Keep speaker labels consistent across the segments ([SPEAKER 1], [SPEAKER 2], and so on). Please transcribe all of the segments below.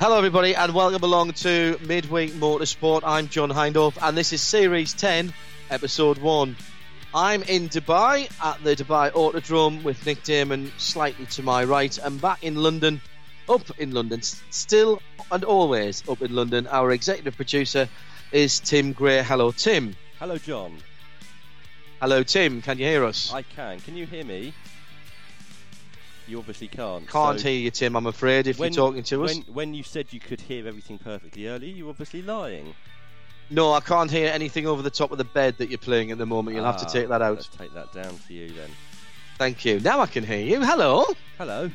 [SPEAKER 1] Hello, everybody, and welcome along to Midweek Motorsport. I'm John Hindorf, and this is Series 10, Episode 1. I'm in Dubai at the Dubai Autodrome with Nick Damon slightly to my right, and back in London, up in London, s- still and always up in London, our executive producer is Tim Gray. Hello, Tim.
[SPEAKER 2] Hello, John.
[SPEAKER 1] Hello, Tim. Can you hear us?
[SPEAKER 2] I can. Can you hear me? You obviously can't.
[SPEAKER 1] Can't
[SPEAKER 2] so
[SPEAKER 1] hear you, Tim, I'm afraid, if
[SPEAKER 2] when-
[SPEAKER 1] you're talking to us.
[SPEAKER 2] When, when you said you could hear everything perfectly earlier, you're obviously lying.
[SPEAKER 1] No, I can't hear anything over the top of the bed that you're playing at the moment. You'll have
[SPEAKER 2] Ah,
[SPEAKER 1] to take that out.
[SPEAKER 2] Let's take that down for you then.
[SPEAKER 1] Thank you. Now I can hear you. Hello.
[SPEAKER 2] Hello.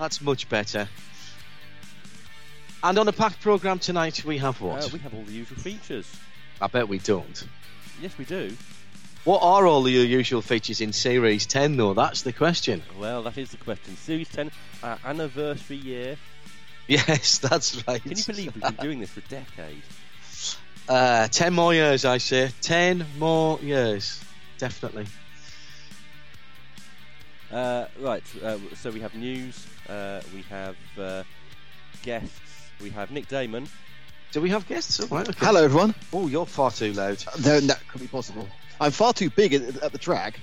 [SPEAKER 1] That's much better. And on a packed programme tonight, we have what?
[SPEAKER 2] Uh, we have all the usual features.
[SPEAKER 1] I bet we don't.
[SPEAKER 2] Yes, we do.
[SPEAKER 1] What are all your usual features in Series 10, though? That's the question.
[SPEAKER 2] Well, that is the question. Series 10, our anniversary year.
[SPEAKER 1] Yes, that's right.
[SPEAKER 2] Can you believe we've been doing this for decades?
[SPEAKER 1] Uh, 10 more years, I say. 10 more years. Definitely.
[SPEAKER 2] Uh, right, uh, so we have news, uh, we have uh, guests, we have Nick Damon.
[SPEAKER 1] Do we have guests? Oh, right, okay.
[SPEAKER 3] Hello, everyone.
[SPEAKER 1] Oh, you're far too loud.
[SPEAKER 3] No, that could be possible. I'm far too big at, at the track.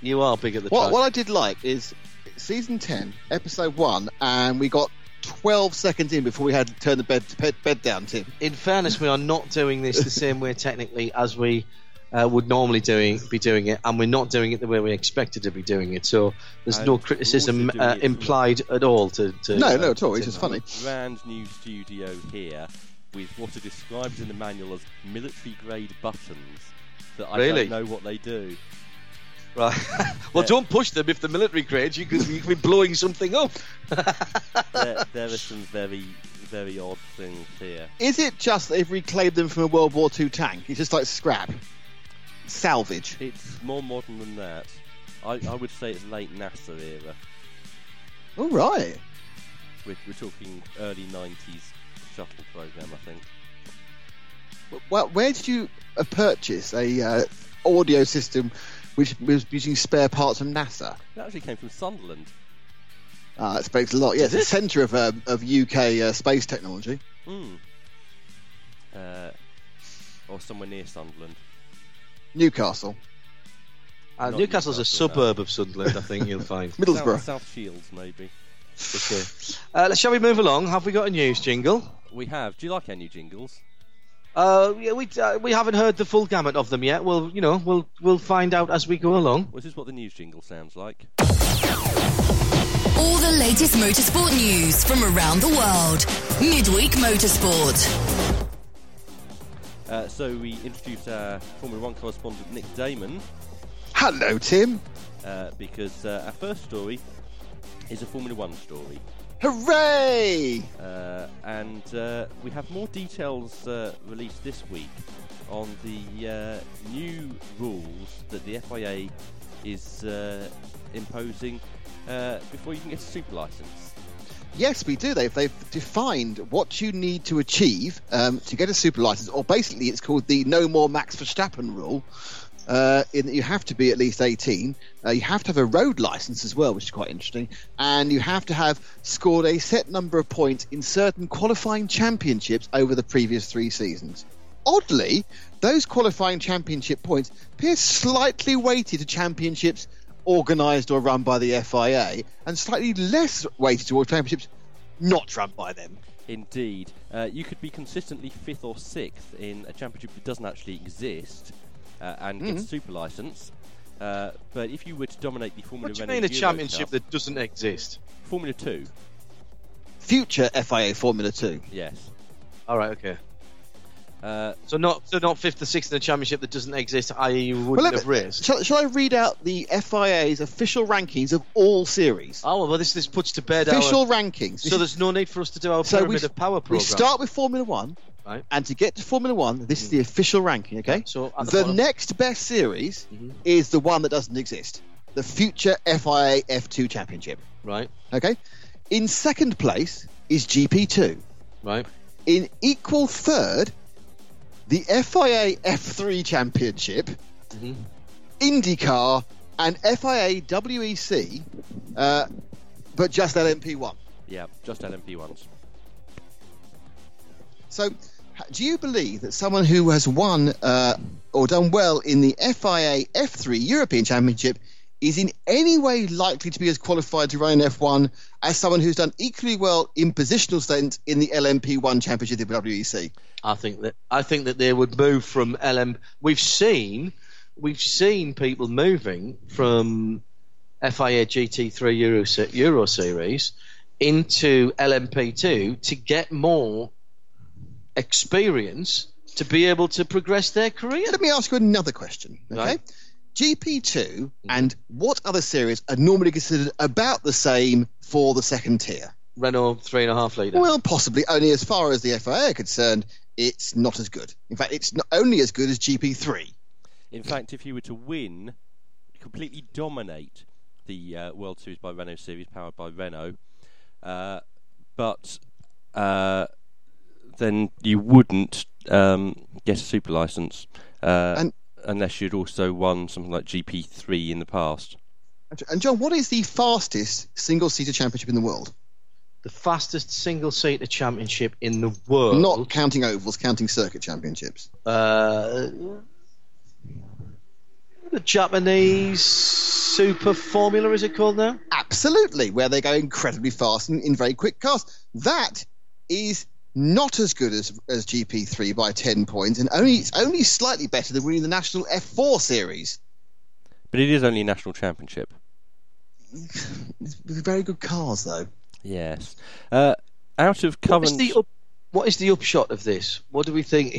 [SPEAKER 1] You are big at the
[SPEAKER 3] What,
[SPEAKER 1] time.
[SPEAKER 3] what I did like is season 10, episode 1, and we got 12 seconds in before we had to turn the bed, bed, bed down, Tim.
[SPEAKER 1] in fairness, we are not doing this the same way technically as we uh, would normally doing be doing it, and we're not doing it the way we expected to be doing it. So there's
[SPEAKER 2] And
[SPEAKER 1] no
[SPEAKER 2] we're
[SPEAKER 1] criticism
[SPEAKER 2] also doing
[SPEAKER 1] uh,
[SPEAKER 2] it-
[SPEAKER 1] implied at all. To, to
[SPEAKER 3] No,
[SPEAKER 1] uh,
[SPEAKER 3] no, at all. It's
[SPEAKER 1] to-
[SPEAKER 3] just funny.
[SPEAKER 2] brand new studio here with what are described in the manual as military grade buttons that I
[SPEAKER 1] Really?
[SPEAKER 2] don't know what they do.
[SPEAKER 1] Right. well,
[SPEAKER 2] Yeah.
[SPEAKER 1] don't push them if the military grade. You could, you could be blowing something up.
[SPEAKER 2] there, there are some very, very odd things here.
[SPEAKER 3] Is it just they've reclaimed them from a World War II tank? It's just like scrap. Salvage.
[SPEAKER 2] It's more modern than that. I, I would say it's late NASA era.
[SPEAKER 3] All right.
[SPEAKER 2] We're, we're talking early 90s shuttle program, I think.
[SPEAKER 3] Well, where did you uh, purchase a uh, audio system which was using spare parts from NASA?
[SPEAKER 2] It actually came from Sunderland.
[SPEAKER 3] Uh, that speaks a lot. Yes, the centre of, um, of UK uh, space technology.
[SPEAKER 2] Mm. Uh, or somewhere near Sunderland.
[SPEAKER 3] Newcastle.
[SPEAKER 1] Uh,
[SPEAKER 2] Not
[SPEAKER 1] Newcastle's a
[SPEAKER 2] Newcastle, no.
[SPEAKER 1] suburb of Sunderland, I think you'll find.
[SPEAKER 3] Middlesbrough.
[SPEAKER 2] South, South Shields, maybe.
[SPEAKER 1] okay. Uh, shall we move along? Have we got a news jingle?
[SPEAKER 2] We have. Do you like our new jingles?
[SPEAKER 1] Uh, yeah, we uh, we haven't heard the full gamut of them yet. Well, you know, we'll we'll find out as we go along.
[SPEAKER 2] Well, this is what the news jingle sounds like.
[SPEAKER 4] All the latest motorsport news from around the world. Midweek Motorsport.
[SPEAKER 2] Uh, so we introduced our Formula One correspondent Nick Damon
[SPEAKER 3] Hello, Tim.
[SPEAKER 2] uh, because uh, our first story is a Formula One story,
[SPEAKER 3] Hooray!
[SPEAKER 2] uh, and uh, we have more details uh, released this week on the uh, new rules that the FIA is uh, imposing uh, before you can get a super license.
[SPEAKER 3] Yes, we do. They've, they've defined what you need to achieve um, to get a super license, or basically, it's called the no more Max Verstappen rule. Uh, in that you have to be at least 18, uh, you have to have a road license as well, which is quite interesting, and you have to have scored a set number of points in certain qualifying championships over the previous three seasons. oddly, those qualifying championship points appear slightly weighted to championships organised or run by the FIA, and slightly less weighted towards championships not run by them.
[SPEAKER 2] Indeed. Uh, you could be consistently fifth or sixth in a championship that doesn't actually exist uh, and
[SPEAKER 1] Mm-hmm.
[SPEAKER 2] get a super license. Uh, but if you were to dominate the Formula
[SPEAKER 1] What do you
[SPEAKER 2] Renault
[SPEAKER 1] mean a
[SPEAKER 2] Euro
[SPEAKER 1] championship
[SPEAKER 2] Cup-
[SPEAKER 1] that doesn't exist?
[SPEAKER 2] Formula 2,
[SPEAKER 3] Future FIA Formula 2.
[SPEAKER 2] yes.
[SPEAKER 1] All right, okay.
[SPEAKER 2] Uh,
[SPEAKER 1] So not so not fifth or sixth in a championship that doesn't exist, i.e., you wouldn't
[SPEAKER 3] let
[SPEAKER 1] have
[SPEAKER 3] me-
[SPEAKER 1] raced.
[SPEAKER 3] Shall, shall I read out the FIA's official rankings of all series?
[SPEAKER 1] Oh well, this this puts to bed
[SPEAKER 3] official
[SPEAKER 1] our.
[SPEAKER 3] rankings.
[SPEAKER 1] So there's no need for us to do our
[SPEAKER 3] So
[SPEAKER 1] pyramid
[SPEAKER 3] we,
[SPEAKER 1] of power program.
[SPEAKER 3] we start with Formula One,
[SPEAKER 1] Right.
[SPEAKER 3] and to get to Formula One, this is the official ranking. Okay.
[SPEAKER 1] Mm. So at the
[SPEAKER 3] the
[SPEAKER 1] bottom- Mm-hmm.
[SPEAKER 3] next best series is the one that doesn't exist, the future FIA F2 Championship.
[SPEAKER 1] right,
[SPEAKER 3] Okay. In second place is GP2.
[SPEAKER 1] right.
[SPEAKER 3] In equal third, the FIA F3 Championship,
[SPEAKER 1] Mm-hmm.
[SPEAKER 3] IndyCar, and FIA WEC, E uh, but just LMP1.
[SPEAKER 2] yeah, just LMP ones.
[SPEAKER 3] So, h- do you believe that someone who has won uh, or done well in the FIA F3 European Championship is in any way likely to be as qualified to run in F1 as someone who's done equally well in positional sense in the LMP1 Championship E at WEC?
[SPEAKER 1] I think that I think that they would move from LM. We've seen we've seen people moving from FIA GT3 Euro, Se- Euro Series into LMP2 to get more experience to be able to progress their career.
[SPEAKER 3] Let me ask you another question, okay?
[SPEAKER 1] Right.
[SPEAKER 3] GP2 and what other series are normally considered about the same for the second tier?
[SPEAKER 1] Renault three and a half litre.
[SPEAKER 3] Well, possibly. Only as far as the FIA are concerned, it's not as good. In fact, it's not only as good as GP3.
[SPEAKER 2] In fact, if you were to win, completely dominate the uh, World Series by Renault series powered by Renault, uh, but uh, then you wouldn't um, get a super license uh,
[SPEAKER 3] And-
[SPEAKER 2] unless you'd also won something like GP3 in the past.
[SPEAKER 3] And John, what is the fastest single-seater championship in the world?
[SPEAKER 1] the fastest single seater championship in the world.
[SPEAKER 3] Not counting ovals, counting circuit championships.
[SPEAKER 1] uh, the Japanese Super Formula is it called now?
[SPEAKER 3] Absolutely, where they go incredibly fast and in very quick cars. That is not as good as, as GP3 by 10 points, and only it's only slightly better than winning the national F4 series.
[SPEAKER 2] But it is only a national championship.
[SPEAKER 3] With very good cars, though.
[SPEAKER 2] Yes. Uh, out of
[SPEAKER 1] What is
[SPEAKER 2] current.
[SPEAKER 1] the up, what is the upshot of this? What do we think?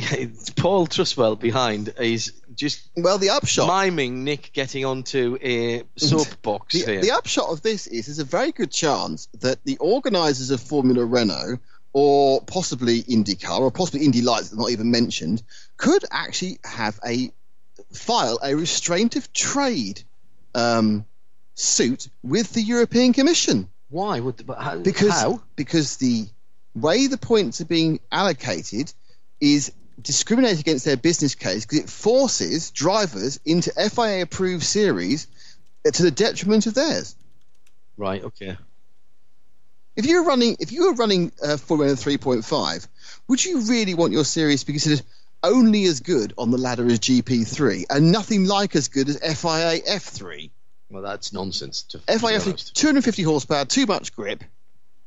[SPEAKER 1] Paul Truswell behind is just
[SPEAKER 3] Well, the upshot.
[SPEAKER 1] miming Nick getting onto a soapbox
[SPEAKER 3] the,
[SPEAKER 1] here.
[SPEAKER 3] the upshot of this is there's a very good chance that the organisers of Formula Renault or possibly IndyCar or possibly Indy Lights that's not even mentioned could actually have a file a restraint of trade um, suit with the European Commission
[SPEAKER 1] Why would? But how,
[SPEAKER 3] because
[SPEAKER 1] how?
[SPEAKER 3] because the way the points are being allocated is discriminated against their business case because it forces drivers into FIA approved series uh, to the detriment of theirs.
[SPEAKER 1] right? Okay.
[SPEAKER 3] If you're running, if you were running uh, Formula 3.5, would you really want your series to be considered only as good on the ladder as GP3 and nothing like as good as FIA F3?
[SPEAKER 1] Well, that's nonsense. To,
[SPEAKER 3] FIA
[SPEAKER 1] to be
[SPEAKER 3] F3,
[SPEAKER 1] honest.
[SPEAKER 3] 250 horsepower, too much grip,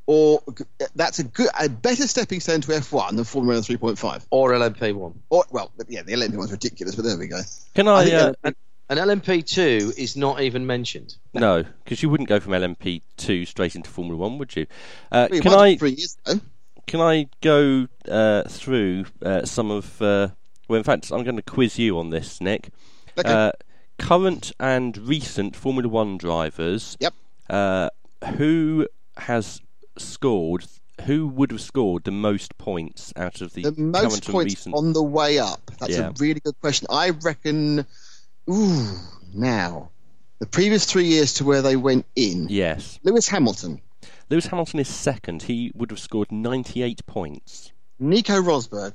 [SPEAKER 3] or g- that's a good, a better stepping stone to F1 than Formula 3.5.
[SPEAKER 1] or LMP one.
[SPEAKER 3] Or well, yeah, the Olympic one's ridiculous, but there we go.
[SPEAKER 2] Can
[SPEAKER 3] I
[SPEAKER 2] I.
[SPEAKER 3] think
[SPEAKER 2] uh,
[SPEAKER 3] LMP
[SPEAKER 1] And LMP two is not even mentioned.
[SPEAKER 2] no, because you wouldn't go from LMP2 straight into Formula 1, would you? Uh,
[SPEAKER 3] we
[SPEAKER 2] can
[SPEAKER 3] won
[SPEAKER 2] I.
[SPEAKER 3] three years ago.
[SPEAKER 2] can I go uh, through uh, some of? Uh, well, in fact, I'm going to quiz you on this, Nick.
[SPEAKER 3] Okay.
[SPEAKER 2] Uh, current and recent Formula One drivers.
[SPEAKER 3] Yep.
[SPEAKER 2] Uh, who has scored? Who would have scored the most points out of the,
[SPEAKER 3] the most
[SPEAKER 2] current and
[SPEAKER 3] points
[SPEAKER 2] recent?
[SPEAKER 3] on the way up? That's
[SPEAKER 2] Yeah.
[SPEAKER 3] a really good question. I reckon. Ooh, now the previous three years to where they went in.
[SPEAKER 2] yes,
[SPEAKER 3] Lewis Hamilton,
[SPEAKER 2] Lewis Hamilton is second. He would have scored 98 points.
[SPEAKER 3] Nico Rosberg,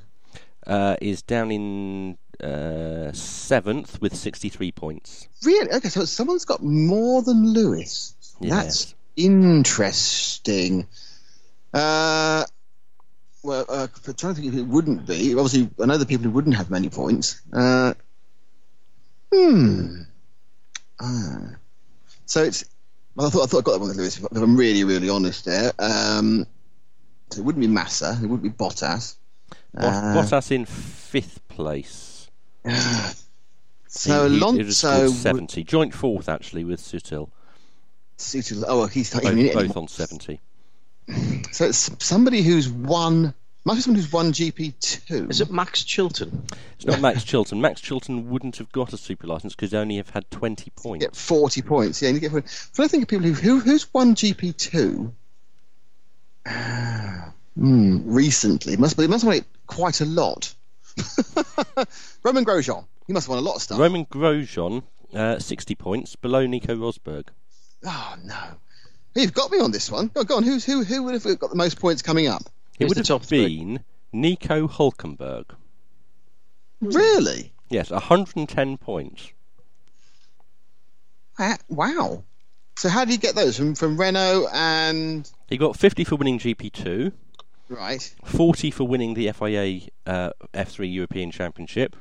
[SPEAKER 2] Uh, is down in uh, seventh with 63 points.
[SPEAKER 3] Really? Okay, so someone's got more than Lewis.
[SPEAKER 2] Yes.
[SPEAKER 3] That's interesting. Uh, well, uh, I'm trying to think who it wouldn't be. Obviously, I know the people who wouldn't have many points. Uh, hmm. Ah. So it's. Well, I thought I thought I got that one with Lewis. If if I'm really, really honest, there. Um, so it wouldn't be Massa. It wouldn't be Bottas.
[SPEAKER 2] Bot-
[SPEAKER 3] Uh,
[SPEAKER 2] Bottas in fifth place.
[SPEAKER 3] So
[SPEAKER 2] He- he- he was
[SPEAKER 3] Alonso
[SPEAKER 2] called
[SPEAKER 3] would
[SPEAKER 2] seventy, joint fourth actually with Sutil,
[SPEAKER 3] suit. Oh, well, he's not
[SPEAKER 2] both,
[SPEAKER 3] even in it
[SPEAKER 2] both
[SPEAKER 3] anymore.
[SPEAKER 2] on seventy.
[SPEAKER 3] So it's somebody who's won. Must be someone who's won GP two.
[SPEAKER 1] Is it Max Chilton?
[SPEAKER 2] It's not Max Chilton. Max Chilton wouldn't have got a super license because they only have had twenty points.
[SPEAKER 3] get 40 points. Yeah, you get 40. So I think of people who, who who's won GP2 Hmm, recently. Must be, must have won it quite a lot. Roman Grosjean. He must have won a lot of stuff.
[SPEAKER 2] Roman Grosjean, uh, sixty points below Nico Rosberg.
[SPEAKER 3] oh, no. You've got me on this one. Oh, go on. Who's, who, who would have got the most points coming up?
[SPEAKER 2] It
[SPEAKER 1] Who's
[SPEAKER 2] would
[SPEAKER 1] the
[SPEAKER 2] have
[SPEAKER 1] top three?
[SPEAKER 2] been Nico Hulkenberg.
[SPEAKER 1] Hmm.
[SPEAKER 3] Really?
[SPEAKER 2] Yes, hundred and ten points.
[SPEAKER 3] Ah, Wow. So how do you get those? From, from Renault and.
[SPEAKER 2] He got fifty for winning GP two.
[SPEAKER 3] Right.
[SPEAKER 2] 40 for winning the FIA uh, F3 European Championship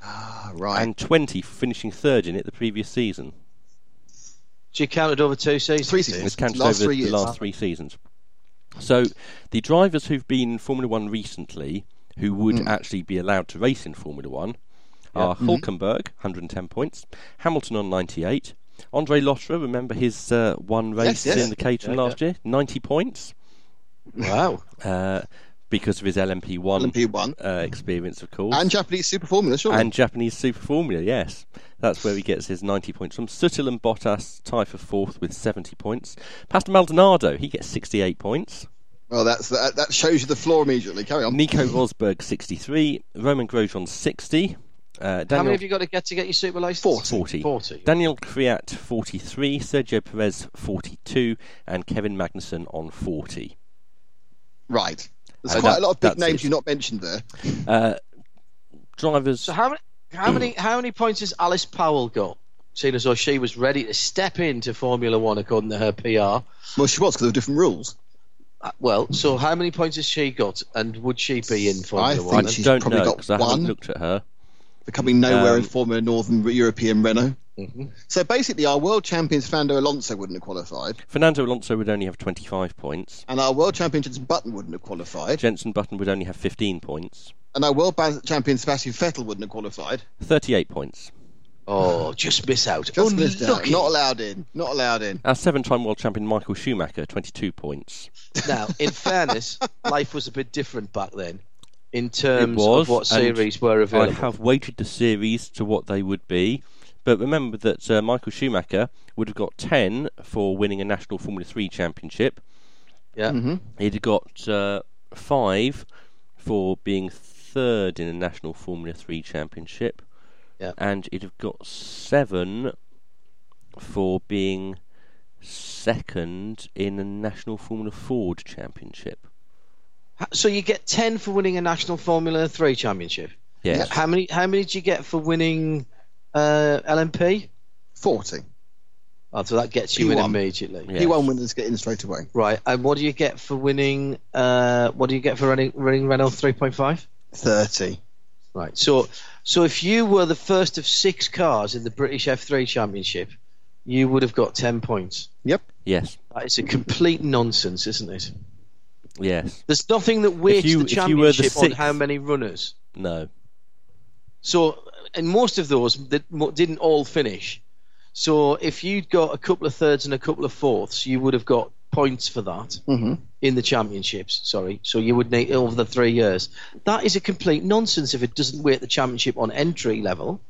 [SPEAKER 3] Ah, right.
[SPEAKER 2] and 20 for finishing third in it the previous season.
[SPEAKER 1] She counted over two seasons.
[SPEAKER 3] Three seasons.
[SPEAKER 2] It's counted
[SPEAKER 3] Last
[SPEAKER 2] over
[SPEAKER 3] three
[SPEAKER 2] the
[SPEAKER 3] years.
[SPEAKER 2] last three seasons. So the drivers who've been in Formula One recently, who would
[SPEAKER 3] Mm.
[SPEAKER 2] actually be allowed to race in Formula One, are
[SPEAKER 3] Mm-hmm.
[SPEAKER 2] Hulkenberg, 110 points, Hamilton on 98, Andre Lotterer, remember his uh, one race
[SPEAKER 3] yes.
[SPEAKER 2] in the Caterham last year, 90 points
[SPEAKER 1] Wow.
[SPEAKER 2] uh, because of his LMP1
[SPEAKER 3] LMP1.
[SPEAKER 2] uh, experience, of course.
[SPEAKER 3] And Japanese Super Formula, sure.
[SPEAKER 2] and Japanese Super Formula. Yes, that's where he gets his 90 points from. Suttil and Bottas tie for fourth with 70 points. Pastor Maldonado he gets 68 points.
[SPEAKER 3] Well, that's that, that shows you the floor immediately. Carry on.
[SPEAKER 2] Nico Rosberg 63. Roman Grosjean 60. Uh,
[SPEAKER 1] How many
[SPEAKER 2] Daniel
[SPEAKER 1] have you got to get to get your super license?
[SPEAKER 2] 40.
[SPEAKER 1] 40.
[SPEAKER 2] Daniel Kriat 43. Sergio Perez 42, and Kevin Magnussen on 40.
[SPEAKER 3] Right. There's
[SPEAKER 2] Uh,
[SPEAKER 3] quite
[SPEAKER 2] that-
[SPEAKER 3] a lot of big
[SPEAKER 2] that's
[SPEAKER 3] names
[SPEAKER 2] it.
[SPEAKER 3] you not mentioned there.
[SPEAKER 2] Uh, drivers.
[SPEAKER 1] So how many? How
[SPEAKER 3] Mm.
[SPEAKER 1] many? How many points has Alice Powell got? Seeing as though she was ready to step into Formula One according to her PR.
[SPEAKER 3] Well, she was because of different rules.
[SPEAKER 1] Uh, Well, so how many points has she got, and would she be in Formula
[SPEAKER 3] think
[SPEAKER 1] One?
[SPEAKER 3] she- she's
[SPEAKER 2] don't
[SPEAKER 3] probably
[SPEAKER 2] know
[SPEAKER 3] got
[SPEAKER 2] because I haven't
[SPEAKER 3] one.
[SPEAKER 2] looked at her.
[SPEAKER 3] Becoming nowhere in
[SPEAKER 2] Um, mm-hmm.
[SPEAKER 3] former Northern European Renault. So basically, our world champions Fernando Alonso wouldn't have qualified,
[SPEAKER 2] Fernando Alonso would only have 25 points.
[SPEAKER 3] and our world champion Jenson Button wouldn't have qualified,
[SPEAKER 2] Jensen Button would only have 15 points.
[SPEAKER 3] and our world ba- champion Sebastian Vettel wouldn't have qualified.
[SPEAKER 2] 38 points.
[SPEAKER 1] Oh, just miss out.
[SPEAKER 3] Just missed out.
[SPEAKER 1] Unlucky.
[SPEAKER 3] Not allowed in. Not allowed in.
[SPEAKER 2] Our seven time world champion Michael Schumacher, 22 points.
[SPEAKER 1] Now, in fairness, life was a bit different back then in terms
[SPEAKER 2] was,
[SPEAKER 1] of what
[SPEAKER 2] and
[SPEAKER 1] series were available.
[SPEAKER 2] I have weighted the series to what they would be. But remember that uh, Michael Schumacher would have got 10 for winning a national Formula 3 championship.
[SPEAKER 1] yeah.
[SPEAKER 3] Mm-hmm.
[SPEAKER 2] He'd have got uh, 5 for being third in a national Formula 3 championship.
[SPEAKER 1] Yeah.
[SPEAKER 2] And he'd have got 7 for being second in a national Formula Ford championship.
[SPEAKER 1] So you get ten for winning a national Formula Three championship.
[SPEAKER 2] Yes.
[SPEAKER 1] How many? How many did you get for winning uh, LMP?
[SPEAKER 3] Forty.
[SPEAKER 1] Oh, so that gets you in
[SPEAKER 3] P1.
[SPEAKER 1] immediately.
[SPEAKER 2] Yeah.
[SPEAKER 3] He won winners get in straight away.
[SPEAKER 1] Right, and what do you get for winning? Uh, what do you get for running, running Renault 3.5?
[SPEAKER 3] Thirty.
[SPEAKER 1] Right, so so if you were the first of six cars in the British F3 Championship, you would have got 10 points.
[SPEAKER 3] Yep.
[SPEAKER 2] Yes.
[SPEAKER 1] That is a complete nonsense, isn't it?
[SPEAKER 2] Yes.
[SPEAKER 1] There's nothing that weights
[SPEAKER 2] you-
[SPEAKER 1] the
[SPEAKER 2] if you were the
[SPEAKER 1] championship on
[SPEAKER 2] sixth-
[SPEAKER 1] how many runners.
[SPEAKER 2] No.
[SPEAKER 1] So, and most of those that mo- didn't all finish. So, if you'd got a couple of thirds and a couple of fourths, you would have got points for that
[SPEAKER 3] Mm-hmm.
[SPEAKER 1] in the championships. Sorry, so you would need over the three years. That is a complete nonsense if it doesn't weight the championship on entry level,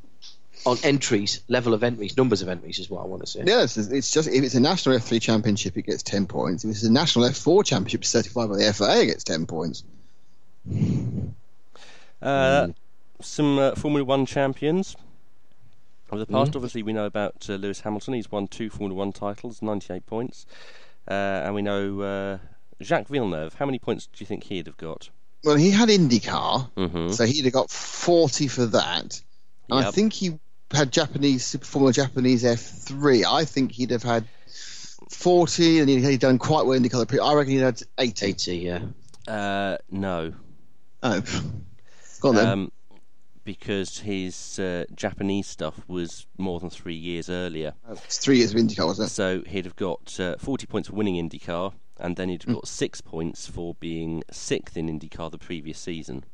[SPEAKER 1] on entries level of entries, numbers of entries is what I want to say.
[SPEAKER 3] Yes, it's- it's just if it's a national F3 championship, it gets ten points. If it's a national F4 championship, it's certified by the FIA, it gets ten points.
[SPEAKER 2] Uh, Some uh, Formula One champions of the past. Obviously, we know about uh, Lewis Hamilton. He's won two Formula One titles, 98 points. Uh, and we know uh, Jacques Villeneuve. How many points do you think he'd have got?
[SPEAKER 3] Well, he had IndyCar, so he'd have got 40 for that. And
[SPEAKER 2] Mm-hmm.
[SPEAKER 3] I
[SPEAKER 2] Yep.
[SPEAKER 3] think he had Japanese, Super Formula Japanese F3. I think he'd have had 40, and he'd, he'd done quite well in IndyCar. I reckon he'd had 80.
[SPEAKER 1] 80, yeah.
[SPEAKER 2] Uh, no.
[SPEAKER 3] Oh, go on then.
[SPEAKER 2] Um, because his uh, Japanese stuff was more than three years earlier.
[SPEAKER 3] it's three years of IndyCar, wasn't it?
[SPEAKER 2] So he'd have got uh, 40 points for winning IndyCar, and then he'd have got six points for being sixth in IndyCar the previous season,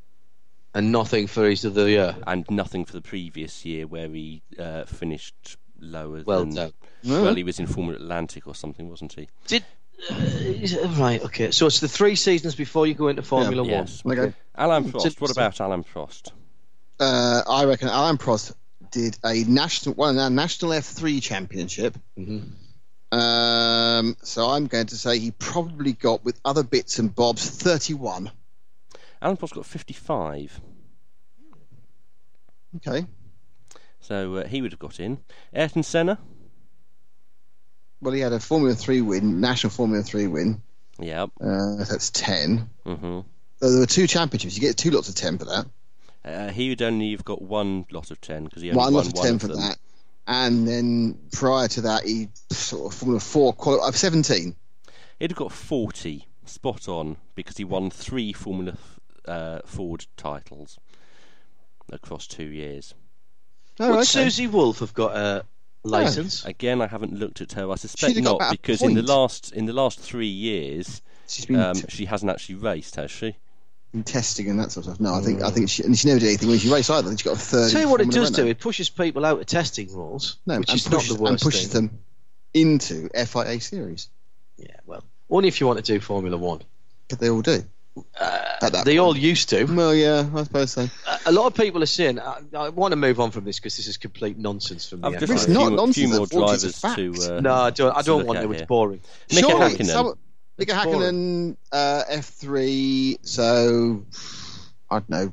[SPEAKER 1] and nothing for each of the year.
[SPEAKER 2] and nothing for the previous year where he uh, finished lower
[SPEAKER 1] Well
[SPEAKER 2] than.
[SPEAKER 1] done.
[SPEAKER 2] Well, he was in Formula Atlantic or something, wasn't he?
[SPEAKER 1] Did uh, is- right? Okay, so it's the three seasons before you go into Formula One.
[SPEAKER 2] Yes.
[SPEAKER 3] Okay.
[SPEAKER 2] Alan Frost. What
[SPEAKER 1] so-
[SPEAKER 2] about Alan Frost?
[SPEAKER 3] Uh, I reckon Alan Prost did a national well, a national F3 championship.
[SPEAKER 2] Mm-hmm.
[SPEAKER 3] Um, so I'm going to say he probably got with other bits and bobs 31.
[SPEAKER 2] Alan Frost got 55,
[SPEAKER 3] Okay.
[SPEAKER 2] so uh, he would have got in. Ayrton Senna.
[SPEAKER 3] Well, he had a Formula 3 win, national Formula 3 win.
[SPEAKER 2] Yeah.
[SPEAKER 3] Uh, that's 10.
[SPEAKER 2] hmm
[SPEAKER 3] So there were two championships. You get two lots of 10 for that.
[SPEAKER 2] Uh, he would only have got one lot of ten because he only
[SPEAKER 3] one
[SPEAKER 2] won
[SPEAKER 3] lot of
[SPEAKER 2] one
[SPEAKER 3] 10
[SPEAKER 2] of
[SPEAKER 3] for
[SPEAKER 2] them.
[SPEAKER 3] that. And then prior to that, he sort of Formula 4 quali- uh, 17.
[SPEAKER 2] He'd have got 40, spot on, because he won three Formula uh, Ford titles across two years.
[SPEAKER 3] Oh,
[SPEAKER 1] Would
[SPEAKER 3] okay.
[SPEAKER 1] Susie Wolf have got a license?
[SPEAKER 2] Again, I haven't looked at her. I suspect
[SPEAKER 3] have got
[SPEAKER 2] not,
[SPEAKER 3] about a
[SPEAKER 2] because in the
[SPEAKER 3] point.
[SPEAKER 2] last in the last three years,
[SPEAKER 3] She's been
[SPEAKER 2] um,
[SPEAKER 3] t-
[SPEAKER 2] she hasn't actually raced, has she?
[SPEAKER 3] been testing and that sort of stuff. No, I think I think she, and she never did anything when she raced either. I think she got a third.
[SPEAKER 1] Tell you
[SPEAKER 3] in
[SPEAKER 1] what, it
[SPEAKER 3] Formula
[SPEAKER 1] does do.
[SPEAKER 3] Renault.
[SPEAKER 1] It pushes people out of testing roles,
[SPEAKER 3] No,
[SPEAKER 1] which
[SPEAKER 3] and
[SPEAKER 1] is
[SPEAKER 3] pushes,
[SPEAKER 1] not the worst
[SPEAKER 3] and pushes
[SPEAKER 1] thing.
[SPEAKER 3] them into FIA series.
[SPEAKER 1] Yeah, well, only if you want to do Formula One.
[SPEAKER 3] But they all do. At that
[SPEAKER 1] Uh, They
[SPEAKER 3] point.
[SPEAKER 1] all used to.
[SPEAKER 3] Well, yeah, I suppose so.
[SPEAKER 1] A lot of people are saying, I, I want to move on from this because this is complete nonsense from
[SPEAKER 2] I've
[SPEAKER 1] the
[SPEAKER 2] just
[SPEAKER 1] FIA.
[SPEAKER 3] It's
[SPEAKER 2] got a
[SPEAKER 3] not
[SPEAKER 2] few, few
[SPEAKER 3] nonsense,
[SPEAKER 2] more
[SPEAKER 3] unfortunately,
[SPEAKER 2] drivers
[SPEAKER 3] it's
[SPEAKER 2] to. Uh,
[SPEAKER 1] No, I don't, I
[SPEAKER 2] to
[SPEAKER 1] don't
[SPEAKER 2] look
[SPEAKER 1] want
[SPEAKER 2] at
[SPEAKER 1] to. It's
[SPEAKER 2] here.
[SPEAKER 1] boring.
[SPEAKER 2] Nico
[SPEAKER 3] Surely
[SPEAKER 2] Hakkinen.
[SPEAKER 3] some- Nico Hakkinen, uh, F3, so I don't know,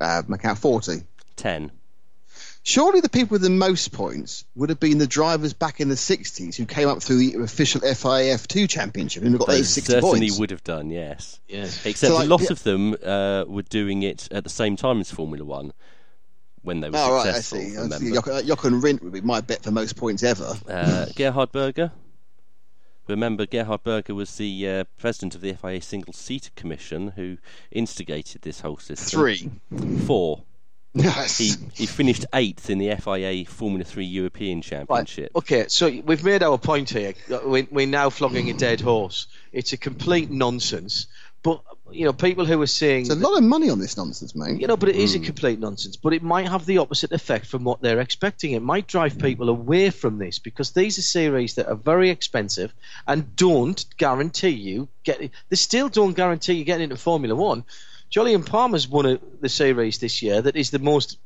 [SPEAKER 3] uh, Macau 40.
[SPEAKER 2] ten.
[SPEAKER 3] Surely the people with the most points would have been the drivers back in the 60s who came up through the official FIA F2 championship and got
[SPEAKER 2] They
[SPEAKER 3] those 60
[SPEAKER 2] certainly
[SPEAKER 3] points.
[SPEAKER 2] would have done, yes.
[SPEAKER 1] Yeah.
[SPEAKER 2] Except
[SPEAKER 3] So,
[SPEAKER 2] a
[SPEAKER 3] like,
[SPEAKER 2] lot
[SPEAKER 3] yeah.
[SPEAKER 2] of them uh, were doing it at the same time as Formula One when they were
[SPEAKER 3] Oh, right, I
[SPEAKER 2] successful.
[SPEAKER 3] see. I
[SPEAKER 2] remember.
[SPEAKER 3] see. Jochen, uh, Jochen Rindt would be my bet for most points ever.
[SPEAKER 2] uh, Gerhard Berger. Remember, Gerhard Berger was the uh, president of the FIA Single Seater Commission who instigated this whole system.
[SPEAKER 3] Three.
[SPEAKER 2] Four.
[SPEAKER 3] Yes.
[SPEAKER 2] He, he finished eighth in the FIA Formula 3 European Championship.
[SPEAKER 1] Okay, so we've made our point here. We, we're now flogging a dead horse. It's a complete nonsense. But you know, people who are saying,
[SPEAKER 3] There's a lot of money on this nonsense, mate.
[SPEAKER 1] you know, but it
[SPEAKER 3] Hmm.
[SPEAKER 1] is a complete nonsense. But it might have the opposite effect from what they're expecting. It might
[SPEAKER 3] Hmm.
[SPEAKER 1] drive people away from this because these are series that are very expensive and don't guarantee you get. They still don't guarantee you getting into Formula One. Jolyon Palmer's won a, the series this year that is the most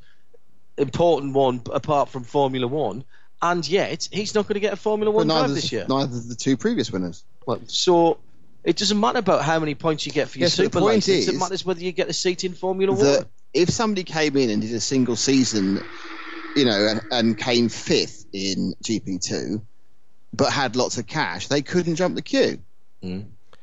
[SPEAKER 1] important one apart from Formula One. And yet, he's not going to get a Formula
[SPEAKER 3] but
[SPEAKER 1] One drive
[SPEAKER 3] neither,
[SPEAKER 1] this year.
[SPEAKER 3] neither of the two previous winners.
[SPEAKER 1] Well, so it doesn't matter about how many points you get for your
[SPEAKER 3] Yes, but the
[SPEAKER 1] super
[SPEAKER 3] point
[SPEAKER 1] license. It
[SPEAKER 3] is-
[SPEAKER 1] matters whether you get a seat in Formula One.
[SPEAKER 3] That if somebody came in and did a single season, you know, and, and came fifth in GP2, but had lots of cash, they couldn't jump the queue.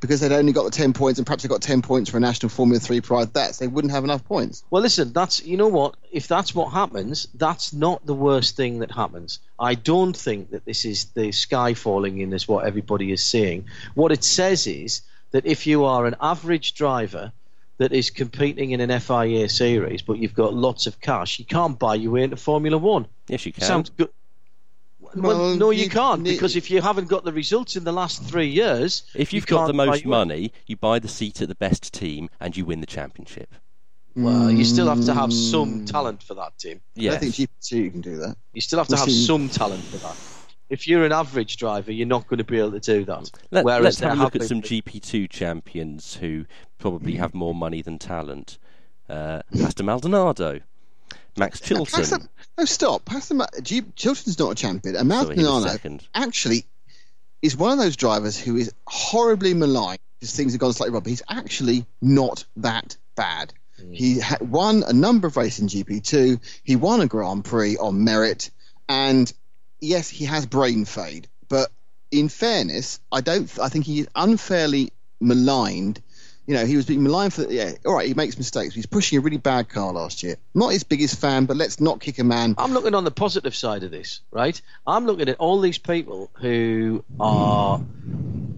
[SPEAKER 3] Because they'd only got the 10 points, and perhaps they got 10 points for a national Formula 3 prior to that, so they wouldn't have enough points.
[SPEAKER 1] Well, listen, that's you know what? If that's what happens, that's not the worst thing that happens. I don't think that this is the sky falling in, is what everybody is saying. What it says is that if you are an average driver that is competing in an FIA series, but you've got lots of cash, you can't buy your way into Formula One.
[SPEAKER 2] Yes, you can.
[SPEAKER 1] Sounds good. Well,
[SPEAKER 3] Well,
[SPEAKER 1] no, you,
[SPEAKER 3] you
[SPEAKER 1] can't
[SPEAKER 3] need-
[SPEAKER 1] because if you haven't got the results in the last three years,
[SPEAKER 2] if
[SPEAKER 1] you
[SPEAKER 2] you've got the
[SPEAKER 1] can't buy
[SPEAKER 2] most
[SPEAKER 1] your-
[SPEAKER 2] money, you buy the seat at the best team and you win the championship.
[SPEAKER 1] well, you still have to have some talent for that, Tim.
[SPEAKER 3] I
[SPEAKER 2] Yes.
[SPEAKER 3] don't think GP2 you can do that.
[SPEAKER 1] You still have to
[SPEAKER 3] We've
[SPEAKER 1] have
[SPEAKER 3] seen-
[SPEAKER 1] some talent for that. If you're an average driver, you're not going to be able to do that.
[SPEAKER 2] Let,
[SPEAKER 1] Whereas
[SPEAKER 2] us
[SPEAKER 1] there
[SPEAKER 2] have a look
[SPEAKER 1] have
[SPEAKER 2] at some
[SPEAKER 1] been- Mm.
[SPEAKER 2] GP2 champions who probably have more money than talent. Uh, Pastor Maldonado, Max Chilton.
[SPEAKER 3] Pass them, no, stop. Pass them. G, Chilton's not a champion. And
[SPEAKER 2] Sorry, he was
[SPEAKER 3] Maldonado
[SPEAKER 2] second.
[SPEAKER 3] actually is one of those drivers who is horribly maligned because things have gone slightly wrong. But he's actually not that bad.
[SPEAKER 2] Hmm.
[SPEAKER 3] He ha- won a number of races in GP2. He won a Grand Prix on merit. And yes, he has brain fade. But in fairness, I don't. I think he is unfairly maligned. You know, he was being maligned for. Yeah, all right, he makes mistakes. He's pushing a really bad car last year. Not his biggest fan, but let's not kick a man.
[SPEAKER 2] Oh.
[SPEAKER 1] I'm looking on the positive side of this, right? I'm looking at all these people who are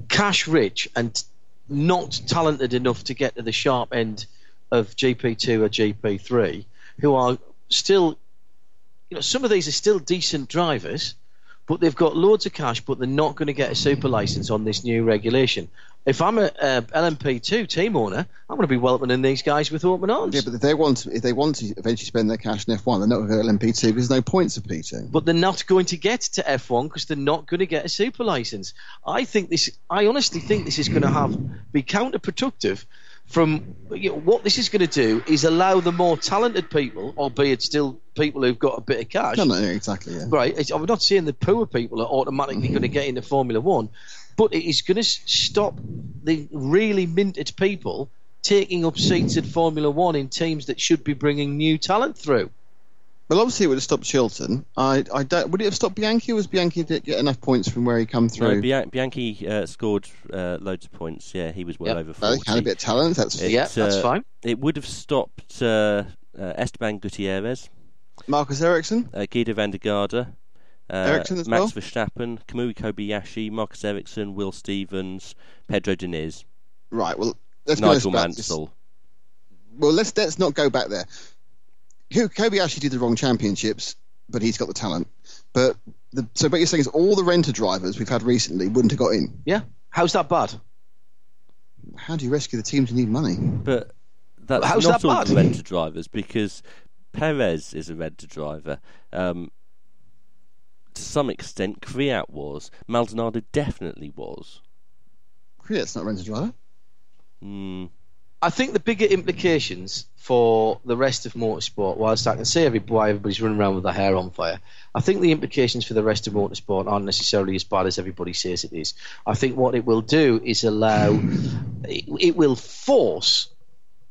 [SPEAKER 1] cash rich and not talented enough to get to the sharp end of GP2 or GP3, who are still, you know, some of these are still decent drivers, but they've got loads of cash, but they're not going to get a super license on this new regulation. If I'm a, a LMP2 team owner, I'm going to be welcoming these guys with open arms.
[SPEAKER 3] Yeah, but if they want, if they want to eventually spend their cash in F1, they're not going to go LMP2 because there's no points of P2.
[SPEAKER 1] but they're not going to get to F1 because they're not going to get a super license. I think this. I honestly think this is going to have be counterproductive. From you know, what this is going to do is allow the more talented people, albeit still people who've got a bit of cash,
[SPEAKER 3] No, no, no, exactly. Yeah.
[SPEAKER 1] right? It's, I'm not saying the poor people are automatically going to get into Formula One, but it is going to stop the really minted people taking up seats at Formula One in teams that should be bringing new talent through.
[SPEAKER 3] Well, obviously, it would have stopped Chilton. I, I don't. Would it have stopped Bianchi? Or was Bianchi did get enough points from where he come through?
[SPEAKER 2] No, Bian- Bianchi uh, scored uh, loads of points. Yeah, he was well
[SPEAKER 1] Yep.
[SPEAKER 2] over
[SPEAKER 3] Well,
[SPEAKER 2] forty.
[SPEAKER 3] he had a bit of talent. That's
[SPEAKER 2] It,
[SPEAKER 1] Yeah, that's
[SPEAKER 2] uh,
[SPEAKER 1] fine.
[SPEAKER 2] It would have stopped uh, uh, Esteban Gutierrez,
[SPEAKER 3] Marcus Ericsson.
[SPEAKER 2] uh, Guido van der Garde, uh,
[SPEAKER 3] Ericsson as
[SPEAKER 2] Max
[SPEAKER 3] well?
[SPEAKER 2] Verstappen, Kamui Kobayashi, Marcus Ericsson, Will Stevens, Pedro Diniz,
[SPEAKER 3] Right. Well, let's be honest
[SPEAKER 2] Nigel
[SPEAKER 3] about this.
[SPEAKER 2] Mansell.
[SPEAKER 3] Well, let's let's not go back there. Who Kobe actually did the wrong championships, but he's got the talent. But the, so, what you're saying is all the renter drivers we've had recently wouldn't have got in.
[SPEAKER 1] Yeah, how's that bad?
[SPEAKER 3] How do you rescue the teams who need money?
[SPEAKER 2] But that's
[SPEAKER 1] How's
[SPEAKER 2] not
[SPEAKER 1] that
[SPEAKER 2] all
[SPEAKER 1] bad?
[SPEAKER 2] the rented drivers because Perez is a rented driver. Um, to some extent, Kriat was. Maldonado definitely was.
[SPEAKER 3] That's not a renter driver.
[SPEAKER 2] Mm,
[SPEAKER 1] I think the bigger implications for the rest of motorsport, whilst I can see every, why everybody's running around with their hair on fire, I think the implications for the rest of motorsport aren't necessarily as bad as everybody says it is. I think what it will do is allow, it, it will force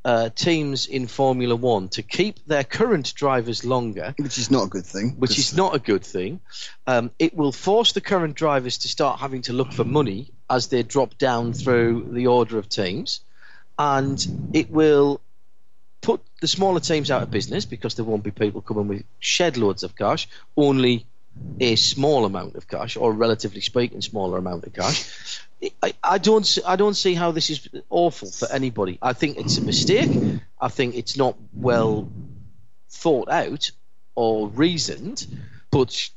[SPEAKER 1] uh, teams in Formula One to keep their current drivers longer
[SPEAKER 3] Which is not a good thing.
[SPEAKER 1] which is not a good thing. Um, it will force the current drivers to start having to look for money as they drop down through the order of teams, and it will put the smaller teams out of business because there won't be people coming with shed loads of cash, only a small amount of cash, or relatively speaking, smaller amount of cash. I, I don't see, I don't see how this is awful for anybody. I think it's a mistake. I think it's not well thought out or reasoned, but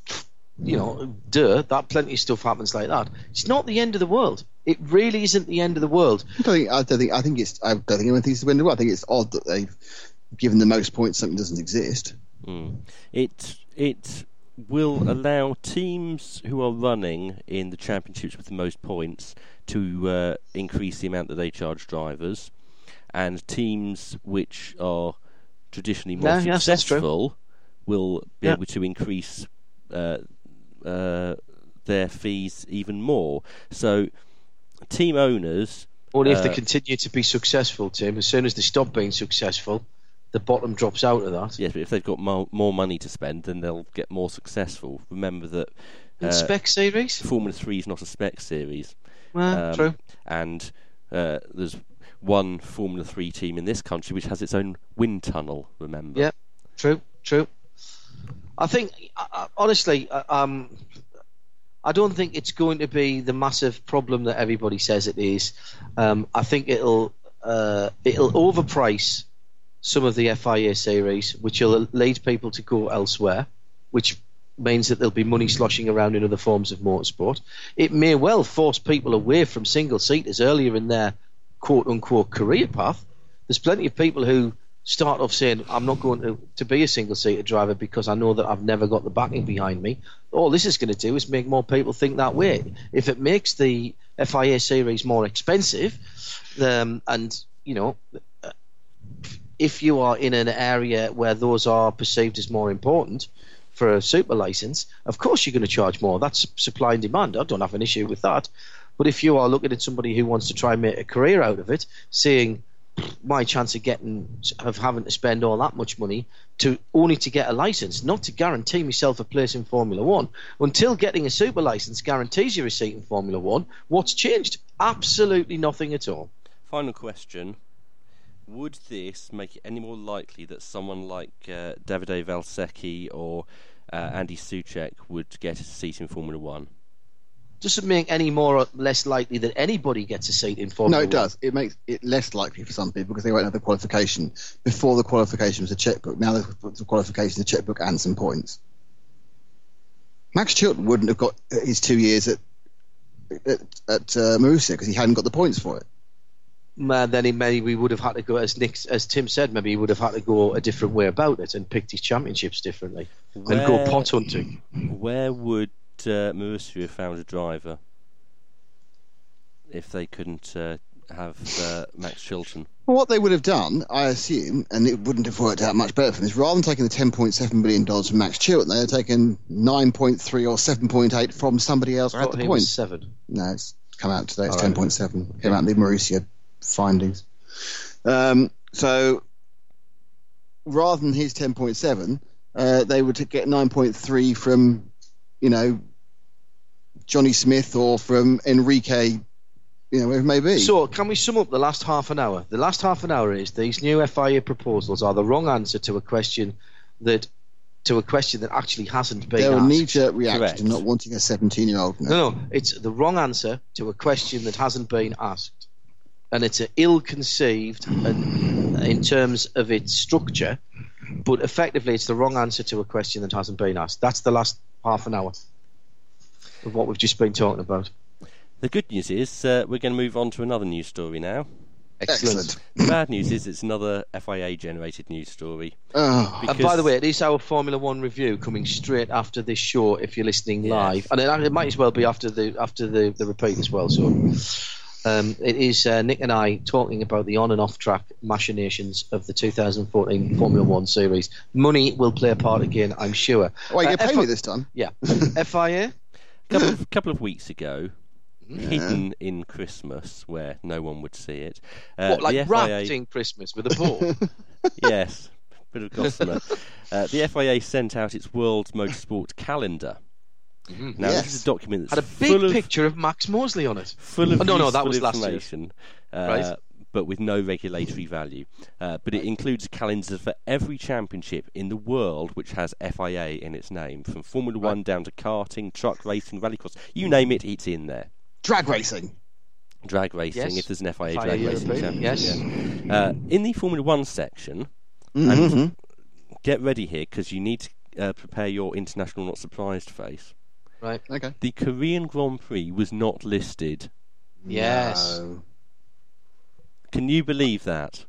[SPEAKER 1] you know, duh, that plenty of stuff happens like that. It's not the end of the world. It really isn't the end of the world.
[SPEAKER 3] I don't think. I don't think. I think it's. I don't think anyone thinks it's the window. I think it's odd that they've given the most points something doesn't exist.
[SPEAKER 2] mm. It it will allow teams who are running in the championships with the most points to uh, increase the amount that they charge drivers, and teams which are traditionally more
[SPEAKER 1] No, yes, that's true.
[SPEAKER 2] successful will be
[SPEAKER 1] Yeah.
[SPEAKER 2] able to increase uh, uh, their fees even more. So, team owners.
[SPEAKER 1] Only if
[SPEAKER 2] Uh,
[SPEAKER 1] they continue to be successful, Tim. As soon as they stop being successful, the bottom drops out of that.
[SPEAKER 2] Yes, but if they've got more, more money to spend, then they'll get more successful. Remember that
[SPEAKER 1] In
[SPEAKER 2] uh,
[SPEAKER 1] spec series?
[SPEAKER 2] Formula Three is not a spec series,
[SPEAKER 1] Well,
[SPEAKER 2] um,
[SPEAKER 1] true.
[SPEAKER 2] and uh, there's one Formula Three team in this country which has its own wind tunnel. Remember?
[SPEAKER 1] Yeah, true, true. I think, I- I- honestly, I- um, I don't think it's going to be the massive problem that everybody says it is. Um, I think it'll uh, it'll overprice some of the FIA series, which will lead people to go elsewhere, which means that there'll be money sloshing around in other forms of motorsport. It may well force people away from single seaters earlier in their quote unquote career path. There's plenty of people who start off saying, I'm not going to, to be a single seater driver because I know that I've never got the backing behind me. All this is going to do is make more people think that way. If it makes the FIA series more expensive, um, and, you know, if you are in an area where those are perceived as more important for a super license, of course you're going to charge more. That's supply and demand. I don't have an issue with that. But if you are looking at somebody who wants to try and make a career out of it, seeing my chance of getting of having to spend all that much money to only to get a license, not to guarantee myself a place in Formula One, until getting a super license guarantees you a seat in Formula One, what's changed? Absolutely nothing at all.
[SPEAKER 2] Final question: Would this make it any more likely that someone like uh, Davide Valsecchi or uh, Andy Suchek would get a seat in Formula One?
[SPEAKER 1] doesn't make any more or less likely that anybody gets a seat in Formula
[SPEAKER 3] No, it
[SPEAKER 1] One.
[SPEAKER 3] does. It makes it less likely for some people because they won't have the qualification. Before the qualification was a checkbook. Now the the qualification is a checkbook and some points. Max Chilton wouldn't have got his two years at at, at uh, Marussia because he hadn't got the points for it.
[SPEAKER 1] Man, then he may we would have had to go as Nick, as Tim said, maybe he would have had to go a different way about it and picked his championships differently and go
[SPEAKER 2] Where-
[SPEAKER 1] pot hunting.
[SPEAKER 2] Where would uh, Mauricio have found a driver if they couldn't uh, have uh, Max Chilton?
[SPEAKER 3] Well, what they would have done, I assume, and it wouldn't have worked out much better for them, is rather than taking the $10.7 million from Max Chilton, they had taken 9.3 or 7.8 from somebody else who had
[SPEAKER 1] Thought
[SPEAKER 3] the
[SPEAKER 1] he was
[SPEAKER 3] points.
[SPEAKER 1] seven.
[SPEAKER 3] No, it's come out today. It's
[SPEAKER 1] All
[SPEAKER 3] ten
[SPEAKER 1] right.
[SPEAKER 3] point seven. Came out in the Mauricio findings. Um, so rather than his ten point seven, uh, they would get nine point three from, you know, Johnny Smith or from Enrique, you know, whoever it may be.
[SPEAKER 1] So, can we sum up the last half an hour? The last half an hour is these new FIA proposals are the wrong answer to a question that to a question that actually hasn't been
[SPEAKER 3] They're a
[SPEAKER 1] asked.
[SPEAKER 3] knee jerk reaction
[SPEAKER 2] Correct.
[SPEAKER 3] to not wanting a seventeen year old.
[SPEAKER 1] No, no, it's the wrong answer to a question that hasn't been asked, and it's a ill-conceived and in terms of its structure, but effectively it's the wrong answer to a question that hasn't been asked. That's the last half an hour of what we've just been talking about.
[SPEAKER 2] The good news is uh, we're going to move on to another news story now.
[SPEAKER 3] Excellent.
[SPEAKER 2] The bad news is it's another FIA generated news story.
[SPEAKER 3] Oh,
[SPEAKER 1] And by the way, it is our Formula One review coming straight after this show. If you're listening live, and it, it might as well be after the after the, the repeat as well. So, um, it is uh, Nick and I talking about the on and off track machinations of the 2014 Formula One series. Money will play a part again, I'm sure.
[SPEAKER 3] wait, you
[SPEAKER 1] Uh,
[SPEAKER 3] pay
[SPEAKER 1] F-
[SPEAKER 3] me this time.
[SPEAKER 1] Yeah,
[SPEAKER 2] Uh,
[SPEAKER 1] FIA.
[SPEAKER 2] couple of, couple of weeks ago,
[SPEAKER 1] Mm-hmm.
[SPEAKER 2] hidden in Christmas where no one would see it. Uh,
[SPEAKER 1] What, like
[SPEAKER 2] the FIA
[SPEAKER 1] wrapped in Christmas with a ball?
[SPEAKER 2] yes, bit of gossamer. uh, the FIA sent out its World Motorsport Calendar. Now this
[SPEAKER 3] Yes.
[SPEAKER 2] is a document
[SPEAKER 1] Mm-hmm. Had a
[SPEAKER 2] that's
[SPEAKER 1] big
[SPEAKER 2] full of
[SPEAKER 1] picture of Max Morsley on it.
[SPEAKER 2] full of
[SPEAKER 1] Oh, no, no, that
[SPEAKER 2] useful
[SPEAKER 1] was last year.
[SPEAKER 2] information, uh,
[SPEAKER 1] Right.
[SPEAKER 2] but with no regulatory value. Uh, but it includes a calendar for every championship in the world which has FIA in its name, from Formula One down to karting, truck racing, rallycross. You name it, it's in there.
[SPEAKER 3] Drag racing.
[SPEAKER 2] Drag racing,
[SPEAKER 1] Yes.
[SPEAKER 2] if there's an FIA,
[SPEAKER 1] FIA
[SPEAKER 2] drag racing
[SPEAKER 1] European,
[SPEAKER 2] championship.
[SPEAKER 1] yes.
[SPEAKER 2] yeah. Uh, in the Formula One section, and get ready here because you need to uh, prepare your international not surprised face.
[SPEAKER 1] Right.
[SPEAKER 3] Okay.
[SPEAKER 2] The Korean Grand Prix was not listed.
[SPEAKER 1] Yes.
[SPEAKER 3] No.
[SPEAKER 2] Can you believe that?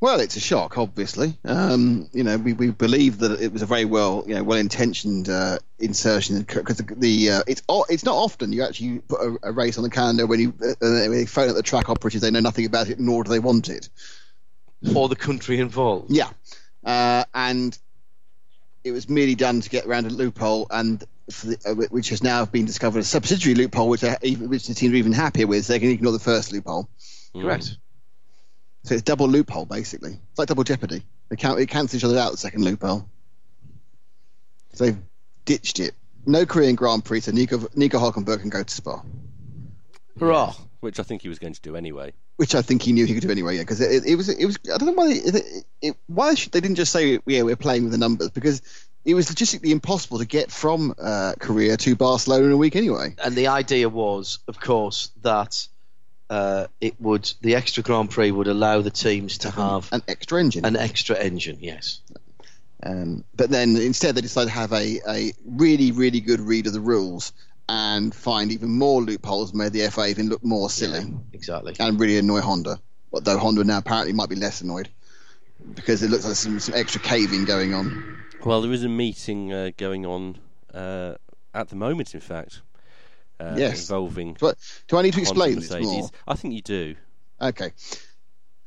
[SPEAKER 3] Well, it's a shock, obviously. Um, you know, we, we believe that it was a very well, you know, well-intentioned uh, insertion because the, the uh, it's o- it's not often you actually put a, a race on the calendar when you uh, when they phone at the track operators they know nothing about it nor do they want it.
[SPEAKER 1] Or the country involved.
[SPEAKER 3] Yeah, uh, and it was merely done to get around a loophole, and for the, uh, wh- which has now been discovered a subsidiary loophole, which are even, which the team are even happier with. So they can ignore the first loophole.
[SPEAKER 2] Mm.
[SPEAKER 1] Correct.
[SPEAKER 3] So it's double loophole basically. It's like double jeopardy. They count it cancels each other out the second loophole. So they've ditched it. No Korean Grand Prix, so Nico Nico Hulkenberg can go to Spa,
[SPEAKER 1] Hurrah.
[SPEAKER 2] Which I think he was going to do anyway.
[SPEAKER 3] which I think he knew he could do anyway. Yeah, because it, it was it was I don't know why they, it, it, why should, they didn't just say yeah we're playing with the numbers because it was logistically impossible to get from uh, Korea to Barcelona in a week anyway.
[SPEAKER 1] and the idea was, of course, that uh, it would the extra Grand Prix would allow the teams to have
[SPEAKER 3] An extra engine.
[SPEAKER 1] an extra engine. Yes,
[SPEAKER 3] Um, but then instead, they decided to have a, a really, really good read of the rules and find even more loopholes, made the FA even look more silly
[SPEAKER 1] exactly.
[SPEAKER 3] and really annoy Honda. Although Honda now apparently might be less annoyed because it looks like some, some extra caving going on.
[SPEAKER 2] Well, there is a meeting uh, going on uh, at the moment, in fact. Uh,
[SPEAKER 3] Yes.
[SPEAKER 2] Involving.
[SPEAKER 3] Do I, do I need to
[SPEAKER 2] Honda
[SPEAKER 3] explain this
[SPEAKER 2] Mercedes.
[SPEAKER 3] more?
[SPEAKER 2] I think you do.
[SPEAKER 3] Okay.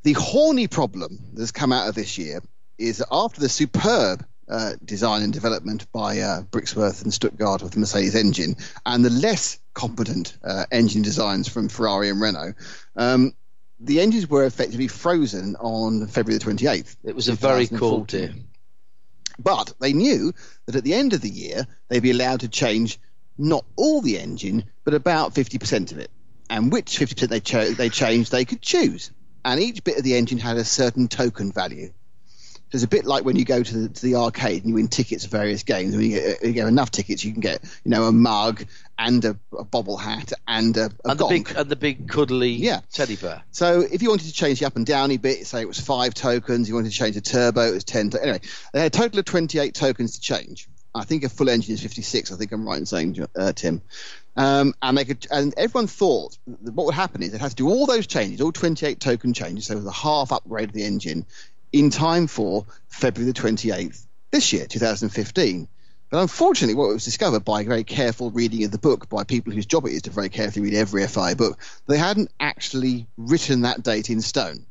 [SPEAKER 3] The horny problem that's come out of this year is that after the superb uh, design and development by uh, Brixworth and Stuttgart of the Mercedes engine, and the less competent uh, engine designs from Ferrari and Renault, um, the engines were effectively frozen on February the 28th.
[SPEAKER 1] It was a very cold
[SPEAKER 3] 2014.
[SPEAKER 1] day.
[SPEAKER 3] But they knew that at the end of the year, they'd be allowed to change not all the engine, but about 50% of it. And which 50% they, cho- they changed, they could choose. And each bit of the engine had a certain token value. So it's a bit like when you go to the, to the arcade and you win tickets for various games. When you get, you get enough tickets, you can get you know a mug and a, a bobble hat and a, a
[SPEAKER 1] and the
[SPEAKER 3] gonk.
[SPEAKER 1] big and the big cuddly
[SPEAKER 3] Yeah.
[SPEAKER 1] teddy bear.
[SPEAKER 3] So if you wanted to change the up and downy bit, say it was five tokens, you wanted to change the turbo, it was 10. To- anyway, they had a total of 28 tokens to change. I think a full engine is 56. I think I'm right in saying, Jo- uh, Tim. Um, and they could, and everyone thought that what would happen is they'd have to do all those changes, all 28 token changes, so it was a half upgrade of the engine, in time for February the 28th this year, 2015. But unfortunately, what was discovered by very careful reading of the book by people whose job it is to very carefully read every FI book, they hadn't actually written that date in stone.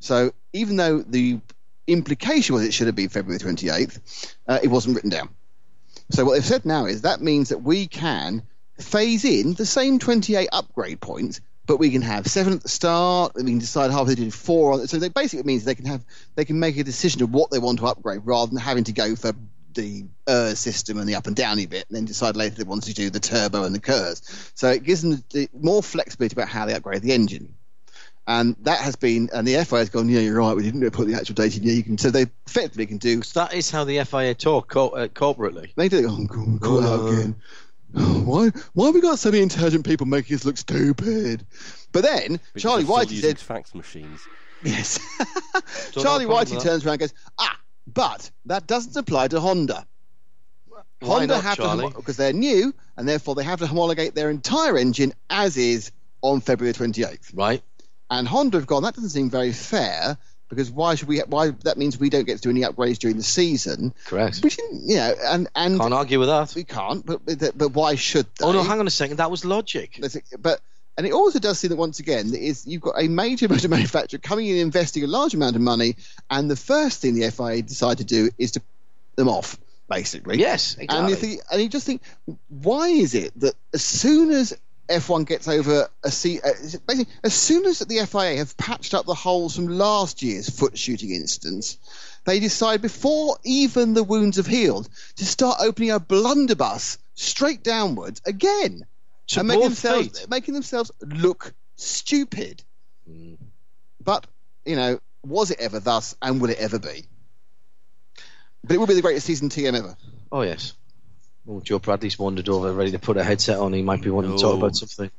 [SPEAKER 3] So even though the implication was it should have been February 28th, uh, it wasn't written down. So what they've said now is that means that we can phase in the same 28 upgrade points, but we can have seven at the start. We can decide how they did four. On, so they basically it means they can have they can make a decision of what they want to upgrade rather than having to go for the uh, system and the up and downy bit, and then decide later they want to do the turbo and the curves. So it gives them the, more flexibility about how they upgrade the engine. And that has been, and the FI has gone, yeah, you're right, we didn't really put the actual date in here. You can, so they effectively can do
[SPEAKER 1] That is how the FIA talk co- uh, corporately.
[SPEAKER 3] they do. Oh, God, we've got that
[SPEAKER 1] Uh.
[SPEAKER 3] again. Oh, why? Why have we got so many intelligent people making us look stupid? But then
[SPEAKER 2] Because
[SPEAKER 3] Charlie
[SPEAKER 2] they're still
[SPEAKER 3] Whitey
[SPEAKER 2] using
[SPEAKER 3] said,
[SPEAKER 2] fax machines.
[SPEAKER 3] "Yes."
[SPEAKER 1] know
[SPEAKER 3] Charlie
[SPEAKER 1] if I'm
[SPEAKER 3] Whitey
[SPEAKER 1] that.
[SPEAKER 3] turns around and goes, "Ah, but that doesn't apply to Honda.
[SPEAKER 1] Why
[SPEAKER 3] Honda
[SPEAKER 1] not,
[SPEAKER 3] have
[SPEAKER 1] Charlie?
[SPEAKER 3] to because they're new, and therefore they have to homologate their entire engine as is on February 28th.
[SPEAKER 1] Right.
[SPEAKER 3] And Honda have gone, that doesn't seem very fair." Because why should we? Why that means we don't get to do any upgrades during the season.
[SPEAKER 1] Correct.
[SPEAKER 3] We didn't, you know, and and
[SPEAKER 1] Can't argue with that.
[SPEAKER 3] we can't. But but, but why should they?
[SPEAKER 1] Oh no, hang on a second. That was logic.
[SPEAKER 3] That's it. But and it also does seem that once again that is you've got a major motor manufacturer coming in investing a large amount of money, and the first thing the FIA decide to do is to put them off, basically.
[SPEAKER 1] Yes,
[SPEAKER 3] And
[SPEAKER 1] exactly.
[SPEAKER 3] you think, and you just think, why is it that as soon as F1 gets over a C, uh, basically as soon as the FIA have patched up the holes from last year's foot shooting instance, they decide before even the wounds have healed to start opening a blunderbuss straight downwards again
[SPEAKER 1] To
[SPEAKER 3] and making
[SPEAKER 1] both
[SPEAKER 3] themselves
[SPEAKER 1] feet.
[SPEAKER 3] making themselves look stupid. But you know, was it ever thus, and will it ever be? But it will be the greatest season TM ever.
[SPEAKER 1] Oh yes. Oh, Joe Bradley's wandered over, ready to put a headset on. He might be wanting to talk
[SPEAKER 2] No.
[SPEAKER 1] about something.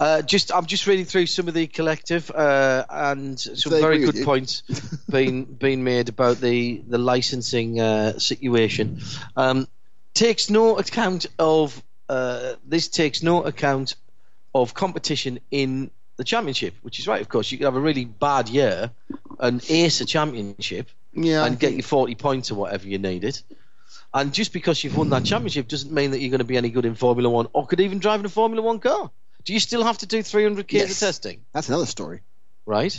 [SPEAKER 1] Uh, just, I'm just reading through some of the collective, uh, and some
[SPEAKER 3] They
[SPEAKER 1] very
[SPEAKER 3] agree with
[SPEAKER 1] good
[SPEAKER 3] you.
[SPEAKER 1] points being being made about the the licensing uh, situation. Um, takes no account of uh, this. Takes no account of competition in the championship, which is right. Of course, you could have a really bad year and ace a E championship,
[SPEAKER 3] Yeah,
[SPEAKER 1] and get your 40 points or whatever you needed. And just because you've won that championship doesn't mean that you're going to be any good in Formula One or could even drive in a Formula One car. Do you still have to do 300 k of
[SPEAKER 3] Yes.
[SPEAKER 1] testing?
[SPEAKER 3] that's another story.
[SPEAKER 1] Right?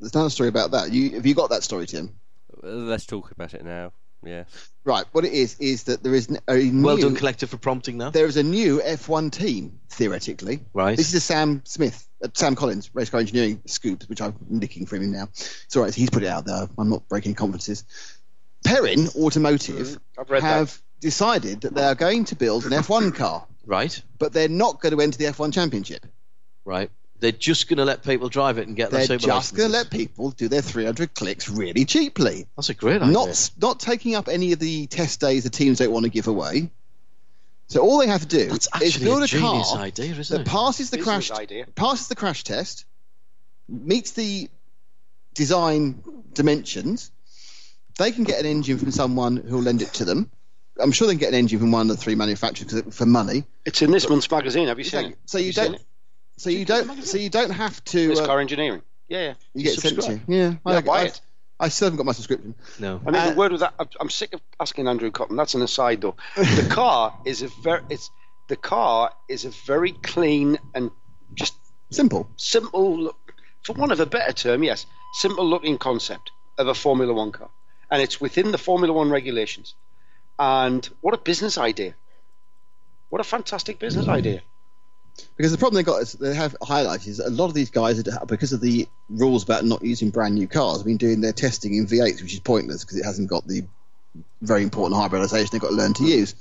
[SPEAKER 3] There's another story about that. You have you got that story, Tim?
[SPEAKER 2] Uh, Let's talk about it now. Yeah.
[SPEAKER 3] Right. What it is is that there is n- a new,
[SPEAKER 1] Well done, Collective, for prompting that.
[SPEAKER 3] there is a new F1 team theoretically.
[SPEAKER 1] Right.
[SPEAKER 3] This is a Sam Smith, uh, Sam Collins, race car engineering scoop, which I'm nicking from him now. It's all right. He's put it out there. I'm not breaking confidences. Perrin Automotive have decided that they are going to build an F1 car,
[SPEAKER 1] Right?
[SPEAKER 3] but they're not going to enter the F1 Championship.
[SPEAKER 1] Right? They're just going to let people drive it and get
[SPEAKER 3] They're
[SPEAKER 1] their super
[SPEAKER 3] just going to
[SPEAKER 1] licenses.
[SPEAKER 3] let people do their 300 clicks really cheaply.
[SPEAKER 1] That's a great idea.
[SPEAKER 3] not not taking up any of the test days the teams don't want to give away. So all they have to do
[SPEAKER 1] That's
[SPEAKER 3] is
[SPEAKER 1] actually
[SPEAKER 3] build
[SPEAKER 1] a
[SPEAKER 3] a,
[SPEAKER 1] genius
[SPEAKER 3] car
[SPEAKER 1] idea, isn't
[SPEAKER 3] that
[SPEAKER 1] it?
[SPEAKER 3] passes the
[SPEAKER 5] Business
[SPEAKER 3] crash
[SPEAKER 5] idea.
[SPEAKER 3] passes the crash test, meets the design dimensions. They can get an engine from someone who'll lend it to them. I'm sure they can get an engine from one of the three manufacturers 'cause- for money.
[SPEAKER 5] It's in this month's magazine. Have you seen it?
[SPEAKER 3] So
[SPEAKER 5] Have
[SPEAKER 3] you
[SPEAKER 5] seen
[SPEAKER 3] don't.
[SPEAKER 5] it?
[SPEAKER 3] So you don't. So you don't have to.
[SPEAKER 5] It's
[SPEAKER 3] uh,
[SPEAKER 5] car engineering. Yeah, yeah.
[SPEAKER 3] you get sent to.
[SPEAKER 5] subscribe.
[SPEAKER 3] Yeah,
[SPEAKER 5] Yeah,
[SPEAKER 3] I,
[SPEAKER 5] buy
[SPEAKER 3] I,
[SPEAKER 5] it.
[SPEAKER 3] I still haven't got my subscription.
[SPEAKER 1] No.
[SPEAKER 5] I mean,
[SPEAKER 3] Uh,
[SPEAKER 5] the word with that, I'm- I'm sick of asking Andrew Cotton. That's an aside, though. The car is a very, it's the car is a very clean and just
[SPEAKER 3] Simple.
[SPEAKER 5] simple, look- for want of a better term, yes, simple looking concept of a Formula One car, and it's within the Formula One regulations. And what a business idea! What a fantastic business idea!
[SPEAKER 3] Because the problem they got is they have highlighted is that a lot of these guys, that- because of the rules about not using brand new cars, have been doing their testing in V8s, which is pointless because it hasn't got the very important hybridization they've got to learn to use.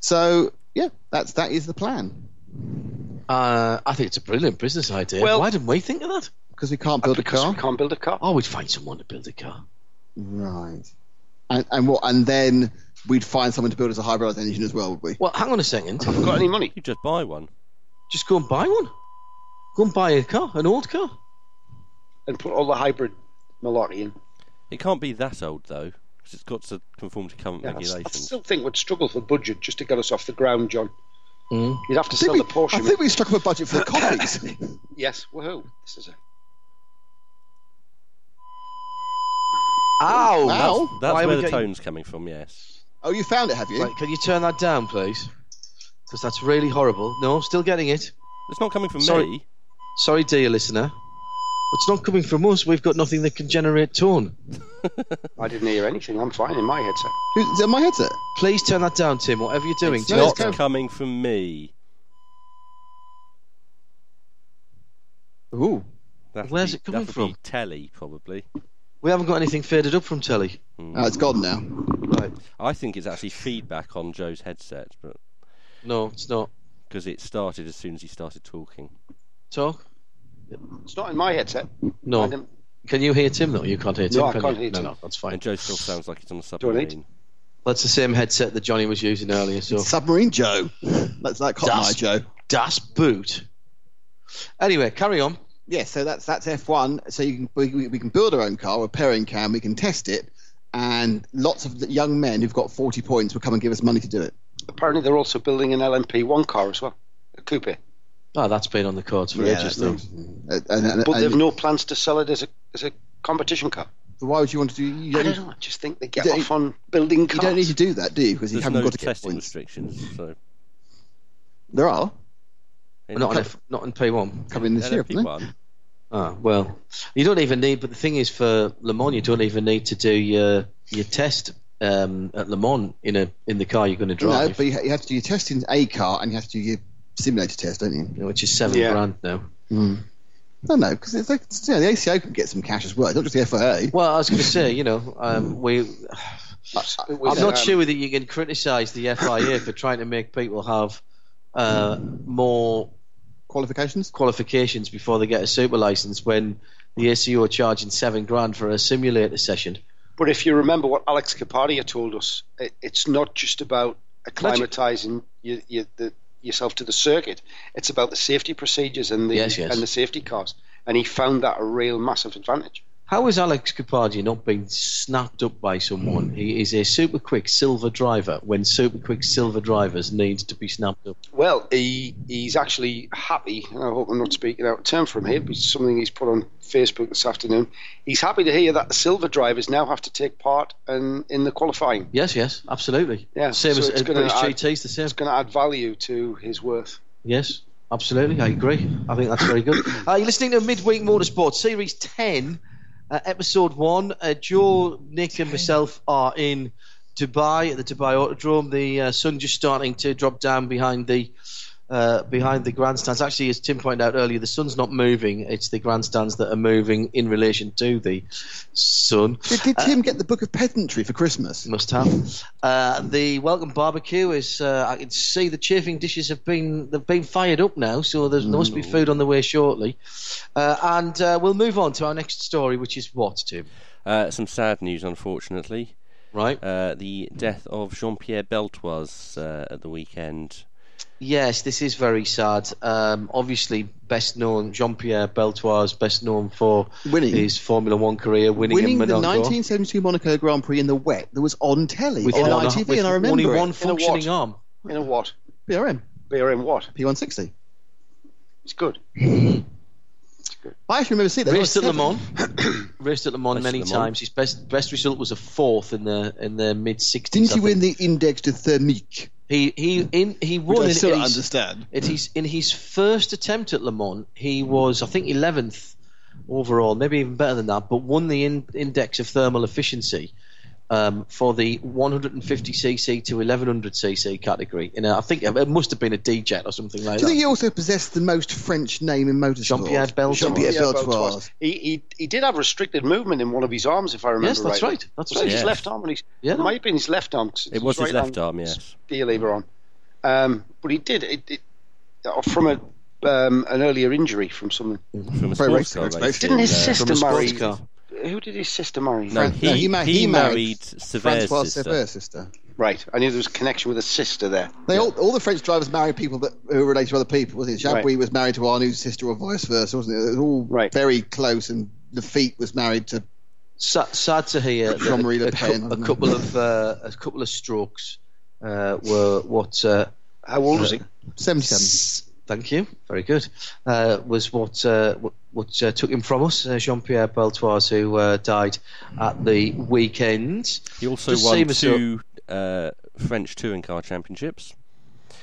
[SPEAKER 3] So yeah, that's that is the plan
[SPEAKER 1] Uh, I think it's a brilliant business idea.
[SPEAKER 5] Well-
[SPEAKER 1] Why didn't we think of that?
[SPEAKER 3] because we can't build a
[SPEAKER 5] Because
[SPEAKER 3] car.
[SPEAKER 5] we can't build a car.
[SPEAKER 1] Oh, we'd find someone to build a car.
[SPEAKER 3] Right. And and what? And then we'd find someone to build us a hybridized engine as well, would we?
[SPEAKER 1] Well, hang on a second.
[SPEAKER 5] Got any money?
[SPEAKER 2] You just buy one.
[SPEAKER 1] Just go and buy one. Go and buy a car, an old car.
[SPEAKER 5] And put all the hybrid malarkey in.
[SPEAKER 2] It can't be that old though, because it's got to conform to current
[SPEAKER 5] Yeah, I s- I
[SPEAKER 2] regulations.
[SPEAKER 5] still think we'd struggle for budget just to get us off the ground, John.
[SPEAKER 3] Hmm?
[SPEAKER 1] Mm.
[SPEAKER 5] You'd have
[SPEAKER 3] I
[SPEAKER 5] to sell the
[SPEAKER 3] think, we,
[SPEAKER 5] Porsche.
[SPEAKER 3] I
[SPEAKER 5] mate.
[SPEAKER 3] think we struck up a budget for the copies.
[SPEAKER 5] Yes, woohoo. This is a
[SPEAKER 1] Ow!
[SPEAKER 3] Ow.
[SPEAKER 1] That's-
[SPEAKER 2] That's
[SPEAKER 1] why are we
[SPEAKER 2] where the
[SPEAKER 1] getting-
[SPEAKER 2] tone's coming from. Yes.
[SPEAKER 3] oh, you found it, have you?
[SPEAKER 1] Right, can you turn that down, please? Because that's really horrible. No, I'm still getting it.
[SPEAKER 2] It's not coming from
[SPEAKER 1] Sorry.
[SPEAKER 2] me.
[SPEAKER 1] Sorry, dear listener. It's not coming from us. We've got nothing that can generate tone.
[SPEAKER 5] I didn't hear anything. I'm fine in my headset.
[SPEAKER 3] Who's- Is it on my headset?
[SPEAKER 1] Please turn that down, Tim. Whatever you're doing,
[SPEAKER 2] It's
[SPEAKER 1] turn
[SPEAKER 2] not
[SPEAKER 1] it down.
[SPEAKER 2] coming from me.
[SPEAKER 1] Ooh.
[SPEAKER 2] That'd
[SPEAKER 1] Where's
[SPEAKER 2] be-
[SPEAKER 1] it coming
[SPEAKER 2] that'd
[SPEAKER 1] from?
[SPEAKER 2] Be telly, probably.
[SPEAKER 1] We haven't got anything faded up from telly.
[SPEAKER 3] Oh, it's gone now.
[SPEAKER 1] Right.
[SPEAKER 2] I think it's actually feedback on Joe's headset, but
[SPEAKER 1] No, it's not.
[SPEAKER 2] because it started as soon as he started talking.
[SPEAKER 1] Talk?
[SPEAKER 5] It's not in my headset. I
[SPEAKER 1] No.
[SPEAKER 5] didn't-
[SPEAKER 1] Can you hear Tim, though? You can't hear Tim.
[SPEAKER 5] I
[SPEAKER 1] can
[SPEAKER 5] can't
[SPEAKER 1] you?
[SPEAKER 5] hear
[SPEAKER 1] no,
[SPEAKER 5] Tim.
[SPEAKER 1] No, that's fine.
[SPEAKER 2] And Joe still sounds like he's on a
[SPEAKER 5] Do I need-
[SPEAKER 2] submarine.
[SPEAKER 1] That's the same headset that Johnny was using earlier, so.
[SPEAKER 3] Submarine Joe. That's like Cotton Eye
[SPEAKER 1] Das-
[SPEAKER 3] Joe.
[SPEAKER 1] Das Boot. Anyway, carry on.
[SPEAKER 3] Yeah, so that's that's F1. So you can we- we, we can build our own car, repairing can, we can test it, and lots of the young men who've got 40 points will come and give us money to do it.
[SPEAKER 5] Apparently, they're also building an LMP1 car as well, a coupe.
[SPEAKER 1] Oh, that's been on the cards for ages, though.
[SPEAKER 3] Uh, and- and-
[SPEAKER 5] But
[SPEAKER 3] and
[SPEAKER 5] they've no plans to sell it as a as a competition car.
[SPEAKER 3] why would you want to do? You
[SPEAKER 5] I
[SPEAKER 3] don't,
[SPEAKER 5] don't know. I just think they get
[SPEAKER 3] don't-
[SPEAKER 5] off on building
[SPEAKER 3] you
[SPEAKER 5] cars.
[SPEAKER 3] don't need to do that, do you? Because you
[SPEAKER 2] There's
[SPEAKER 3] haven't
[SPEAKER 2] no
[SPEAKER 3] got to get
[SPEAKER 2] testing
[SPEAKER 3] points.
[SPEAKER 2] restrictions, so
[SPEAKER 3] There are
[SPEAKER 2] in
[SPEAKER 1] Not on, F- not on P1.
[SPEAKER 3] coming this year. haven't they?
[SPEAKER 2] LMP1,
[SPEAKER 1] Ah, well, you don't even need. But the thing is, for Le Mans, you don't even need to do your your test um, at Le Mans in a in the car you're going to
[SPEAKER 3] No,
[SPEAKER 1] drive,
[SPEAKER 3] but you, ha- you have to do your test in a car, and you have to do your simulator test, don't you?
[SPEAKER 1] which is seven
[SPEAKER 5] Yeah.
[SPEAKER 1] grand now.
[SPEAKER 3] No, no, because it's like, it's- yeah, the ACO can get some cash as well. It's not just the FIA.
[SPEAKER 1] Well, I was going to say, you know, um, we.
[SPEAKER 5] It was,
[SPEAKER 1] I'm not
[SPEAKER 5] um,
[SPEAKER 1] sure that you can criticise the FIA for trying to make people have uh, more
[SPEAKER 3] Qualifications.
[SPEAKER 1] qualifications before they get a super license when the ACO are charging seven grand for a simulator session.
[SPEAKER 5] But if you remember what Alex Kapadia told us, it, it's not just about acclimatizing you, you, the, yourself to the circuit. It's about the safety procedures and the
[SPEAKER 1] Yes, yes.
[SPEAKER 5] and the safety cars. And he found that a real massive advantage.
[SPEAKER 1] How is Alex Capardi not being snapped up by someone? He is a super quick silver driver when super quick silver drivers need to be snapped up.
[SPEAKER 5] Well, he he's actually happy, and I hope I'm not speaking out of turn from here, but it's something he's put on Facebook this afternoon. He's happy to hear that the silver drivers now have to take part in, in the qualifying.
[SPEAKER 1] Yes, yes, absolutely.
[SPEAKER 5] Yeah,
[SPEAKER 1] same
[SPEAKER 5] so
[SPEAKER 1] as
[SPEAKER 5] it's
[SPEAKER 1] uh,
[SPEAKER 5] gonna
[SPEAKER 1] British
[SPEAKER 5] add-
[SPEAKER 1] GTs, the same.
[SPEAKER 5] It's going to add value to his worth.
[SPEAKER 1] Yes, absolutely. I agree. I think that's very good. Uh, you're listening to Midweek Motorsport Series 10, uh, Episode 1. Uh, Joe, Nick, and myself are in Dubai at the Dubai Autodrome. The uh, sun just starting to drop down behind the. Uh, behind the grandstands, actually, as Tim pointed out earlier, the sun's not moving. It's the grandstands that are moving in relation to the sun.
[SPEAKER 3] Did, did Tim get the Book of Pedantry for Christmas?
[SPEAKER 1] Must have. Uh, the welcome barbecue is. Uh, I can see the chafing dishes have been they've been fired up now, so
[SPEAKER 3] Mm.
[SPEAKER 1] there's, there must be food on the way shortly. Uh, and uh, we'll move on to our next story, which is what Tim,
[SPEAKER 2] uh, some sad news, unfortunately.
[SPEAKER 1] right?
[SPEAKER 2] Uh, the death of Jean-Pierre Beltoise uh, at the weekend.
[SPEAKER 1] Yes, this is very sad. Um, obviously, best known Jean Pierre Beltoise, best known for
[SPEAKER 3] Winning.
[SPEAKER 1] his Formula One career, winning,
[SPEAKER 3] Winning
[SPEAKER 1] in
[SPEAKER 3] the
[SPEAKER 1] Monaco.
[SPEAKER 3] 1972 Monaco Grand Prix in the wet that was on telly
[SPEAKER 1] with
[SPEAKER 3] on
[SPEAKER 1] one-
[SPEAKER 3] ITV,
[SPEAKER 1] with
[SPEAKER 3] and I remember
[SPEAKER 1] only
[SPEAKER 3] it.
[SPEAKER 1] one functioning
[SPEAKER 5] what?
[SPEAKER 1] arm.
[SPEAKER 5] In a what?
[SPEAKER 3] BRM
[SPEAKER 5] BRM what?
[SPEAKER 3] P160.
[SPEAKER 5] It's good.
[SPEAKER 3] I actually remember seeing that.
[SPEAKER 1] Raced
[SPEAKER 3] I
[SPEAKER 1] at
[SPEAKER 3] was
[SPEAKER 1] Le
[SPEAKER 3] seven.
[SPEAKER 1] Mans. Raced at Le Mans
[SPEAKER 2] Raced
[SPEAKER 1] many
[SPEAKER 2] at Le Mans.
[SPEAKER 1] times. His best best result was a fourth in the in the mid 60s.
[SPEAKER 3] Didn't
[SPEAKER 1] I
[SPEAKER 3] he
[SPEAKER 1] think.
[SPEAKER 3] win the Index de Thermique?
[SPEAKER 1] He he in he won
[SPEAKER 3] I
[SPEAKER 1] in,
[SPEAKER 3] still
[SPEAKER 1] in
[SPEAKER 3] don't
[SPEAKER 1] his,
[SPEAKER 3] understand.
[SPEAKER 1] it is- in his first attempt at Le Mans. He was I think eleventh overall, maybe even better than that, but won the in, index of thermal efficiency um, for the 150cc to 1100cc category. And I think it must have been a D jet or something like
[SPEAKER 3] Do you think
[SPEAKER 1] that.
[SPEAKER 3] he also possessed the most French name in motorsport?
[SPEAKER 1] Jean-Pierre Beltoise.
[SPEAKER 3] Jean-Pierre
[SPEAKER 5] Yeah,
[SPEAKER 3] Beltoise.
[SPEAKER 5] about twice. He, he he did have restricted movement in one of his arms, if I remember
[SPEAKER 1] Yes, that's right. That's
[SPEAKER 5] Was it
[SPEAKER 1] right.
[SPEAKER 5] his
[SPEAKER 2] Yeah.
[SPEAKER 5] left arm? And his,
[SPEAKER 1] Yeah.
[SPEAKER 5] it might have been his left arm. 'cause
[SPEAKER 2] It was his
[SPEAKER 5] right
[SPEAKER 2] left arm, yes.
[SPEAKER 5] Spear lever on. Um, but he did it, it uh, from a um, an earlier injury from someone.
[SPEAKER 2] From a
[SPEAKER 3] Very
[SPEAKER 2] sports car
[SPEAKER 3] racing,
[SPEAKER 2] race.
[SPEAKER 3] basically.
[SPEAKER 5] Didn't his
[SPEAKER 2] in, uh,
[SPEAKER 1] From
[SPEAKER 5] sister
[SPEAKER 1] a
[SPEAKER 5] marry?
[SPEAKER 1] sports car.
[SPEAKER 5] Who did his sister marry?
[SPEAKER 2] No,
[SPEAKER 3] Fran-
[SPEAKER 2] he,
[SPEAKER 3] no, he ma-
[SPEAKER 2] he,
[SPEAKER 3] he
[SPEAKER 2] married
[SPEAKER 3] married
[SPEAKER 2] Sever's
[SPEAKER 3] Francois
[SPEAKER 2] sister.
[SPEAKER 3] Sever's sister.
[SPEAKER 5] Right. I knew there was a connection with a sister there.
[SPEAKER 3] They all, all the French drivers married people that who were related to other people, wasn't it? Chabouis
[SPEAKER 5] Right.
[SPEAKER 3] was married to Arno's sister, or vice versa, wasn't it? It was all
[SPEAKER 5] Right.
[SPEAKER 3] very close, and Lafitte was married to.
[SPEAKER 1] sad, sad to hear that
[SPEAKER 3] Jean-Marie
[SPEAKER 1] a,
[SPEAKER 3] Le
[SPEAKER 1] cou-
[SPEAKER 3] Pen,
[SPEAKER 1] a
[SPEAKER 3] isn't it?
[SPEAKER 1] couple of uh, a couple of strokes uh, were what uh,
[SPEAKER 5] How old was he?
[SPEAKER 3] Seventy-seven.
[SPEAKER 1] thank you very good uh, was what uh, what, what uh, took him from us uh, Jean-Pierre Beltoise who uh, died at the weekend
[SPEAKER 2] He also
[SPEAKER 1] Just
[SPEAKER 2] won
[SPEAKER 1] same as your-
[SPEAKER 2] two uh, French touring car championships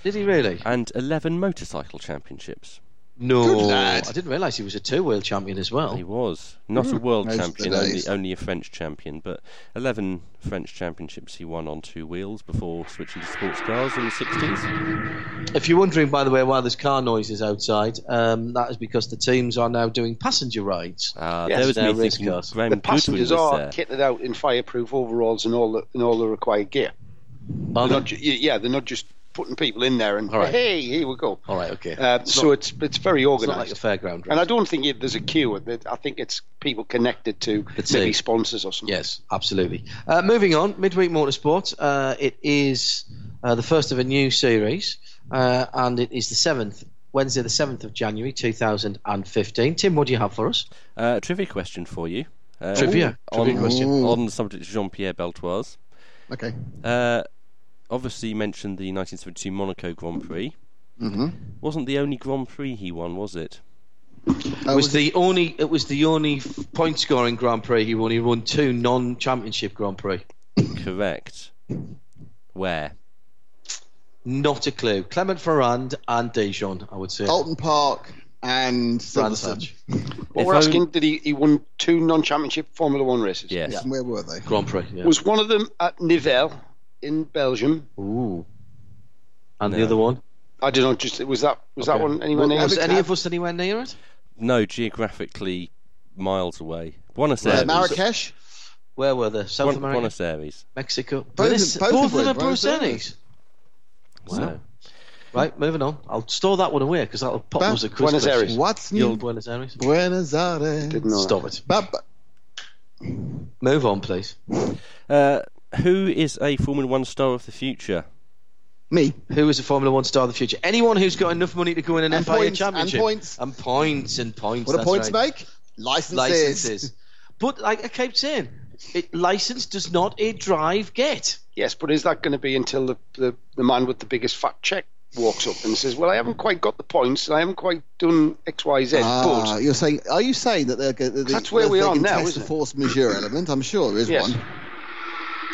[SPEAKER 1] did he really
[SPEAKER 2] and 11 motorcycle championships.
[SPEAKER 1] no
[SPEAKER 3] Good lad.
[SPEAKER 1] I didn't realise he was a two world champion as
[SPEAKER 2] He
[SPEAKER 1] well
[SPEAKER 2] was not a world
[SPEAKER 3] those were the
[SPEAKER 2] champion, only,
[SPEAKER 3] days.
[SPEAKER 2] only a French champion, but 11 French championships he won on two wheels before switching to sports cars in the 60s.
[SPEAKER 1] if you're wondering by the way why there's car noises outside um, that is because the teams are now doing passenger rides
[SPEAKER 2] Uh,
[SPEAKER 5] Yes,
[SPEAKER 2] there was me
[SPEAKER 1] they're race
[SPEAKER 2] thinking
[SPEAKER 1] cars.
[SPEAKER 2] Graham
[SPEAKER 5] The
[SPEAKER 2] Goodwin was
[SPEAKER 5] passengers are
[SPEAKER 2] there.
[SPEAKER 5] kitted out in fireproof overalls and all the, and all the required gear.
[SPEAKER 1] Are
[SPEAKER 5] They're
[SPEAKER 1] they?
[SPEAKER 5] not, ju- yeah, they're not just putting people in there and
[SPEAKER 1] All right.
[SPEAKER 5] hey, here we go.
[SPEAKER 1] all right okay
[SPEAKER 5] Uh,
[SPEAKER 1] it's
[SPEAKER 5] so
[SPEAKER 1] not,
[SPEAKER 5] it's it's very
[SPEAKER 1] it's not like a
[SPEAKER 5] organised,
[SPEAKER 1] fairground
[SPEAKER 5] and
[SPEAKER 1] race.
[SPEAKER 5] I don't think it, there's a queue. with it. I think it's people connected to
[SPEAKER 1] It's
[SPEAKER 5] maybe
[SPEAKER 1] a-
[SPEAKER 5] sponsors or something.
[SPEAKER 1] Yes, absolutely. Uh, moving on, midweek motorsport. Uh, it is uh, the first of a new series, uh, and it is the seventh Wednesday, the seventh of January, two thousand and fifteen. Tim, what do you have for us?
[SPEAKER 2] Uh, trivia question for you. Uh,
[SPEAKER 1] Trivia.
[SPEAKER 2] on,
[SPEAKER 1] Trivia question.
[SPEAKER 2] on the subject of Jean Pierre Beltoise.
[SPEAKER 3] Okay.
[SPEAKER 2] Uh, obviously mentioned the 1972 Monaco Grand Prix. Mm-hmm. Wasn't the only Grand Prix he won, was it?
[SPEAKER 3] Oh,
[SPEAKER 1] It was
[SPEAKER 3] was
[SPEAKER 1] the only. It was the only point scoring Grand Prix he won. He won two non-championship Grand Prix.
[SPEAKER 2] Correct. Where?
[SPEAKER 1] Not a clue. Clement Ferrand and Dijon, I would say.
[SPEAKER 5] Oh,
[SPEAKER 3] Alton Park and
[SPEAKER 1] Brands-
[SPEAKER 3] Silverstone.
[SPEAKER 5] What
[SPEAKER 2] If
[SPEAKER 5] we're
[SPEAKER 2] only-
[SPEAKER 5] asking, did he, he won two non-championship Formula One races?
[SPEAKER 2] Yes.
[SPEAKER 3] And Where were they?
[SPEAKER 1] Grand Prix. Yeah.
[SPEAKER 5] Was one of them at Nivelles in Belgium?
[SPEAKER 1] Ooh. And the
[SPEAKER 2] No.
[SPEAKER 1] other one.
[SPEAKER 5] I don't know. Just was that was that one anywhere near?
[SPEAKER 1] Was
[SPEAKER 5] us?
[SPEAKER 1] any of us anywhere near it?
[SPEAKER 2] No, geographically miles away. Buenos
[SPEAKER 3] Uh,
[SPEAKER 2] Aires.
[SPEAKER 3] Marrakesh.
[SPEAKER 1] Where were they? South
[SPEAKER 2] Buon-
[SPEAKER 1] America.
[SPEAKER 2] Buenos Aires.
[SPEAKER 1] Mexico.
[SPEAKER 3] Both-
[SPEAKER 1] Buenos-
[SPEAKER 3] both
[SPEAKER 1] both
[SPEAKER 3] of
[SPEAKER 1] of
[SPEAKER 3] them,
[SPEAKER 1] the
[SPEAKER 3] both
[SPEAKER 1] Buenos
[SPEAKER 3] of them.
[SPEAKER 1] Aires.
[SPEAKER 2] So
[SPEAKER 1] Right, moving on. I'll store that one away because that'll pop
[SPEAKER 3] Ba-
[SPEAKER 1] us a quiz
[SPEAKER 5] Buenos
[SPEAKER 1] question.
[SPEAKER 5] Aires.
[SPEAKER 3] What's
[SPEAKER 1] You'll
[SPEAKER 3] new?
[SPEAKER 1] Buenos Aires.
[SPEAKER 3] Buenos Aires.
[SPEAKER 5] Didn't know
[SPEAKER 1] Stop it.
[SPEAKER 3] Ba- ba-
[SPEAKER 1] Move on, please.
[SPEAKER 2] uh, who is a Formula One star of the future?
[SPEAKER 3] me.
[SPEAKER 1] Who is a Formula One star of the future? Anyone who's got enough money to go in an
[SPEAKER 3] And
[SPEAKER 1] FIA
[SPEAKER 3] points,
[SPEAKER 1] championship.
[SPEAKER 3] and points.
[SPEAKER 1] And points and points.
[SPEAKER 3] What do
[SPEAKER 1] that's
[SPEAKER 3] points
[SPEAKER 1] right.
[SPEAKER 3] make? Licenses.
[SPEAKER 1] Licenses. but like I keep saying, it, license does not a drive get.
[SPEAKER 5] Yes, but is that going to be until the, the, the man with the biggest fat check walks up and says, "Well, I haven't quite got the points. I haven't quite done X, Y, Z."
[SPEAKER 3] Ah,
[SPEAKER 5] but
[SPEAKER 3] you're saying? Are you saying that they're, that they-
[SPEAKER 5] That's where
[SPEAKER 3] that
[SPEAKER 5] we
[SPEAKER 3] they
[SPEAKER 5] are
[SPEAKER 3] can
[SPEAKER 5] now,
[SPEAKER 3] test
[SPEAKER 5] isn't
[SPEAKER 3] the
[SPEAKER 5] it?
[SPEAKER 3] force majeure element. I'm sure there is
[SPEAKER 5] yes,
[SPEAKER 3] one.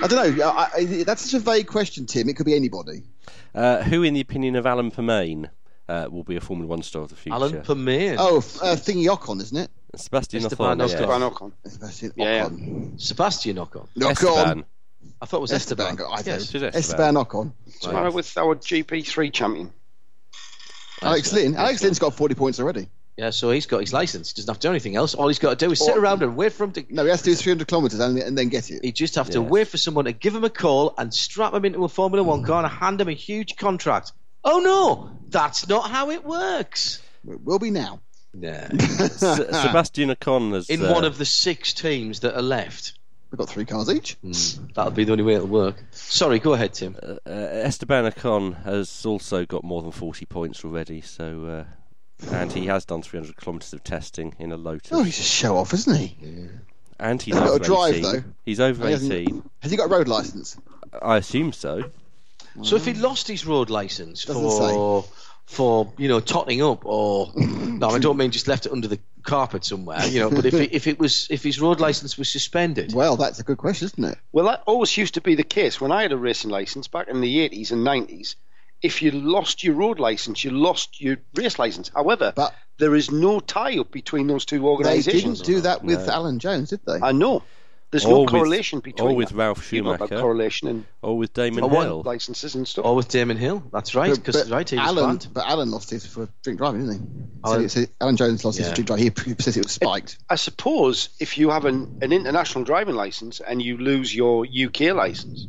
[SPEAKER 3] I don't know. I, I, that's such a vague question, Tim. It could be anybody.
[SPEAKER 2] Uh, who, in the opinion of Alan Permain, uh, will be a Formula One star of the future?
[SPEAKER 1] Alan Pamir.
[SPEAKER 3] Oh, f- uh, thingy Ocon, isn't it?
[SPEAKER 2] Sebastian
[SPEAKER 1] Esteban
[SPEAKER 2] Ocon, yes.
[SPEAKER 1] Ocon.
[SPEAKER 5] Van Ocon.
[SPEAKER 3] Sebastian
[SPEAKER 5] Yeah,
[SPEAKER 3] Ocon.
[SPEAKER 1] Sebastian Ocon.
[SPEAKER 3] Ocon.
[SPEAKER 2] Esteban.
[SPEAKER 1] I thought it was Esteban.
[SPEAKER 3] Esteban. I
[SPEAKER 1] Yes.
[SPEAKER 3] don't.
[SPEAKER 2] Yes.
[SPEAKER 3] Esteban Ocon.
[SPEAKER 5] What's the matter with our GP3 champion?
[SPEAKER 3] Alex Lynn. Alex Lynn's got 40 points already.
[SPEAKER 1] Yeah, so he's got his license. He doesn't have to do anything else. All he's got to do is sit
[SPEAKER 5] Or-
[SPEAKER 1] around and wait for him to
[SPEAKER 3] No, he has to do 300 kilometres and, and then get it.
[SPEAKER 1] He just have to
[SPEAKER 2] Yes.
[SPEAKER 1] wait for someone to give him a call and strap him into a Formula One
[SPEAKER 3] Mm.
[SPEAKER 1] car and hand him a huge contract. Oh no, that's not how it works.
[SPEAKER 3] It will be now.
[SPEAKER 1] Yeah.
[SPEAKER 2] Se- Sebastian Ocon has
[SPEAKER 1] In
[SPEAKER 2] uh,
[SPEAKER 1] one of the six teams that are left.
[SPEAKER 3] We've got three cars each.
[SPEAKER 1] That'll be the only way it'll work. Sorry, go ahead, Tim.
[SPEAKER 2] Uh, Esteban Ocon has also got more than 40 points already, so uh, and he has done 300 kilometres of testing in a Lotus.
[SPEAKER 3] Oh, he's a show off, isn't he?
[SPEAKER 2] and he's
[SPEAKER 3] He's got
[SPEAKER 2] over
[SPEAKER 3] a drive,
[SPEAKER 2] 18.
[SPEAKER 3] though.
[SPEAKER 2] He's over
[SPEAKER 3] He hasn't-
[SPEAKER 2] 18.
[SPEAKER 3] Has he got a road licence?
[SPEAKER 2] I assume so.
[SPEAKER 1] So if he lost his road license
[SPEAKER 3] Doesn't
[SPEAKER 1] for for you know totting up or no, I don't mean just left it under the carpet somewhere, you know. But if it, if it was if his road license was suspended,
[SPEAKER 3] Well, that's a good question, isn't it?
[SPEAKER 5] Well, that always used to be the case when I had a racing license back in the 80s and 90s. If you lost your road license, you lost your race license. However,
[SPEAKER 3] But-
[SPEAKER 5] there is no tie up between those two
[SPEAKER 3] They
[SPEAKER 5] organisations.
[SPEAKER 3] didn't do that with Alan Jones, did they?
[SPEAKER 5] I know. There's
[SPEAKER 2] Or
[SPEAKER 5] no
[SPEAKER 2] with-
[SPEAKER 5] correlation between
[SPEAKER 2] or with
[SPEAKER 5] that.
[SPEAKER 2] Ralph
[SPEAKER 5] You know about
[SPEAKER 2] Schumacher. Oh.
[SPEAKER 5] correlation and
[SPEAKER 2] Or with Damon
[SPEAKER 1] I want
[SPEAKER 2] Hill.
[SPEAKER 5] licenses and stuff.
[SPEAKER 1] or with Damon Hill, that's right,
[SPEAKER 3] But-
[SPEAKER 1] because
[SPEAKER 3] but
[SPEAKER 1] right, he was
[SPEAKER 3] Alan,
[SPEAKER 1] banned.
[SPEAKER 3] but Alan lost his for drink driving, didn't he?
[SPEAKER 1] Alan-
[SPEAKER 3] Alan, so, so Alan Jones lost his
[SPEAKER 1] Yeah.
[SPEAKER 3] for drink driving. He, he says it was spiked.
[SPEAKER 5] I suppose if you have an, an international driving license and you lose your UK license,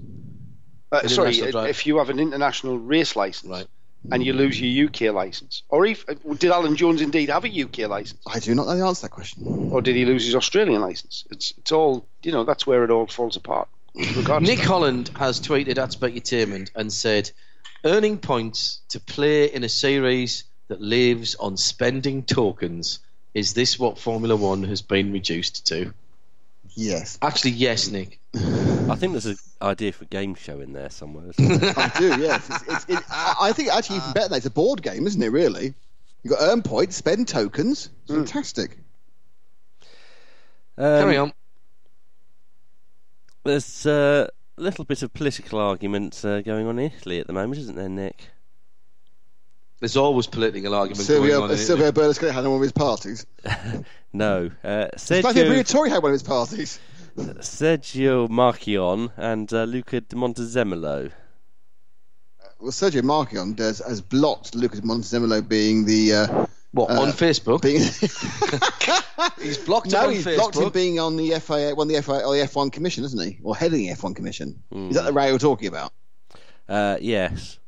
[SPEAKER 5] uh,
[SPEAKER 1] An
[SPEAKER 5] sorry,
[SPEAKER 1] international drive-
[SPEAKER 5] if you have an international race license
[SPEAKER 1] Right.
[SPEAKER 5] and you lose your UK license? Or if, uh, did Alan Jones indeed have a UK license?
[SPEAKER 3] I do not know the answer to that question.
[SPEAKER 5] Or did he lose his Australian license? It's, it's all, you know, that's where it all falls apart. Regardless-
[SPEAKER 1] Nick Holland has tweeted at Specutainment and said, earning points to play in a series that lives on spending tokens. Is this what Formula One has been reduced to?
[SPEAKER 3] Yes,
[SPEAKER 1] Actually, yes, Nick.
[SPEAKER 2] I think there's an idea for a game show in there somewhere. Isn't there?
[SPEAKER 3] I do. Yes, it's, it's, it, I I think actually even better. than that. It's a board game, isn't it? Really, you got to earn points, spend tokens. Fantastic.
[SPEAKER 2] Um,
[SPEAKER 1] Carry on.
[SPEAKER 2] There's uh, a little bit of political argument uh, going on in Italy at the moment, isn't there, Nick?
[SPEAKER 1] There's always political argument
[SPEAKER 3] Silvio,
[SPEAKER 1] going on. in Italy.
[SPEAKER 3] Silvio Berlusconi had one of his parties.
[SPEAKER 2] No.
[SPEAKER 1] Mm.
[SPEAKER 2] Uh,
[SPEAKER 3] Matthew
[SPEAKER 2] Sergio,
[SPEAKER 3] Briatore had one of his parties.
[SPEAKER 2] Sergio Marchion and uh, Luca de Montezemolo.
[SPEAKER 3] Well, Sergio Marchion does, has blocked Lucas Montezemolo being the uh,
[SPEAKER 1] What,
[SPEAKER 3] uh,
[SPEAKER 1] on Facebook?
[SPEAKER 3] being.
[SPEAKER 1] he's blocked him
[SPEAKER 3] no,
[SPEAKER 1] on
[SPEAKER 3] he's
[SPEAKER 1] Facebook.
[SPEAKER 3] blocked him being on the FIA, one of the FIA or oh, the F1 commission, isn't he? Or heading the F1 commission? Is that the row you're talking about?
[SPEAKER 2] Uh, yes.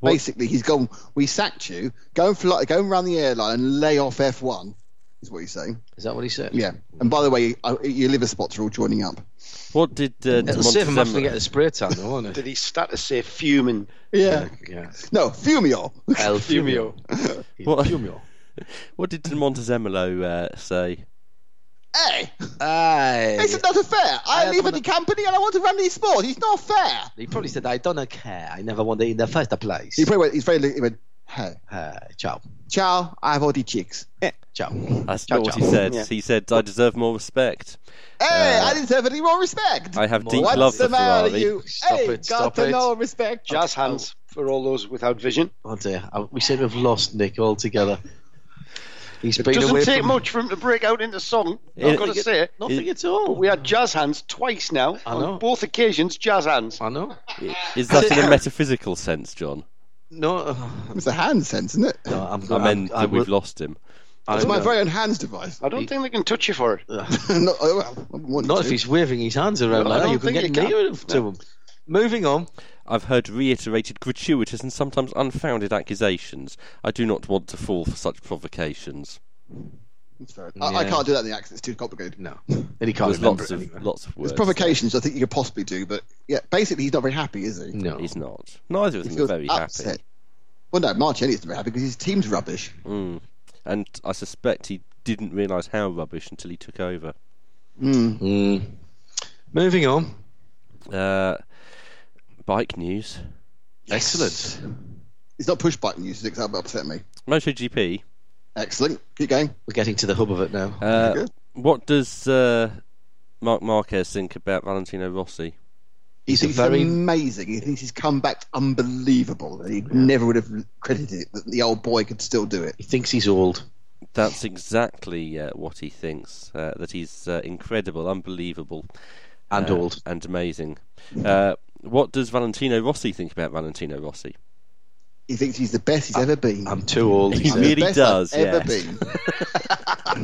[SPEAKER 2] What-
[SPEAKER 3] Basically, he's gone. We sacked you. Go and fly, go and run the airline and lay off F1. Is what he's saying.
[SPEAKER 1] Is that what he said?
[SPEAKER 3] Yeah. And by the way, uh, your liver spots are all joining up.
[SPEAKER 2] What did uh, de
[SPEAKER 1] It'll save him having to
[SPEAKER 2] Montezemolo-
[SPEAKER 1] get the spray tan, though, won't it?
[SPEAKER 5] Did he start to say fuming?
[SPEAKER 3] Yeah. Uh,
[SPEAKER 1] yeah.
[SPEAKER 3] No, Fumio.
[SPEAKER 1] El Fumio.
[SPEAKER 2] What-
[SPEAKER 1] Fumio.
[SPEAKER 2] What did De Montezemolo uh, say?
[SPEAKER 3] hey,
[SPEAKER 1] Aye.
[SPEAKER 3] this is not fair. I,
[SPEAKER 1] I
[SPEAKER 3] live
[SPEAKER 1] don't-
[SPEAKER 3] in the company and I want to run these sports. It's not fair.
[SPEAKER 1] He probably said, I don't care. I never won it in the first place.
[SPEAKER 3] He probably went, he's very. He went, hey,
[SPEAKER 1] Uh, ciao.
[SPEAKER 3] ciao. I have all the chicks. Hey,
[SPEAKER 1] Ciao.
[SPEAKER 2] That's
[SPEAKER 1] Ciao,
[SPEAKER 2] not what
[SPEAKER 1] ciao.
[SPEAKER 2] he said.
[SPEAKER 5] Yeah.
[SPEAKER 2] He said, "I deserve more respect.
[SPEAKER 1] Uh,
[SPEAKER 3] I deserve any more respect.
[SPEAKER 2] I have deep
[SPEAKER 1] What's
[SPEAKER 2] love
[SPEAKER 3] What's
[SPEAKER 2] for
[SPEAKER 3] the matter,
[SPEAKER 2] Ferrari."
[SPEAKER 3] you?
[SPEAKER 1] Stop
[SPEAKER 3] hey,
[SPEAKER 1] it,
[SPEAKER 3] got
[SPEAKER 1] stop
[SPEAKER 3] to
[SPEAKER 1] it.
[SPEAKER 3] know respect.
[SPEAKER 5] Jazz hands for all those without vision.
[SPEAKER 1] Oh dear. I- We seem to have lost Nick altogether. He's
[SPEAKER 5] It
[SPEAKER 1] been
[SPEAKER 5] doesn't
[SPEAKER 1] away
[SPEAKER 5] take
[SPEAKER 1] from...
[SPEAKER 5] much for him to break out into song.
[SPEAKER 2] Yeah.
[SPEAKER 5] I've got to say,
[SPEAKER 1] Nothing at
[SPEAKER 2] It-
[SPEAKER 1] all.
[SPEAKER 5] we had jazz hands twice now.
[SPEAKER 1] I know.
[SPEAKER 5] On both occasions, jazz hands.
[SPEAKER 1] I know.
[SPEAKER 2] Is that in a metaphysical sense, John?
[SPEAKER 1] No, uh,
[SPEAKER 3] It's a hand sense, isn't it?
[SPEAKER 1] no I'm,
[SPEAKER 2] I meant
[SPEAKER 1] I,
[SPEAKER 2] that we've
[SPEAKER 1] will-
[SPEAKER 2] lost him.
[SPEAKER 1] I
[SPEAKER 3] It's my
[SPEAKER 1] will-
[SPEAKER 3] very own hands device.
[SPEAKER 5] I don't think they can touch you for it.
[SPEAKER 3] not, oh, well, I wouldn't want
[SPEAKER 1] Not
[SPEAKER 3] to.
[SPEAKER 1] if he's waving his hands around
[SPEAKER 5] No, I
[SPEAKER 1] like that.
[SPEAKER 5] don't
[SPEAKER 1] You can
[SPEAKER 5] think
[SPEAKER 1] get
[SPEAKER 5] you can.
[SPEAKER 1] near enough to him. Moving on.
[SPEAKER 2] I've heard reiterated gratuitous and sometimes unfounded accusations. I do not want to fall for such provocations.
[SPEAKER 3] It's fair. I, I
[SPEAKER 1] Yeah.
[SPEAKER 3] can't do that in the accent. It's too complicated.
[SPEAKER 1] No. uh, And he can't
[SPEAKER 2] There's
[SPEAKER 1] remember
[SPEAKER 2] lots
[SPEAKER 1] it
[SPEAKER 2] of
[SPEAKER 1] anyway.
[SPEAKER 2] lots of words.
[SPEAKER 3] There's provocations I think you could possibly do, but yeah, basically he's not very happy, is he?
[SPEAKER 1] No.
[SPEAKER 2] He's not. Neither of
[SPEAKER 3] He
[SPEAKER 2] them are
[SPEAKER 3] feels
[SPEAKER 2] very
[SPEAKER 3] upset.
[SPEAKER 2] happy.
[SPEAKER 3] Well, no, Martielli isn't very happy because his team's rubbish.
[SPEAKER 2] And I suspect he didn't realise how rubbish until he took over.
[SPEAKER 1] Mm. Moving on.
[SPEAKER 2] Uh, bike news.
[SPEAKER 1] Excellent.
[SPEAKER 3] It's not push button music, that would upset me.
[SPEAKER 2] MotoGP.
[SPEAKER 3] Excellent. Keep going.
[SPEAKER 1] We're getting to the hub of it now.
[SPEAKER 2] Uh,
[SPEAKER 3] Okay.
[SPEAKER 2] what does uh, Mark Marquez think about Valentino Rossi?
[SPEAKER 3] He
[SPEAKER 1] He's a
[SPEAKER 3] thinks
[SPEAKER 1] very-
[SPEAKER 3] he's amazing. He thinks he's come back unbelievable. He never would have credited it that the old boy could still do it.
[SPEAKER 1] he thinks he's old.
[SPEAKER 2] That's exactly uh, what he thinks. Uh, that he's uh, incredible, unbelievable,
[SPEAKER 1] And
[SPEAKER 2] uh,
[SPEAKER 1] old.
[SPEAKER 2] and amazing. Uh, what does Valentino Rossi think about Valentino Rossi?
[SPEAKER 3] He thinks he's the best he's
[SPEAKER 1] Uh,
[SPEAKER 3] ever been.
[SPEAKER 1] I'm too old.
[SPEAKER 2] He
[SPEAKER 1] he said.
[SPEAKER 3] The
[SPEAKER 2] really
[SPEAKER 3] best
[SPEAKER 2] does,
[SPEAKER 3] I've ever
[SPEAKER 2] yes.
[SPEAKER 3] been.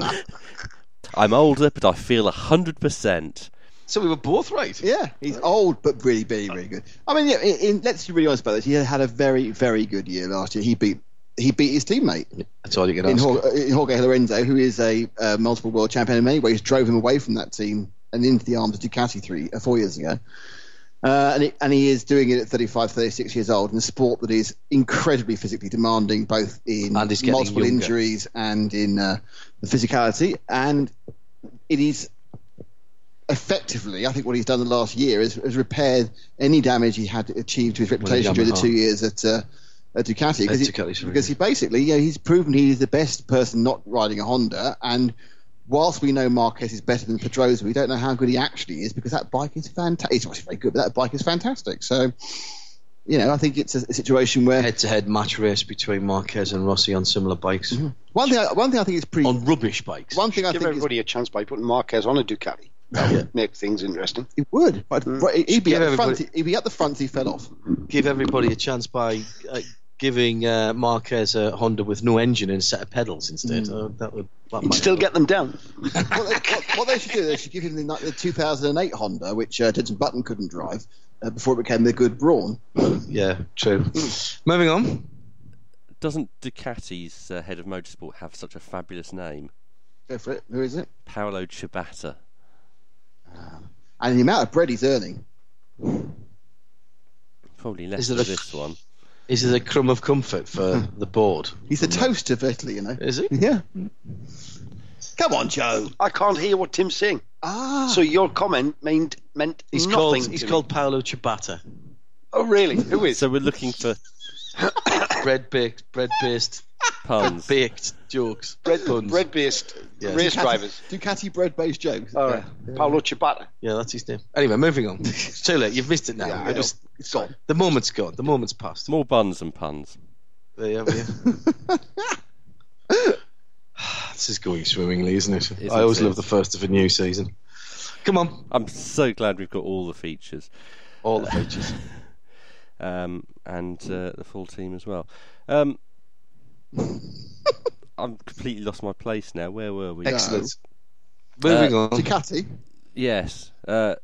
[SPEAKER 2] I'm older, but I feel hundred percent.
[SPEAKER 1] So we were both right.
[SPEAKER 3] Yeah, he's old but really, very, really good. I mean, yeah, in, in, let's be really honest about this. He had a very, very good year last year. He beat he beat his teammate
[SPEAKER 1] That's all you can
[SPEAKER 3] in,
[SPEAKER 1] ask.
[SPEAKER 3] Jorge, in Jorge Lorenzo, who is a uh, multiple world champion in many ways, drove him away from that team and into the arms of Ducati three uh, four years ago. Uh, and, it, and he is doing it at 35, 36 years old in a sport that is incredibly physically demanding, both in
[SPEAKER 1] And he's getting
[SPEAKER 3] multiple
[SPEAKER 1] younger.
[SPEAKER 3] injuries and in uh, the physicality. And it is effectively, I think what he's done the last year is, is repaired any damage he had achieved to his reputation during the
[SPEAKER 1] Yamaha.
[SPEAKER 3] two years at uh, at Ducati. because he-
[SPEAKER 1] Ducati, sorry.
[SPEAKER 3] because he basically, you know, he's proven he's the best person not riding a Honda. And whilst we know Marquez is better than Pedrosa, we don't know how good he actually is because that bike is fantastic. It's obviously very good, but that bike is fantastic. So, you know, I think it's a, a situation where
[SPEAKER 1] Head-to-head match race between Marquez and Rossi on similar bikes.
[SPEAKER 3] one thing, I, one thing I think is pretty.
[SPEAKER 1] On rubbish bikes.
[SPEAKER 3] one thing I
[SPEAKER 5] Give
[SPEAKER 3] think is,
[SPEAKER 5] everybody a chance by putting Marquez on a Ducati. That would make things interesting.
[SPEAKER 3] it would, but but he'd
[SPEAKER 1] Mm.
[SPEAKER 3] be
[SPEAKER 1] Give
[SPEAKER 3] at the front.
[SPEAKER 1] everybody-
[SPEAKER 3] He'd be at the front. He fell off.
[SPEAKER 1] Give everybody a chance by uh, giving uh, Marquez a Honda with no engine and a set of pedals instead. Uh, that would that
[SPEAKER 5] Mm. You'd
[SPEAKER 1] might
[SPEAKER 5] still
[SPEAKER 1] work.
[SPEAKER 5] get them down.
[SPEAKER 3] what, they, what, what they should do, they should give him the, ni- the 2008 Honda, which uh, Jensen Button couldn't drive uh, before it became the good brawn.
[SPEAKER 5] Hmm.
[SPEAKER 1] yeah, true. Moving on.
[SPEAKER 2] doesn't Ducati's uh, head of motorsport have such a fabulous name?
[SPEAKER 3] Go for it. Who is it?
[SPEAKER 2] Paolo Ciabatta.
[SPEAKER 3] And the amount of bread he's earning.
[SPEAKER 2] Probably less
[SPEAKER 1] Is it
[SPEAKER 2] than
[SPEAKER 1] a-
[SPEAKER 2] this one.
[SPEAKER 1] Is it a crumb of comfort for
[SPEAKER 5] Hmm.
[SPEAKER 1] the board?
[SPEAKER 3] He's the toast of Italy, you know.
[SPEAKER 1] Is it?
[SPEAKER 3] Yeah. Come on, Joe.
[SPEAKER 5] I can't hear what Tim's saying.
[SPEAKER 3] Ah.
[SPEAKER 5] So your comment meant meant
[SPEAKER 6] He's
[SPEAKER 5] nothing.
[SPEAKER 6] called
[SPEAKER 5] to
[SPEAKER 6] he's
[SPEAKER 5] me.
[SPEAKER 6] called Paolo Ciabatta.
[SPEAKER 5] Oh really? Who is?
[SPEAKER 2] So we're looking for
[SPEAKER 1] Bread baked, bread based,
[SPEAKER 2] puns.
[SPEAKER 1] baked jokes.
[SPEAKER 5] Red,
[SPEAKER 1] puns.
[SPEAKER 5] red based
[SPEAKER 1] Yes.
[SPEAKER 5] race
[SPEAKER 3] Ducati-
[SPEAKER 5] drivers. Oh,
[SPEAKER 3] Ducati bread-based jokes.
[SPEAKER 5] All right. Uh, Paolo Ciabatta.
[SPEAKER 1] Yeah, that's his name. Anyway, moving on. it's too late. You've missed it now.
[SPEAKER 3] Yeah,
[SPEAKER 1] it was,
[SPEAKER 3] it's gone.
[SPEAKER 1] the moment's gone. The moment's passed.
[SPEAKER 2] More buns and puns.
[SPEAKER 1] There you have it. this is going swimmingly, isn't it?
[SPEAKER 2] Isn't
[SPEAKER 1] I always
[SPEAKER 2] it?
[SPEAKER 1] love the first of a new season. Come on,
[SPEAKER 2] I'm so glad we've got all the features
[SPEAKER 1] all the features.
[SPEAKER 2] um, and
[SPEAKER 6] Hmm.
[SPEAKER 2] uh, the full team as well. Um, I'm completely lost my place now. Where were we?
[SPEAKER 1] Excellent. Moving on.
[SPEAKER 3] Ducati.
[SPEAKER 2] Yes. Uh,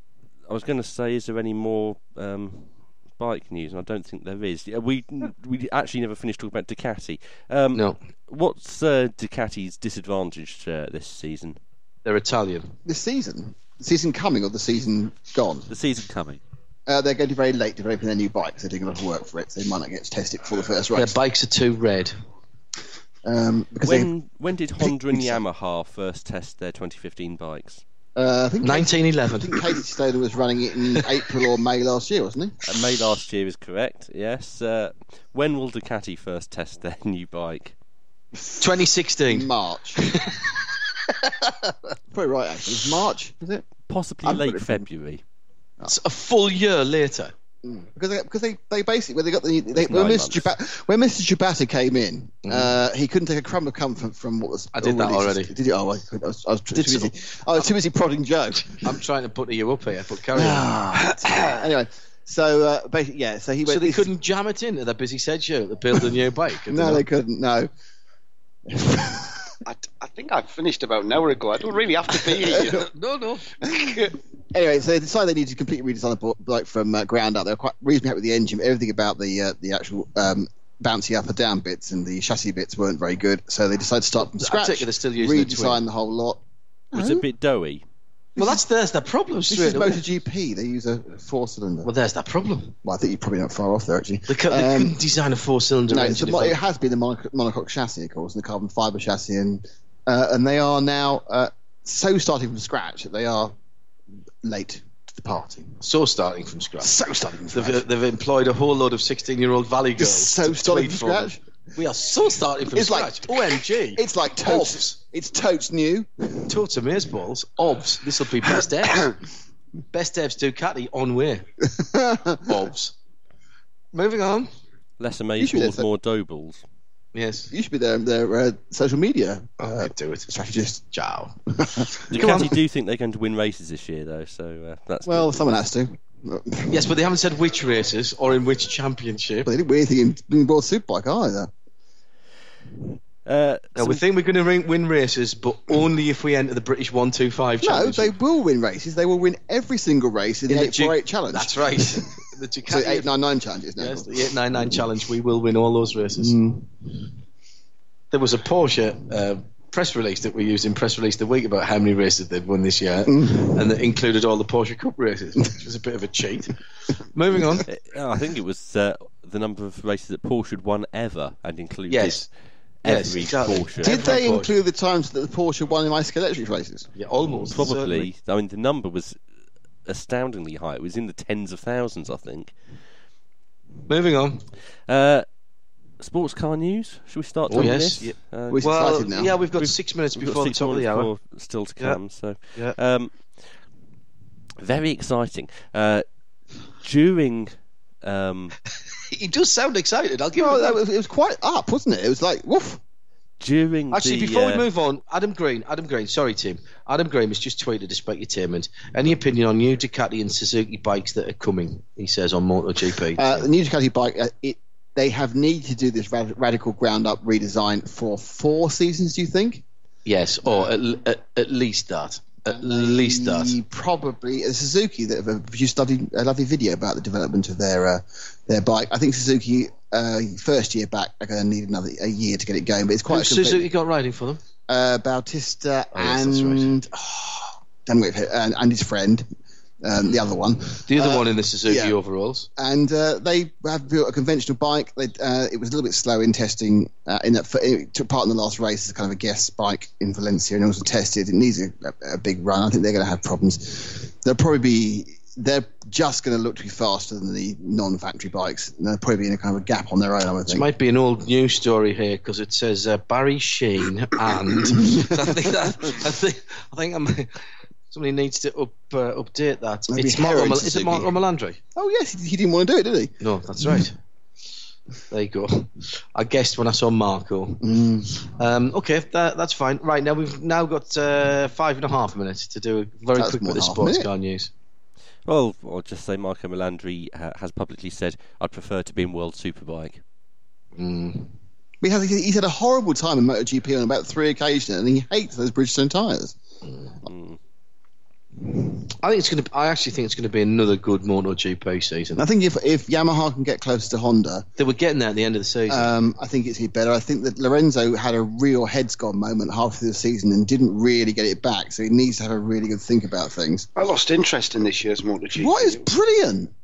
[SPEAKER 2] I was going to say, is there any more um, bike news? And I don't think there is. Yeah, We we actually never finished talking about Ducati. Um,
[SPEAKER 1] No,
[SPEAKER 2] What's uh, Ducati's disadvantage uh, this season?
[SPEAKER 1] they're Italian.
[SPEAKER 3] This season. The season coming or the season gone?
[SPEAKER 6] The season coming.
[SPEAKER 3] Uh, they're going to be very late developing their new bikes. They're doing a lot of work for it, so they might not get to test it before the first
[SPEAKER 1] Their
[SPEAKER 3] race.
[SPEAKER 1] bikes are too red.
[SPEAKER 3] um, because they,
[SPEAKER 2] When when did Honda and
[SPEAKER 3] Pizza.
[SPEAKER 2] Yamaha first test their 2015 bikes?
[SPEAKER 3] uh, I think Casey-
[SPEAKER 1] 1911.
[SPEAKER 3] I think Casey Stoner was running it in April or May last year, wasn't he?
[SPEAKER 2] Uh, May last year is correct. Yes. Uh, when will Ducati first test their new bike?
[SPEAKER 1] 2016.
[SPEAKER 3] In March. Probably right, actually. It's March, is it?
[SPEAKER 2] Possibly
[SPEAKER 3] I'm
[SPEAKER 2] late
[SPEAKER 3] pretty-
[SPEAKER 2] February.
[SPEAKER 1] It's a full year later.
[SPEAKER 3] because they, because they, they basically when they got the they,
[SPEAKER 2] It's
[SPEAKER 3] when
[SPEAKER 2] nine
[SPEAKER 3] Mr. Jabata, when Mr. Jabata came in, uh, he couldn't take a crumb of comfort from what was. I
[SPEAKER 1] Mm-hmm. did that already.
[SPEAKER 3] Did you? Oh, I, I was, I was too
[SPEAKER 1] Did
[SPEAKER 3] busy. I was too busy prodding Joe.
[SPEAKER 1] I'm trying to butter you up here, but carry on.
[SPEAKER 3] Ah, anyway, so uh, basically, yeah. So he went.
[SPEAKER 1] So they
[SPEAKER 3] this-
[SPEAKER 1] couldn't jam it in at their busy schedule to build a new bike. could
[SPEAKER 3] No,
[SPEAKER 1] they
[SPEAKER 3] they couldn't. No.
[SPEAKER 5] I, I think I finished about an hour ago. I don't really have to be here.
[SPEAKER 1] no, no.
[SPEAKER 3] Anyway, so they decided they needed to completely redesign the bo- bike from uh, ground up. They were quite reasonably happy with the engine, but everything about the uh, the actual um, bouncy up or down bits and the chassis bits weren't very good. So they decided to start from
[SPEAKER 1] I
[SPEAKER 3] scratch.
[SPEAKER 1] take it they're still using the twin.
[SPEAKER 3] redesign the whole lot.
[SPEAKER 2] Was it a bit doughy?
[SPEAKER 1] Well, that's there's their problem
[SPEAKER 3] This
[SPEAKER 1] straight
[SPEAKER 3] is
[SPEAKER 1] away.
[SPEAKER 3] MotoGP. They use a four cylinder.
[SPEAKER 1] Well, there's that problem.
[SPEAKER 3] Well, I think you're probably not far off there, actually.
[SPEAKER 1] They, cou- they
[SPEAKER 3] Um,
[SPEAKER 1] couldn't design a four-cylinder
[SPEAKER 3] no, it's a
[SPEAKER 1] engine.
[SPEAKER 3] mo-
[SPEAKER 1] if
[SPEAKER 3] it
[SPEAKER 1] they-
[SPEAKER 3] has been the monoc- monocoque chassis, of course, and the carbon fiber chassis, and uh, and they are now uh, so starting from scratch that they are late to the party.
[SPEAKER 1] so starting from scratch.
[SPEAKER 3] So starting from
[SPEAKER 1] They've, uh,
[SPEAKER 3] scratch.
[SPEAKER 1] they've employed a whole load of 16-year-old Valley girls.
[SPEAKER 3] Just so
[SPEAKER 1] to
[SPEAKER 3] starting
[SPEAKER 1] tweet
[SPEAKER 3] from
[SPEAKER 1] for them.
[SPEAKER 3] scratch.
[SPEAKER 1] We are so starting from
[SPEAKER 3] It's like-
[SPEAKER 1] scratch. OMG.
[SPEAKER 3] It's like
[SPEAKER 1] Obs.
[SPEAKER 3] totes. It's totes new.
[SPEAKER 1] Totes of maze balls. Obs. This will be best devs. best devs Ducati on way. Obs. Moving on.
[SPEAKER 2] Less
[SPEAKER 3] should have
[SPEAKER 2] amazeballs,
[SPEAKER 3] said-
[SPEAKER 2] more doughballs.
[SPEAKER 1] Yes.
[SPEAKER 3] You should be their their uh, social media
[SPEAKER 1] I
[SPEAKER 3] uh,
[SPEAKER 1] could do it.
[SPEAKER 3] strategist.
[SPEAKER 1] Ciao.
[SPEAKER 2] Ducati do think they're going to win races this year, though. So uh, that's good.
[SPEAKER 3] Well, someone has to. But
[SPEAKER 1] Yes, but they haven't said which races or in which championship.
[SPEAKER 3] they didn't win anything in, in World Superbike either.
[SPEAKER 2] Uh,
[SPEAKER 1] Now, we think we're going to win races, but only if we enter the British 125
[SPEAKER 3] No,
[SPEAKER 1] championship.
[SPEAKER 3] they will win races. They will win every single race in the
[SPEAKER 1] Yeah,
[SPEAKER 3] eight
[SPEAKER 1] Duke-
[SPEAKER 3] four eight challenge.
[SPEAKER 1] That's right. the
[SPEAKER 3] So
[SPEAKER 1] Ducati
[SPEAKER 3] eight nine nine challenges now.
[SPEAKER 1] Yes, the 899 challenge. We will win all those races.
[SPEAKER 3] Mm.
[SPEAKER 1] There was a Porsche uh, press release that we used in press release the week about how many races they'd won this year,
[SPEAKER 3] Mm.
[SPEAKER 1] and that included all the Porsche Cup races, which was a bit of a cheat. Moving on.
[SPEAKER 2] I think it was uh, the number of races that Porsche had won ever and included
[SPEAKER 1] Yes. Yes,
[SPEAKER 2] every
[SPEAKER 1] exactly.
[SPEAKER 2] Porsche.
[SPEAKER 3] Did they
[SPEAKER 1] Porsche.
[SPEAKER 3] include the times that the Porsche won in ice electric races?
[SPEAKER 1] Yeah, almost.
[SPEAKER 2] Probably.
[SPEAKER 1] certainly.
[SPEAKER 2] I mean, the number was astoundingly high. It was in the tens of thousands, I think.
[SPEAKER 1] Moving on.
[SPEAKER 2] Uh, sports car news. Should we start?
[SPEAKER 1] Oh,
[SPEAKER 2] doing
[SPEAKER 1] yes.
[SPEAKER 2] this?
[SPEAKER 1] Yep.
[SPEAKER 2] Uh,
[SPEAKER 3] We
[SPEAKER 2] we've
[SPEAKER 3] He's
[SPEAKER 1] Well,
[SPEAKER 3] excited now.
[SPEAKER 1] yeah, we've got
[SPEAKER 2] We've-
[SPEAKER 1] six minutes
[SPEAKER 2] got
[SPEAKER 1] before the
[SPEAKER 2] six
[SPEAKER 1] top of the
[SPEAKER 2] minutes
[SPEAKER 1] hour.
[SPEAKER 2] more still to
[SPEAKER 1] Yeah.
[SPEAKER 2] come. So,
[SPEAKER 1] Yeah.
[SPEAKER 2] um, very exciting. Uh, during um,
[SPEAKER 1] He does sound excited. I'll give
[SPEAKER 3] No,
[SPEAKER 1] him
[SPEAKER 3] Oh, that
[SPEAKER 1] that.
[SPEAKER 3] was, it was quite up, wasn't it? It was like woof.
[SPEAKER 2] during
[SPEAKER 1] Actually,
[SPEAKER 2] the,
[SPEAKER 1] before
[SPEAKER 2] uh,
[SPEAKER 1] we move on, Adam Green, Adam Green, sorry, Tim. Adam Green has just tweeted, despite your statement, any opinion on new Ducati and Suzuki bikes that are coming, he says on MotoGP.
[SPEAKER 3] Uh, the new Ducati bike. Uh, it, they have needed to do this rad- radical ground up redesign for four seasons. Do you think?
[SPEAKER 1] yes, or at, at, at least that. At least that.
[SPEAKER 3] The- Probably uh, Suzuki that have produced lovely, a lovely video about the development of their uh, their bike. I think Suzuki uh, first year back. They're going to need another a year to get it going, but it's quite
[SPEAKER 1] Who's
[SPEAKER 3] a complete-
[SPEAKER 1] Suzuki got riding for them?
[SPEAKER 3] uh, Bautista
[SPEAKER 1] Oh, yes, that's right.
[SPEAKER 3] and oh, damn it, and, and his friend, um, the other one,
[SPEAKER 1] The other
[SPEAKER 3] Uh,
[SPEAKER 1] one in the Suzuki
[SPEAKER 3] yeah.
[SPEAKER 1] overalls.
[SPEAKER 3] and uh, they have built a conventional bike. They, uh, it was a little bit slow in testing. Uh, in that, it took part in the last race as kind of a guest bike in Valencia, and it wasn't tested. It needs a, a big run. I think they're going to have problems. They'll probably be. They're just going to look to be faster than the non-factory bikes. And they'll probably be in a kind of a gap on their own. I would
[SPEAKER 1] This
[SPEAKER 3] think.
[SPEAKER 1] might be an old news story here because it says uh, Barry Sheen and I think that I think I think I'm, somebody needs to up uh, update that.
[SPEAKER 3] Maybe
[SPEAKER 1] it's Mark
[SPEAKER 3] Heron
[SPEAKER 1] Romal- is it
[SPEAKER 3] Suzuki.
[SPEAKER 1] Mark Romalandri?
[SPEAKER 3] oh yes, he, he didn't want to do it, did he?
[SPEAKER 1] No, that's right. there you go. I guessed when I saw Marco.
[SPEAKER 3] Mm.
[SPEAKER 1] Um, okay, that, that's fine. Right now we've now got uh, five and a half minutes to do very
[SPEAKER 3] That's
[SPEAKER 1] quick
[SPEAKER 3] more
[SPEAKER 1] with the
[SPEAKER 3] than half a
[SPEAKER 1] sports
[SPEAKER 3] minute.
[SPEAKER 1] car news.
[SPEAKER 2] Well, I'll just say Marco Melandri ha- has publicly said, I'd prefer to be in World Superbike.
[SPEAKER 3] But He has, he's had a horrible time in MotoGP on about three occasions, and he hates those Bridgestone tyres.
[SPEAKER 1] I think it's going to. I actually think it's going to be another good MotoGP
[SPEAKER 3] And I
[SPEAKER 1] season.
[SPEAKER 3] think if if Yamaha can get close to Honda,
[SPEAKER 1] They were getting there at the end of the season.
[SPEAKER 3] um, I think it's gonna be better. I think that Lorenzo had a real heads gone moment half through the season and didn't really get it back, so he needs to have a really good think about things.
[SPEAKER 5] I lost interest in this year's MotoGP.
[SPEAKER 3] What is brilliant?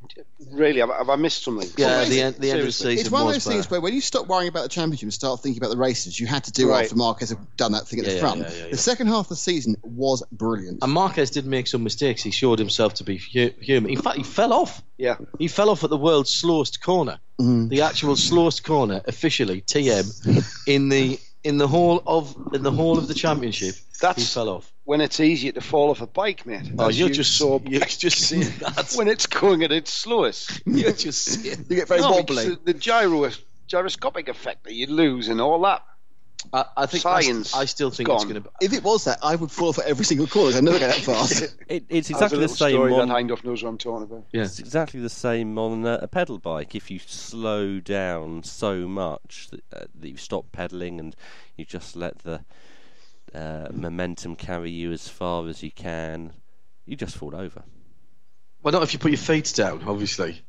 [SPEAKER 5] really? Have, have I missed something?
[SPEAKER 1] yeah,
[SPEAKER 3] amazing.
[SPEAKER 1] the end, the end of the
[SPEAKER 5] Seriously.
[SPEAKER 1] season
[SPEAKER 3] It's one of
[SPEAKER 1] was
[SPEAKER 3] those
[SPEAKER 1] better.
[SPEAKER 3] things where when you stop worrying about the championship and start thinking about the races, you had to do
[SPEAKER 5] Right.
[SPEAKER 3] after Marquez had done that thing at
[SPEAKER 1] Yeah,
[SPEAKER 3] the
[SPEAKER 1] yeah,
[SPEAKER 3] front.
[SPEAKER 1] yeah, yeah, yeah.
[SPEAKER 3] The second half of the season was brilliant.
[SPEAKER 1] And Marquez did make some mistakes. He showed himself to be hu- human. In fact, he fell off.
[SPEAKER 5] Yeah.
[SPEAKER 1] He fell off at the world's slowest corner,
[SPEAKER 2] Mm.
[SPEAKER 1] the actual slowest corner, officially TM, in the in the whole of in the whole of the championship. he
[SPEAKER 5] That's
[SPEAKER 1] fell off.
[SPEAKER 5] when it's easier to fall off a bike, mate.
[SPEAKER 1] Oh,
[SPEAKER 5] As
[SPEAKER 1] you're
[SPEAKER 5] you
[SPEAKER 1] just
[SPEAKER 5] saw
[SPEAKER 1] you're just seeing that.
[SPEAKER 5] when it's going at its slowest.
[SPEAKER 1] You're just seeing.
[SPEAKER 3] you get very
[SPEAKER 5] No, because
[SPEAKER 3] wobbly.
[SPEAKER 5] The, the gyro, gyroscopic effect that you lose and all that.
[SPEAKER 1] I, I think
[SPEAKER 5] Science
[SPEAKER 1] I, I still think
[SPEAKER 5] gone.
[SPEAKER 1] it's going to.
[SPEAKER 3] If it was that, I would fall for every single corner. 'cause I never go that fast.
[SPEAKER 2] It, it's
[SPEAKER 5] That's a
[SPEAKER 2] exactly the
[SPEAKER 5] little
[SPEAKER 2] same
[SPEAKER 5] story
[SPEAKER 2] on,
[SPEAKER 5] that Hindoff knows what I'm talking about.
[SPEAKER 1] Yeah.
[SPEAKER 2] it's exactly the same on uh, a pedal bike. If you slow down so much that, uh, that you stop pedaling and you just let the uh, momentum carry you as far as you can, you just fall over.
[SPEAKER 1] Well, not if you put your feet down. Obviously,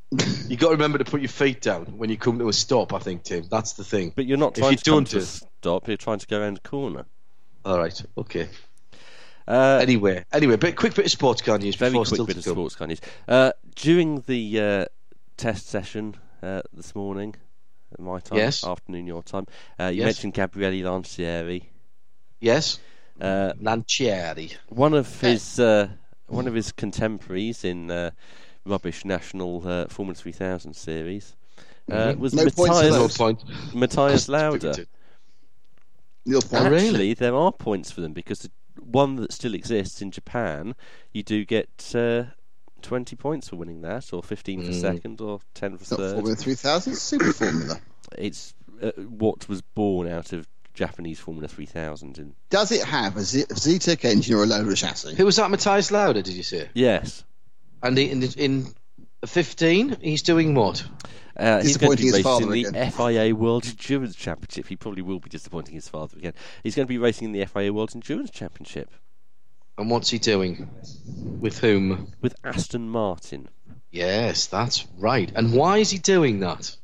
[SPEAKER 1] you got to remember to put your feet down when you come to a stop. I think Tim, that's the thing.
[SPEAKER 2] But you're not
[SPEAKER 1] If
[SPEAKER 2] trying
[SPEAKER 1] you
[SPEAKER 2] to come
[SPEAKER 1] don't
[SPEAKER 2] to a
[SPEAKER 1] do-
[SPEAKER 2] stop. You're trying to go around a corner.
[SPEAKER 1] All right. Okay.
[SPEAKER 2] Uh,
[SPEAKER 1] Anyway, anyway, bit quick bit of sports car news
[SPEAKER 2] very
[SPEAKER 1] before
[SPEAKER 2] quick
[SPEAKER 1] still
[SPEAKER 2] bit
[SPEAKER 1] to
[SPEAKER 2] of
[SPEAKER 1] come.
[SPEAKER 2] sports car news. Uh, during the uh, test session uh, this morning, at my time,
[SPEAKER 1] Yes.
[SPEAKER 2] afternoon your time, uh, you
[SPEAKER 1] Yes.
[SPEAKER 2] mentioned Gabriele Lancieri.
[SPEAKER 1] Yes,
[SPEAKER 2] Uh,
[SPEAKER 1] Lancieri.
[SPEAKER 2] one of his uh, one of his contemporaries in uh, rubbish national uh, Formula 3000 series uh, was
[SPEAKER 3] No points for
[SPEAKER 1] No
[SPEAKER 3] Yes.
[SPEAKER 2] Matthias
[SPEAKER 3] those.
[SPEAKER 1] point.
[SPEAKER 2] Matthias Lauda.
[SPEAKER 3] Your point.
[SPEAKER 1] Oh, really?
[SPEAKER 2] Actually, there are points for them because the one that still exists in Japan, you do get uh, 20 points for winning that, or 15 for second, or 10 for
[SPEAKER 3] It's not
[SPEAKER 2] third.
[SPEAKER 3] Formula 3000, it's Super Formula.
[SPEAKER 2] It's uh, what was born out of Japanese Formula 3000. And
[SPEAKER 3] Does it have a Z- Z-Tech engine or a loader chassis?
[SPEAKER 1] Who was that? Matthias Lauda? Did you say?
[SPEAKER 2] yes,
[SPEAKER 1] And he, in in fifteen, he's doing what?
[SPEAKER 2] Uh, he's going to be
[SPEAKER 3] Disappointing his
[SPEAKER 2] racing in
[SPEAKER 3] father
[SPEAKER 2] the
[SPEAKER 3] again.
[SPEAKER 2] FIA World Endurance Championship. He probably will be disappointing his father again. He's going to be racing in the FIA World Endurance Championship
[SPEAKER 1] And what's he doing? With whom?
[SPEAKER 2] with Aston Martin.
[SPEAKER 1] Yes, that's right. And why is he doing that?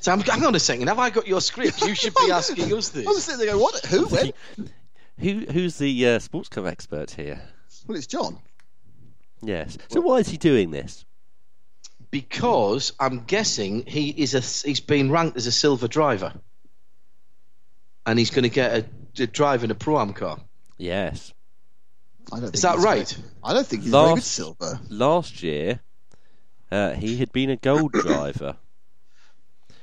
[SPEAKER 1] So I'm, hang on a second. Have I got your script? You should be asking us
[SPEAKER 3] I was
[SPEAKER 1] this.
[SPEAKER 3] sitting there going, what? Who? When?
[SPEAKER 2] Who who's the uh, sports car expert here?
[SPEAKER 3] Well, it's John.
[SPEAKER 2] Yes. So why is he doing this?
[SPEAKER 1] Because I'm guessing he is a he's been ranked as a silver driver, and he's going to get a, to drive in a pro-am car.
[SPEAKER 2] Yes.
[SPEAKER 3] I don't
[SPEAKER 1] Is
[SPEAKER 3] think
[SPEAKER 1] that
[SPEAKER 3] he's
[SPEAKER 1] right?
[SPEAKER 3] very- I don't think he's
[SPEAKER 2] Last-
[SPEAKER 3] very good silver.
[SPEAKER 2] Last year, uh, he had been a gold driver,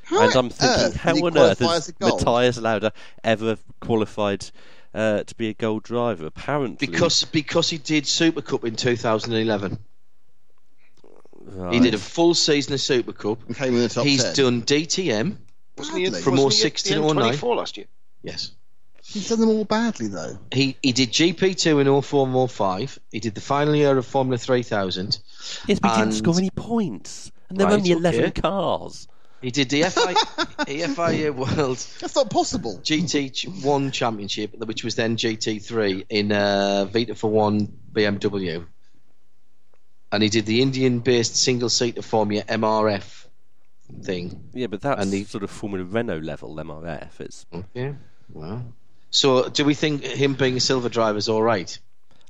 [SPEAKER 3] How
[SPEAKER 2] and I'm
[SPEAKER 3] on
[SPEAKER 2] thinking,
[SPEAKER 3] earth
[SPEAKER 2] how
[SPEAKER 3] did Uh, he
[SPEAKER 2] on earth
[SPEAKER 3] qualify as
[SPEAKER 2] has
[SPEAKER 3] a gold?
[SPEAKER 2] Matthias Lauda ever qualified uh, to be a gold driver? Apparently,
[SPEAKER 1] Because because he did Super Cup in 2011.
[SPEAKER 2] Right.
[SPEAKER 1] He did a full season of Super Cup.
[SPEAKER 3] And came in the top
[SPEAKER 1] He's
[SPEAKER 3] 10.
[SPEAKER 1] done DTM.
[SPEAKER 5] Wasn't
[SPEAKER 3] Badly.
[SPEAKER 5] he, wasn't
[SPEAKER 3] From
[SPEAKER 5] he
[SPEAKER 1] all
[SPEAKER 5] at the
[SPEAKER 1] 16 or 9?
[SPEAKER 5] N24 last year.
[SPEAKER 1] Yes.
[SPEAKER 3] He's done them all badly, though.
[SPEAKER 1] He he did GP2 in 04 and 05. He did the final year of Formula 3000.
[SPEAKER 2] Yes, but he
[SPEAKER 1] And-
[SPEAKER 2] didn't score any points. And there were
[SPEAKER 1] Right,
[SPEAKER 2] only 11
[SPEAKER 1] okay.
[SPEAKER 2] cars.
[SPEAKER 1] He did the FI, FIA World
[SPEAKER 3] That's not possible.
[SPEAKER 1] GT1 Championship, which was then GT3 in uh, Vita for One BMW. And he did the Indian based single seater Formula MRF thing.
[SPEAKER 2] Yeah, but that's
[SPEAKER 1] And the-
[SPEAKER 2] sort of Formula Renault level MRF. It's
[SPEAKER 1] Okay. Well. So, do we think him being a silver driver is all right?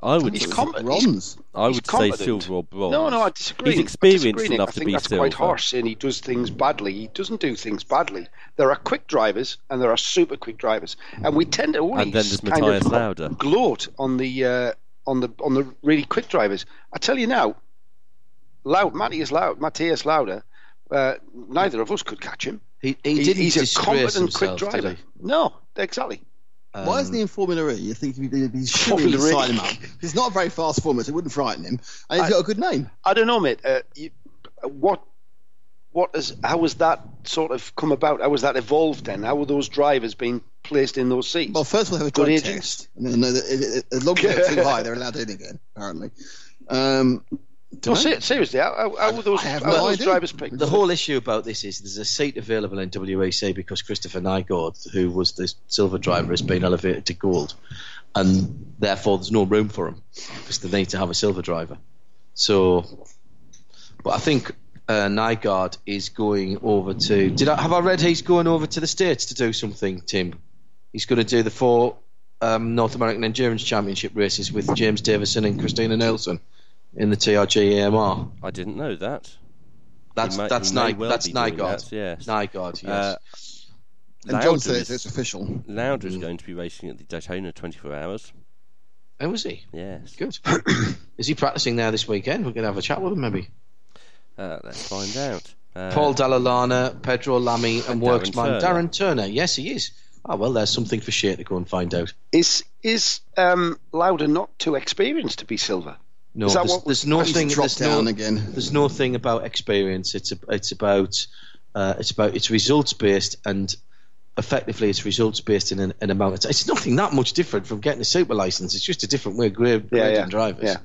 [SPEAKER 2] I would
[SPEAKER 5] He's
[SPEAKER 2] say-
[SPEAKER 5] com-
[SPEAKER 3] Ron's.
[SPEAKER 2] I would
[SPEAKER 5] he's
[SPEAKER 2] say
[SPEAKER 5] competent.
[SPEAKER 2] silver or bronze.
[SPEAKER 5] No, no, I disagree.
[SPEAKER 2] He's
[SPEAKER 5] I
[SPEAKER 2] experienced
[SPEAKER 5] disagree, Nick.
[SPEAKER 2] enough
[SPEAKER 5] I
[SPEAKER 2] to
[SPEAKER 5] think
[SPEAKER 2] be
[SPEAKER 5] that's
[SPEAKER 2] silver.
[SPEAKER 5] quite harsh, saying he does things badly. He doesn't do things badly. There are quick drivers and there are super quick drivers, and we tend to always
[SPEAKER 2] And then there's
[SPEAKER 5] kind
[SPEAKER 2] Matthias
[SPEAKER 5] of
[SPEAKER 2] Lauda.
[SPEAKER 5] gloat on the uh, on the on the really quick drivers. I tell you now, loud Matthias Loud Matthias Lauda. Uh, neither of us could catch him.
[SPEAKER 1] He, he,
[SPEAKER 5] He-
[SPEAKER 1] didn't
[SPEAKER 5] he's a
[SPEAKER 1] disgrace
[SPEAKER 5] competent quick
[SPEAKER 1] himself, did
[SPEAKER 5] driver.
[SPEAKER 1] he?
[SPEAKER 5] No, exactly.
[SPEAKER 3] Why isn't he in Formula E? You think he'd be, he'd be
[SPEAKER 5] Formula E.
[SPEAKER 3] sign him up. He's not a very fast former, so it wouldn't frighten him. And he's got a good name.
[SPEAKER 5] I don't know, mate. Uh, you, what, what is? How has that sort of come about? How has that evolved? Then how were those drivers being placed in those seats?
[SPEAKER 3] Well, first we'll have a
[SPEAKER 5] Good
[SPEAKER 3] drug
[SPEAKER 5] agents.
[SPEAKER 3] test. And then, uh, it- it- as long as it's too high, they're allowed in again, apparently. Um,
[SPEAKER 5] no, se- seriously, how, how, how were those,
[SPEAKER 3] I have
[SPEAKER 5] how were
[SPEAKER 3] no
[SPEAKER 5] those
[SPEAKER 3] idea.
[SPEAKER 5] drivers picked?
[SPEAKER 1] The whole issue about this is there's a seat available in WEC because Christopher Nygaard, who was the silver driver, has been elevated to gold, and therefore there's no room for him because they need to have a silver driver. So, but I think uh, Nygaard is going over to. Did I have I read he's going over to the states to do something, Tim? He's going to do the four um, North American Endurance Championship races with James Davison and Christina Nelson in the TRG AMR.
[SPEAKER 2] I didn't know that.
[SPEAKER 1] That's
[SPEAKER 2] He may-
[SPEAKER 1] that's
[SPEAKER 2] he may
[SPEAKER 1] Ny-
[SPEAKER 2] well
[SPEAKER 1] that's
[SPEAKER 2] be doing
[SPEAKER 1] Nygaard.
[SPEAKER 2] that, yes.
[SPEAKER 1] Nygaard, yes.
[SPEAKER 2] Uh,
[SPEAKER 3] and John says it's official.
[SPEAKER 2] Lauder's going to be racing at the Daytona 24 Hours.
[SPEAKER 1] Where was he?
[SPEAKER 2] Yes.
[SPEAKER 1] Good. Is he practicing there this weekend? We're going to have a chat with him, maybe.
[SPEAKER 2] Uh, let's find out. Uh,
[SPEAKER 1] Paul Dallalana, Pedro Lamy, and,
[SPEAKER 2] and Darren
[SPEAKER 1] worksman
[SPEAKER 2] Turner.
[SPEAKER 1] Darren Turner. Yes, he is. Oh, well, there's something for Shea to go and find out.
[SPEAKER 5] Is is um, Lauda not too experienced to be silver?
[SPEAKER 1] No,
[SPEAKER 5] Is that
[SPEAKER 1] there's,
[SPEAKER 5] what-
[SPEAKER 1] there's no
[SPEAKER 3] He's
[SPEAKER 1] thing.
[SPEAKER 3] dropped
[SPEAKER 1] There's
[SPEAKER 3] down
[SPEAKER 1] no,
[SPEAKER 3] again.
[SPEAKER 1] there's no thing about experience. It's a, it's about uh, it's about it's results based and effectively it's results based in an, an amount of time. It's nothing that much different from getting a super license. It's just a different way of grade, grading
[SPEAKER 5] yeah,
[SPEAKER 1] drivers.
[SPEAKER 5] yeah.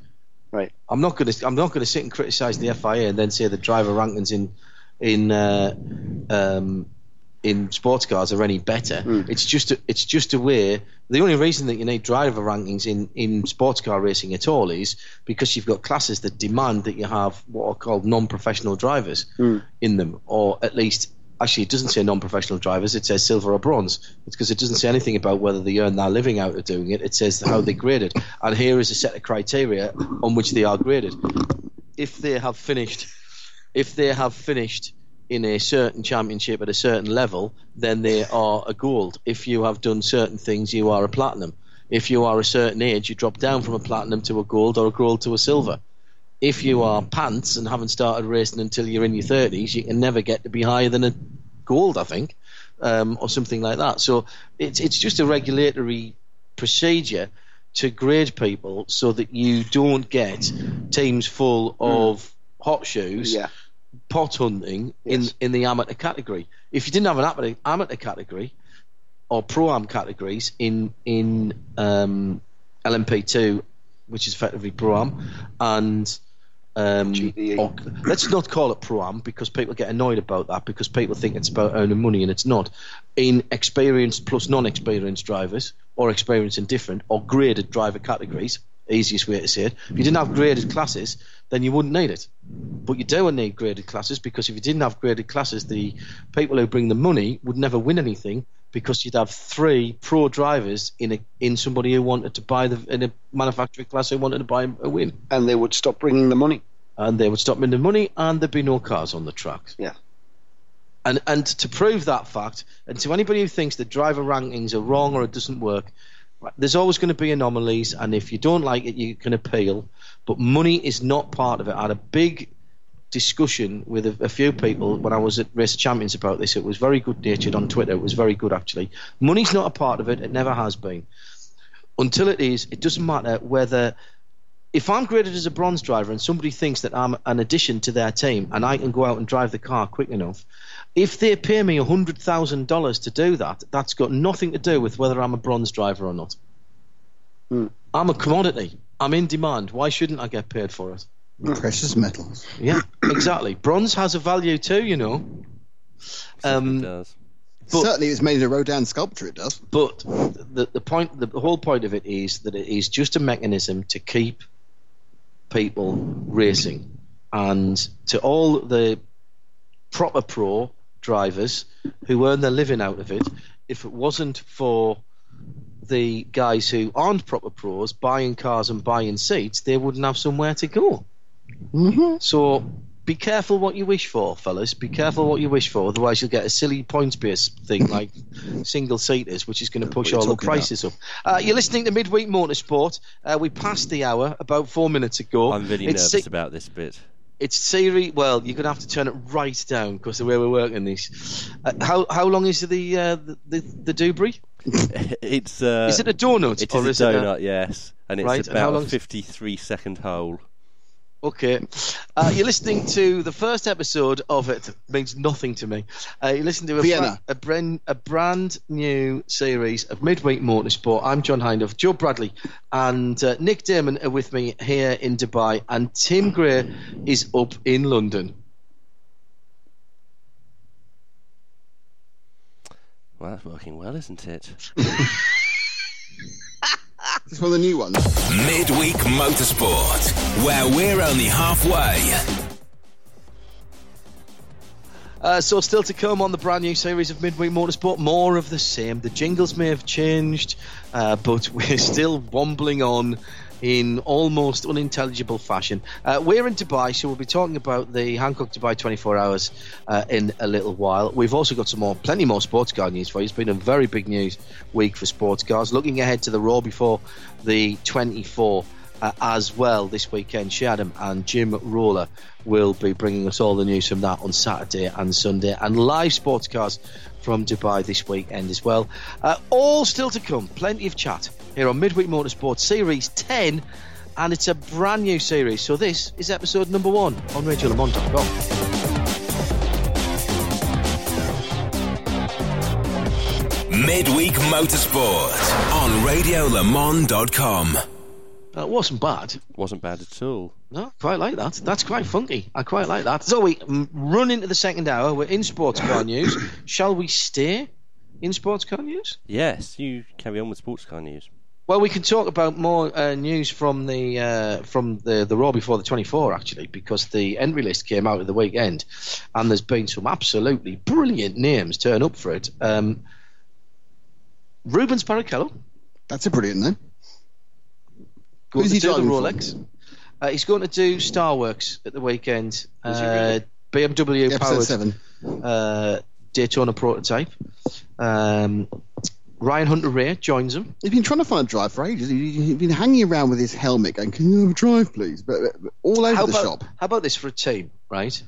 [SPEAKER 5] Right.
[SPEAKER 1] I'm not going to I'm not going to sit and criticise the FIA and then say the driver rankings in in uh, um, in sports cars are any better. It's just a, it's just a way. The only reason that you need driver rankings in, in sports car racing at all is because you've got classes that demand that you have what are called non-professional drivers in them, or at least actually it doesn't say non-professional drivers. It says silver or bronze. It's because it doesn't say anything about whether they earn their living out of doing it. It says how they're graded, and here is a set of criteria on which they are graded. If they have finished if they have finished in a certain championship at a certain level, then they are a gold. If you have done certain things, you are a platinum. If you are a certain age, you drop down from a platinum to a gold or a gold to a silver. If you are pants and haven't started racing until you're in your 30s, you can never get to be higher than a gold, I think, um, or something like that. So it's it's just a regulatory procedure to grade people so that you don't get teams full of hot shoes
[SPEAKER 5] Yeah.
[SPEAKER 1] pot hunting
[SPEAKER 5] Yes.
[SPEAKER 1] in in the amateur category. If you didn't have an amateur, amateur category or pro am categories in in um, LMP two, which is effectively pro am, and um,
[SPEAKER 5] GDE.
[SPEAKER 1] or- let's not call it pro am because people get annoyed about that because people think it's about earning money and it's not. In experienced plus non-experienced drivers or experienced and different or graded driver categories, easiest way to say it. If you didn't have graded classes, then you wouldn't need it. But you do need graded classes because if you didn't have graded classes, the people who bring the money would never win anything because you'd have three pro drivers in a in somebody who wanted to buy the in a manufacturing class who wanted to buy a win,
[SPEAKER 5] And they would stop bringing the money.
[SPEAKER 1] and they would stop winning money, and there'd be no cars on the track.
[SPEAKER 5] Yeah.
[SPEAKER 1] And and to prove that fact, and to anybody who thinks the driver rankings are wrong or it doesn't work, right, there's always going to be anomalies, and if you don't like it, you can appeal. But money is not part of it. I had a big discussion with a, a few people when I was at Race of Champions about this. It was very good natured on Twitter. It was very good actually. Money's not a part of it. It never has been. Until it is, it doesn't matter whether if I'm graded as a bronze driver and somebody thinks that I'm an addition to their team and I can go out and drive the car quick enough, if they pay me hundred thousand dollars to do that, that's got nothing to do with whether I'm a bronze driver or not. I'm a commodity. I'm in demand. Why shouldn't I get paid for it?
[SPEAKER 3] Precious metals.
[SPEAKER 1] Yeah, exactly. Bronze has a value too, you know.
[SPEAKER 2] It
[SPEAKER 1] Um,
[SPEAKER 2] does.
[SPEAKER 1] But-
[SPEAKER 3] Certainly, it's made in a Rodin sculpture. It does.
[SPEAKER 1] but the the point, the whole point of it is that it is just a mechanism to keep people racing, and to all the proper pro drivers who earn their living out of it, if it wasn't for the guys who aren't proper pros buying cars and buying seats, they wouldn't have somewhere to go. Mm-hmm. So be careful what you wish for, fellas. Be careful what you wish for, otherwise you'll get a silly points-based thing like single seaters, which is going to push
[SPEAKER 3] are you
[SPEAKER 1] all the
[SPEAKER 3] talking about?
[SPEAKER 1] prices up. Uh, you're listening to Midweek Motorsport. Uh, we passed the hour about four minutes ago.
[SPEAKER 2] I'm really
[SPEAKER 1] It's
[SPEAKER 2] nervous
[SPEAKER 1] si-
[SPEAKER 2] about this bit.
[SPEAKER 1] it's series. Well, you're gonna have to turn it right down because the way we're working this. Uh, how how long is the uh, the the, the doobry?
[SPEAKER 2] it's uh,
[SPEAKER 1] is it a donut?
[SPEAKER 2] it
[SPEAKER 1] or
[SPEAKER 2] is a
[SPEAKER 1] it
[SPEAKER 2] donut, yes, and it's
[SPEAKER 1] Right, and how
[SPEAKER 2] about a
[SPEAKER 1] long's-
[SPEAKER 2] 53 second hole.
[SPEAKER 1] Okay. Uh, you're listening to the first episode of it. Means nothing to me. Uh, you listen to a,
[SPEAKER 3] Vienna.
[SPEAKER 1] a, brand, a brand new series of midweek motorsport. I'm John Hindoff, Joe Bradley, and uh, Nick Damon are with me here in Dubai, and Tim Gray is up in London.
[SPEAKER 2] Well, that's working well, isn't it?
[SPEAKER 3] It's one of the new ones.
[SPEAKER 7] Midweek Motorsport, where we're only halfway.
[SPEAKER 1] Uh, so, still to come on the brand new series of Midweek Motorsport, more of the same. The jingles may have changed, uh, but we're still wombling on in almost unintelligible fashion. Uh, we're in Dubai, so we'll be talking about the Hancock Dubai 24 hours uh, in a little while. We've also got some more, plenty more sports car news for you. It's been a very big news week for sports cars. Looking ahead to the Raw before the 24 uh, as well this weekend. Shadam and Jim Roller will be bringing us all the news from that on Saturday and Sunday, and live sports cars from Dubai this weekend as well. Uh, all still to come, plenty of chat here on Midweek Motorsport Series 10, and it's a brand new series. So this is episode number one on RadioLamont.com.
[SPEAKER 7] Midweek Motorsport on RadioLemon.com.
[SPEAKER 1] That wasn't bad.
[SPEAKER 2] Wasn't bad at all.
[SPEAKER 1] No, quite like that. That's quite funky. I quite like that. So we mm, run into the second hour. We're in sports car news. Shall we stay in sports car news?
[SPEAKER 2] Yes, you carry on with sports car news.
[SPEAKER 1] Well, we can talk about more uh, news from the uh, from the the Raw before the 24, actually, because the entry list came out at the weekend, and there's been some absolutely brilliant names turn up for it. Um, Rubens Barrichello,
[SPEAKER 3] That's a brilliant name.
[SPEAKER 1] going
[SPEAKER 3] Who's
[SPEAKER 1] to
[SPEAKER 3] he
[SPEAKER 1] do the
[SPEAKER 3] driving for?
[SPEAKER 1] Rolex. Uh, he's going to do Starworks at the weekend.
[SPEAKER 5] Is he
[SPEAKER 1] Uh, BMW
[SPEAKER 3] Episode
[SPEAKER 1] powered
[SPEAKER 3] seven.
[SPEAKER 1] uh, Daytona prototype. Um, Ryan Hunter Ray joins him.
[SPEAKER 3] He's been trying to find a drive for ages. He- He's been hanging around with his helmet going, Can you have a drive, please? But, but- but all over
[SPEAKER 1] How
[SPEAKER 3] the
[SPEAKER 1] about,
[SPEAKER 3] shop. Mm-hmm.
[SPEAKER 1] how about this for a team, right?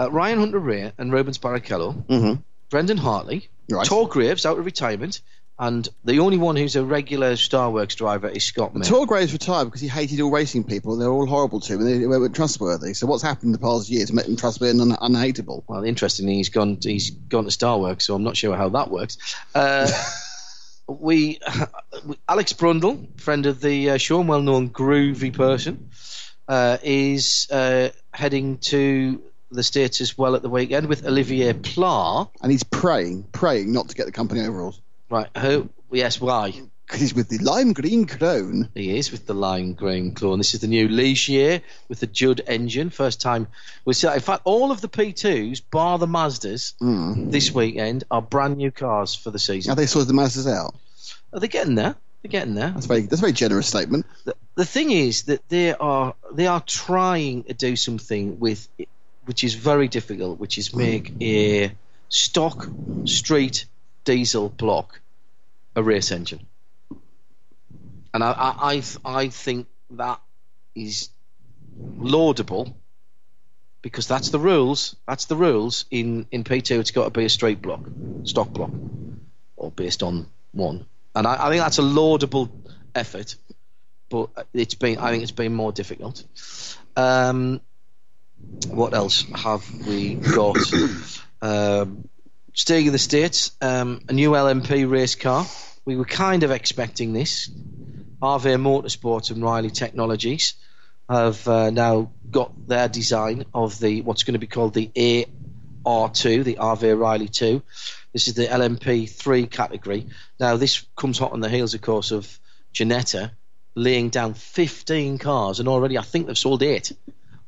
[SPEAKER 1] Uh, Ryan Hunter Ray and Rubens Barrichello, Brendan Hartley,
[SPEAKER 3] Right.
[SPEAKER 1] Tor Graves out of retirement, and the only one who's a regular Starworks driver is Scott May.
[SPEAKER 3] Torgrave's retired because he hated all racing people. They're all horrible to him and they weren't trustworthy. So, what's happened in the past year to make them trustworthy and un- unhateable?
[SPEAKER 1] well, interestingly, he's gone. He's gone to Starworks, so I'm not sure how that works. Uh, we, uh, Alex Brundle, friend of the uh, show, and well-known groovy person, uh, is uh, heading to the States as well at the weekend with Olivier Pla.
[SPEAKER 3] And he's praying, praying not to get the company overalls
[SPEAKER 1] Right? Who? Yes, why?
[SPEAKER 3] because he's with the lime green crown.
[SPEAKER 1] He is with the lime green claw. And this is the new leash year with the Judd engine. First time we see. In fact, all of the P2s, bar the Mazdas, this weekend are brand new cars for the
[SPEAKER 3] Now
[SPEAKER 1] season.
[SPEAKER 3] they sorted the masters out.
[SPEAKER 1] Are they getting there? They're getting there.
[SPEAKER 3] That's very, that's a very generous statement.
[SPEAKER 1] The, the thing is that they are they are trying to do something with, which is very difficult, which is make a stock street diesel block a race engine. And I I I, th- I think that is laudable because that's the rules. That's the rules in in P2. It's got to be a straight block, stock block, or based on one. And I, I think that's a laudable effort, but it's been I think it's been more difficult. Um, what else have we got? um, staying in the states, um, a new LMP race car. We were kind of expecting this. RV Motorsport and Riley Technologies have uh, now got their design of the what's going to be called the AR2, the RV Riley 2. This is the LMP3 category. Now this comes hot on the heels, of course, of Janetta laying down 15 cars, and already I think they've sold eight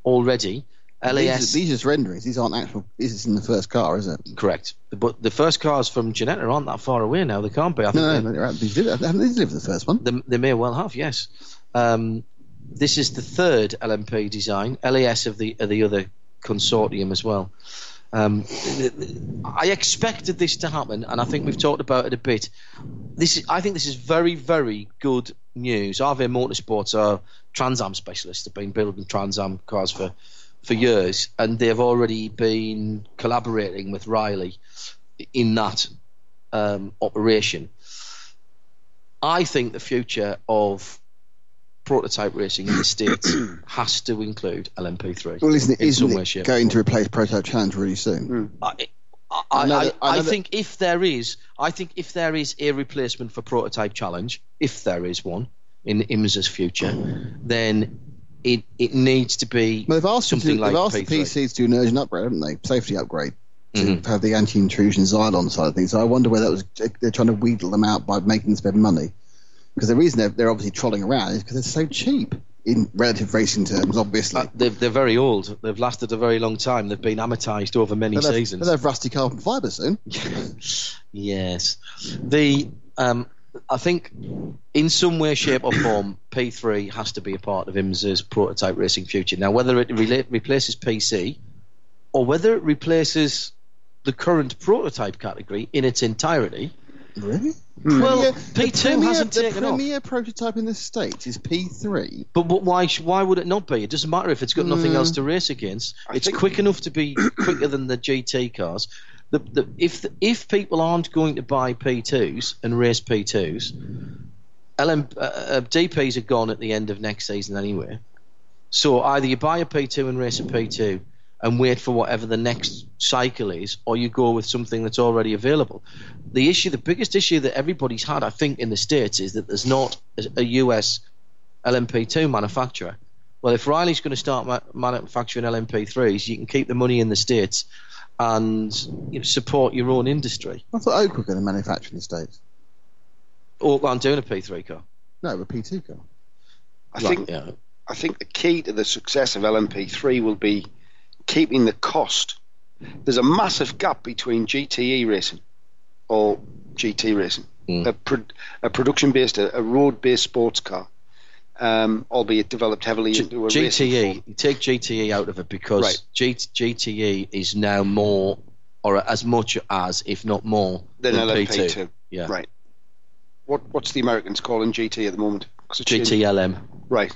[SPEAKER 1] already.
[SPEAKER 3] These,
[SPEAKER 1] LES.
[SPEAKER 3] are- these are just renderings. These aren't actual. This is in the first car, is it?
[SPEAKER 1] Correct. But the first cars from Janetta aren't that far away now. They can't be. I think
[SPEAKER 3] No,
[SPEAKER 1] they-
[SPEAKER 3] no, no. They're, out- they did- they haven't they delivered the first one.
[SPEAKER 1] They, they may well have, yes. Um, this is the third LMP design, LAS of the of the other consortium as well. Um, th- th- I expected this to happen, and I think we've talked about it a bit. This is, I think this is very, very good news. RV Motorsports are Trans Am specialists. They've been building Trans Am cars for for years, and they've already been collaborating with Riley in that um, operation. I think the future of prototype racing in the States has to include LMP3.
[SPEAKER 3] Well, isn't it,
[SPEAKER 1] in
[SPEAKER 3] isn't
[SPEAKER 1] some way,
[SPEAKER 3] it
[SPEAKER 1] shape,
[SPEAKER 3] going to replace Prototype Challenge really soon?
[SPEAKER 1] I, I, I,
[SPEAKER 3] Another-
[SPEAKER 1] I
[SPEAKER 3] another-
[SPEAKER 1] think if there is, I think if there is a replacement for prototype challenge, if there is one in IMSA's future, then it it needs to be
[SPEAKER 3] Well, they've asked, them to,
[SPEAKER 1] something like
[SPEAKER 3] they've asked the
[SPEAKER 1] P3.
[SPEAKER 3] PCs to do an urgent upgrade, haven't they? Safety upgrade to
[SPEAKER 1] Mm-hmm.
[SPEAKER 3] have the anti-intrusion Xylon side of things. So I wonder whether that was they're trying to wheedle them out by making them spend money. Because the reason they're, they're obviously trolling around is because they're so cheap in relative racing terms, obviously.
[SPEAKER 1] Uh, they're, they're very old. They've lasted a very long time. They've been amortized over many
[SPEAKER 3] They'll have-
[SPEAKER 1] seasons.
[SPEAKER 3] they'll have rusty carbon fibre soon.
[SPEAKER 1] Yes. The um, I think in some way, shape, or form, P3 has to be a part of IMSA's prototype racing future. Now, whether it rela- replaces PC or whether it replaces the current prototype category in its entirety,
[SPEAKER 3] Really?
[SPEAKER 1] well,
[SPEAKER 3] Hmm. Yeah, uh, the
[SPEAKER 1] P2
[SPEAKER 3] premier-
[SPEAKER 1] hasn't
[SPEAKER 3] the
[SPEAKER 1] taken off.
[SPEAKER 3] premier prototype in the States is P3.
[SPEAKER 1] But, but why sh- why would it not be? It doesn't matter if it's got nothing else to race against. it's
[SPEAKER 5] think-
[SPEAKER 1] quick enough to be quicker than the GT cars. The, the, if the, if people aren't going to buy P2s and race P2s, LM, uh, uh, DPs are gone at the end of next season anyway. So either you buy a P2 and race a P2 and wait for whatever the next cycle is, or you go with something that's already available. The issue, the biggest issue that everybody's had, I think, in the States is that there's not a, a US LMP2 manufacturer. Well, if Riley's going to start ma- manufacturing LMP3s, you can keep the money in the States and you know, support your own industry.
[SPEAKER 3] I thought Oak were going to manufacture in the States.
[SPEAKER 1] Or I'm doing a P3 car.
[SPEAKER 3] No, but P2 car.
[SPEAKER 5] I
[SPEAKER 1] Right,
[SPEAKER 5] think
[SPEAKER 1] yeah.
[SPEAKER 5] I think the key to the success of LMP3 will be keeping the cost. There's a massive gap between GTE racing or GT racing,
[SPEAKER 1] Mm.
[SPEAKER 5] a, pro- a production based, a, a road based sports car, um, albeit developed heavily into a racing
[SPEAKER 1] GTE,
[SPEAKER 5] form.
[SPEAKER 1] E. you take GTE out of it because
[SPEAKER 5] Right.
[SPEAKER 1] G- GTE is now more, or as much as, if not more,
[SPEAKER 5] Then
[SPEAKER 1] than
[SPEAKER 5] LMP2.
[SPEAKER 1] P2. Yeah.
[SPEAKER 5] Right. What What's the Americans calling GT at the moment? 'Cause it's in-
[SPEAKER 1] GTLM,
[SPEAKER 5] Right.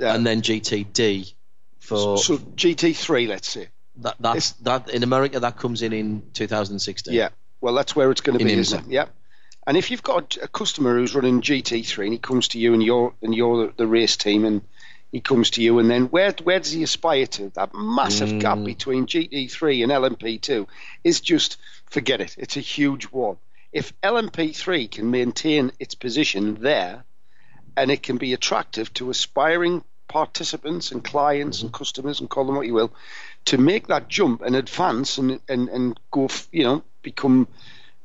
[SPEAKER 5] Yeah.
[SPEAKER 1] E. and then GTD for
[SPEAKER 5] so GT3, let's say.
[SPEAKER 1] that. That's that in America. That comes in in 2016.
[SPEAKER 5] Yeah. Well, that's where it's going to
[SPEAKER 1] In
[SPEAKER 5] be, isn't
[SPEAKER 1] IMSA.
[SPEAKER 5] it? Yeah. And if you've got a, a customer who's running GT3 and he comes to you and you're and you're the, the race team and he comes to you and then where where does he aspire to? That massive gap between GT3 and LMP2 is just forget it. It's a huge one. If LMP3 can maintain its position there, and it can be attractive to aspiring participants and clients and customers and call them what you will to make that jump and advance and and, and go f- you know become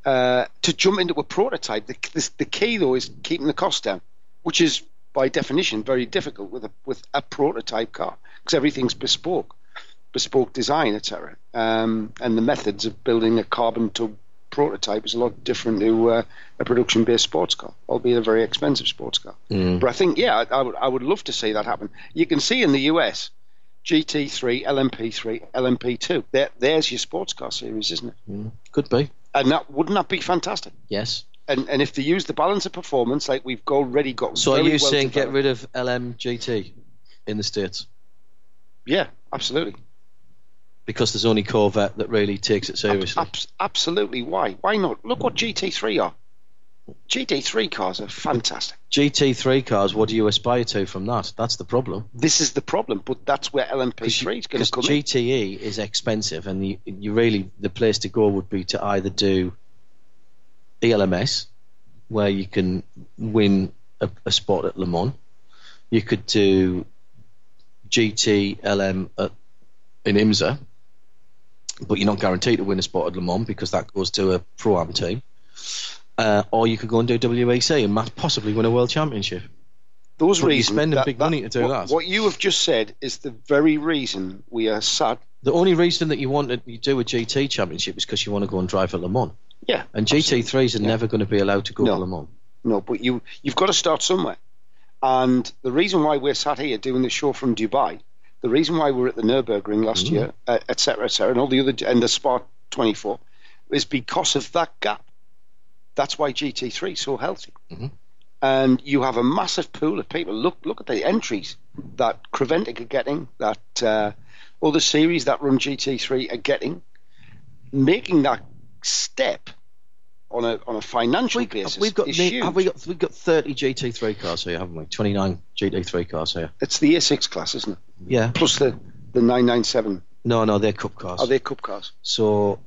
[SPEAKER 5] uh, to jump into a prototype the, the, the key though is keeping the cost down which is by definition very difficult with a with a prototype car because everything's bespoke bespoke design etc um, and the methods of building a carbon tub prototype is a lot different to uh, a production based sports car albeit a very expensive sports car but I think, yeah, I, I, would, I would love to see that happen. You can see in the US, GT3, LMP3, LMP2. There, there's your sports car series, isn't it?
[SPEAKER 1] could be.
[SPEAKER 5] And that wouldn't that be fantastic?
[SPEAKER 1] Yes.
[SPEAKER 5] And and if they use the balance of performance, like we've already got.
[SPEAKER 1] So are
[SPEAKER 5] very
[SPEAKER 1] you
[SPEAKER 5] well
[SPEAKER 1] saying get
[SPEAKER 5] developed-
[SPEAKER 1] rid of LMGT in the states
[SPEAKER 5] Yeah, absolutely.
[SPEAKER 1] because there's only Corvette that really takes it seriously?
[SPEAKER 5] Abs- absolutely. Why? Why not? Look what GT3 are. GT3 cars are fantastic.
[SPEAKER 1] GT3 cars. What do you aspire to from that? That's the problem.
[SPEAKER 5] This is the problem, but that's where LMP3 is going
[SPEAKER 1] Because
[SPEAKER 5] to come in.
[SPEAKER 1] GTE is expensive, and you, you really the place to go would be to either do ELMS, where you can win a, a spot at Le Mans. You could do GTLM at, in IMSA, but you're not guaranteed to win a spot at Le Mans because that goes to a pro am team. Uh, or you could go and do WEC and might possibly win a world championship.
[SPEAKER 5] those
[SPEAKER 1] But you
[SPEAKER 5] reasons.
[SPEAKER 1] spend a big money to do
[SPEAKER 5] what,
[SPEAKER 1] that.
[SPEAKER 5] What you have just said is the very reason we are sad.
[SPEAKER 1] The only reason that you want to you do a GT championship is because you want to go and drive at Le Mans.
[SPEAKER 5] Yeah.
[SPEAKER 1] And GT3s are never going to be allowed to go
[SPEAKER 5] No.
[SPEAKER 1] to Le Mans.
[SPEAKER 5] No, but you you've got to start somewhere. And the reason why we're sat here doing this show from Dubai, the reason why we're at the Nurburgring last
[SPEAKER 1] Mm-hmm.
[SPEAKER 5] year, uh, et cetera, et cetera, and all the other and the Spa 24, is because of that gap. That's why GT3 is so healthy.
[SPEAKER 1] Mm-hmm.
[SPEAKER 5] And you have a massive pool of people. Look, look at the entries that Creventic are getting, that uh, other series that run GT3 are getting, making that step on a on a financial basis.
[SPEAKER 1] We've got
[SPEAKER 5] is
[SPEAKER 1] ne-
[SPEAKER 5] huge.
[SPEAKER 1] have we got we've got thirty GT3 cars here, haven't we? Twenty nine GT3 cars here.
[SPEAKER 5] It's the A6 class, isn't it?
[SPEAKER 1] Yeah.
[SPEAKER 5] Plus the, the 997.
[SPEAKER 1] No, no, they're cup cars.
[SPEAKER 5] Are they cup cars?
[SPEAKER 1] so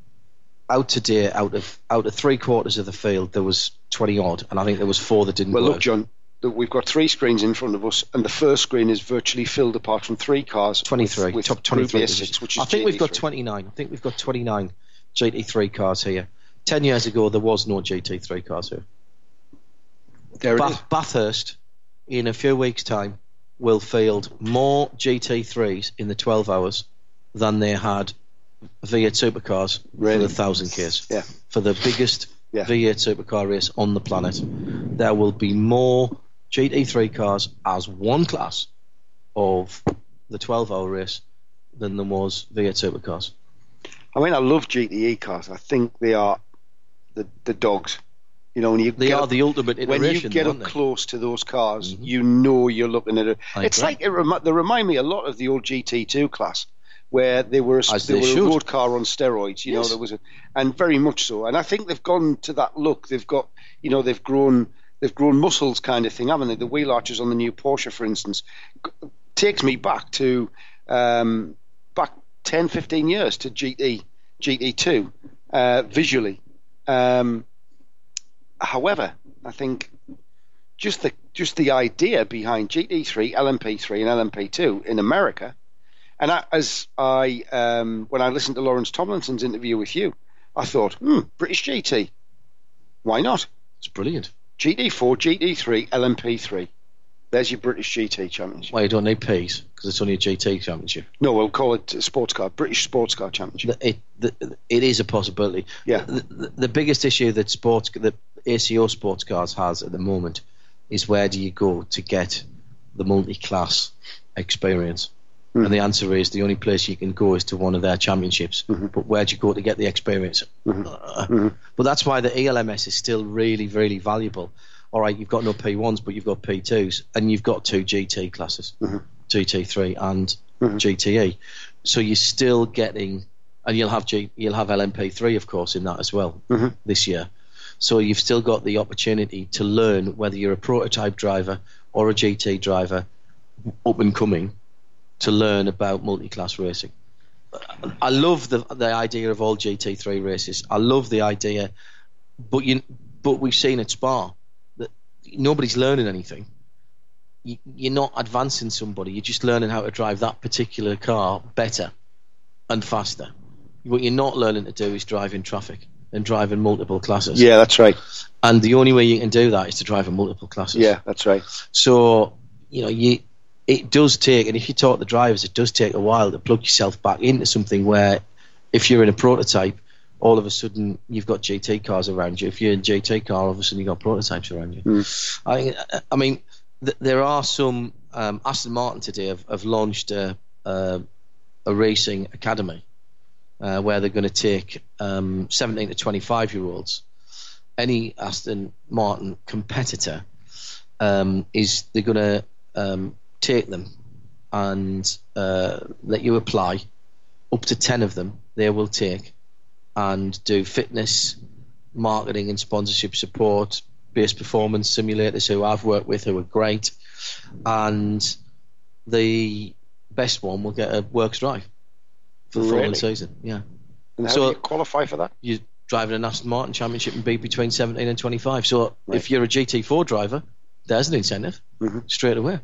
[SPEAKER 1] out today, out of out of three quarters of the field, there was twenty odd, and I think there was four that didn't.
[SPEAKER 5] Well,
[SPEAKER 1] work.
[SPEAKER 5] look, John, that we've got three screens in front of us, and the first screen is virtually filled apart from three cars. with-
[SPEAKER 1] 23,
[SPEAKER 5] with
[SPEAKER 1] top
[SPEAKER 5] Group
[SPEAKER 1] 23
[SPEAKER 5] A6, which is
[SPEAKER 1] I think we've got
[SPEAKER 5] GT3.
[SPEAKER 1] 29. I think we've got 29 GT3 cars here. 10 years ago, there was no GT3 cars here.
[SPEAKER 5] There it is.
[SPEAKER 1] Bath- Bathurst, in a few weeks' time, will field more GT3s in the 12 hours than they had V8 supercars for
[SPEAKER 5] Really?
[SPEAKER 1] the 1,000 Ks.
[SPEAKER 5] Hmm. Yeah.
[SPEAKER 1] For the biggest
[SPEAKER 5] Yeah.
[SPEAKER 1] V8 supercar race on the planet. There will be more GT3 cars as one class of the 12 hour race than there was V8 supercars.
[SPEAKER 5] I mean, I love GTE cars. I think they are the, the dogs. You know, when you
[SPEAKER 1] They
[SPEAKER 5] get
[SPEAKER 1] are
[SPEAKER 5] up-
[SPEAKER 1] the ultimate
[SPEAKER 5] when you
[SPEAKER 1] iteration,
[SPEAKER 5] get
[SPEAKER 1] aren't
[SPEAKER 5] up
[SPEAKER 1] they? Mm-hmm.
[SPEAKER 5] close to those cars, you know you're looking at it.
[SPEAKER 1] I
[SPEAKER 5] it's
[SPEAKER 1] agree.
[SPEAKER 5] like it remi- they remind me a lot of the old GT2 class, where they were a,
[SPEAKER 1] As
[SPEAKER 5] they
[SPEAKER 1] they
[SPEAKER 5] were a
[SPEAKER 1] should.
[SPEAKER 5] road car on steroids. You know,
[SPEAKER 1] Yes.
[SPEAKER 5] there was a, and very much so. And I think they've gone to that look. They've got you know they've grown they've grown muscles kind of thing, haven't they? The wheel arches on the new Porsche, for instance, g- takes me back to um, back 10, 15 years to GT GT2 uh, visually. Um, however, I think just the just the idea behind GT3, LMP3, and LMP2 in America, and I, as I um, when I listened to Lawrence Tomlinson's interview with you, I thought, hmm, British GT, why not?
[SPEAKER 1] It's brilliant.
[SPEAKER 5] GT4, GT3, LMP3. There's your British GT Championship.
[SPEAKER 1] Well, you don't need P's because it's only a GT championship.
[SPEAKER 5] No, we'll call it a sports car, British sports car championship.
[SPEAKER 1] The- It, the, it is a possibility.
[SPEAKER 5] Yeah.
[SPEAKER 1] The, the, the biggest issue that sports that ACO sports cars has at the moment is where do you go to get the multi-class experience? And the answer is the only place you can go is to one of their championships. But where do you go to get the experience? Uh, But that's why the E ELMS is still really, really valuable. All right, you've got no P1s, but you've got P2s, and you've got two GT classes, GT3 and GTE. So you're still getting, and you'll have G, you'll have LMP3 of course in that as well this year. So you've still got the opportunity to learn whether you're a prototype driver or a GT driver, up and coming, to learn about multi-class racing. I love the the idea of all GT3 races. I love the idea, but you but we've seen at Spa that nobody's learning anything. You, you're not advancing somebody. You're just learning how to drive that particular car better and faster. What you're not learning to do is drive in traffic and drive in multiple classes.
[SPEAKER 5] Yeah, that's right.
[SPEAKER 1] And the only way you can do that is to drive in multiple classes.
[SPEAKER 5] Yeah, that's right.
[SPEAKER 1] So you know, you it does take, and if you talk to drivers, it does take a while to plug yourself back into something where, if you're in a prototype, all of a sudden you've got GT cars around you. If you're in a GT car, all of a sudden you've got prototypes around you. I, I mean, th- there are some um, Aston Martin today have, have launched a, a, a racing academy uh, where they're going to take um, 17 to 25 year olds. Any Aston Martin competitor um, is they're going to um, take them and uh, let you apply. Up to 10 of them they will take and do fitness, marketing, and sponsorship support, base performance simulators who I've worked with who are great. And the best one will get a works drive for the following
[SPEAKER 5] Really?
[SPEAKER 1] season. Yeah.
[SPEAKER 5] And how
[SPEAKER 1] So-
[SPEAKER 5] do you qualify for that?
[SPEAKER 1] You're driving an Aston Martin Championship and be between 17 and 25. So if you're a GT4 driver, there's an incentive straight away.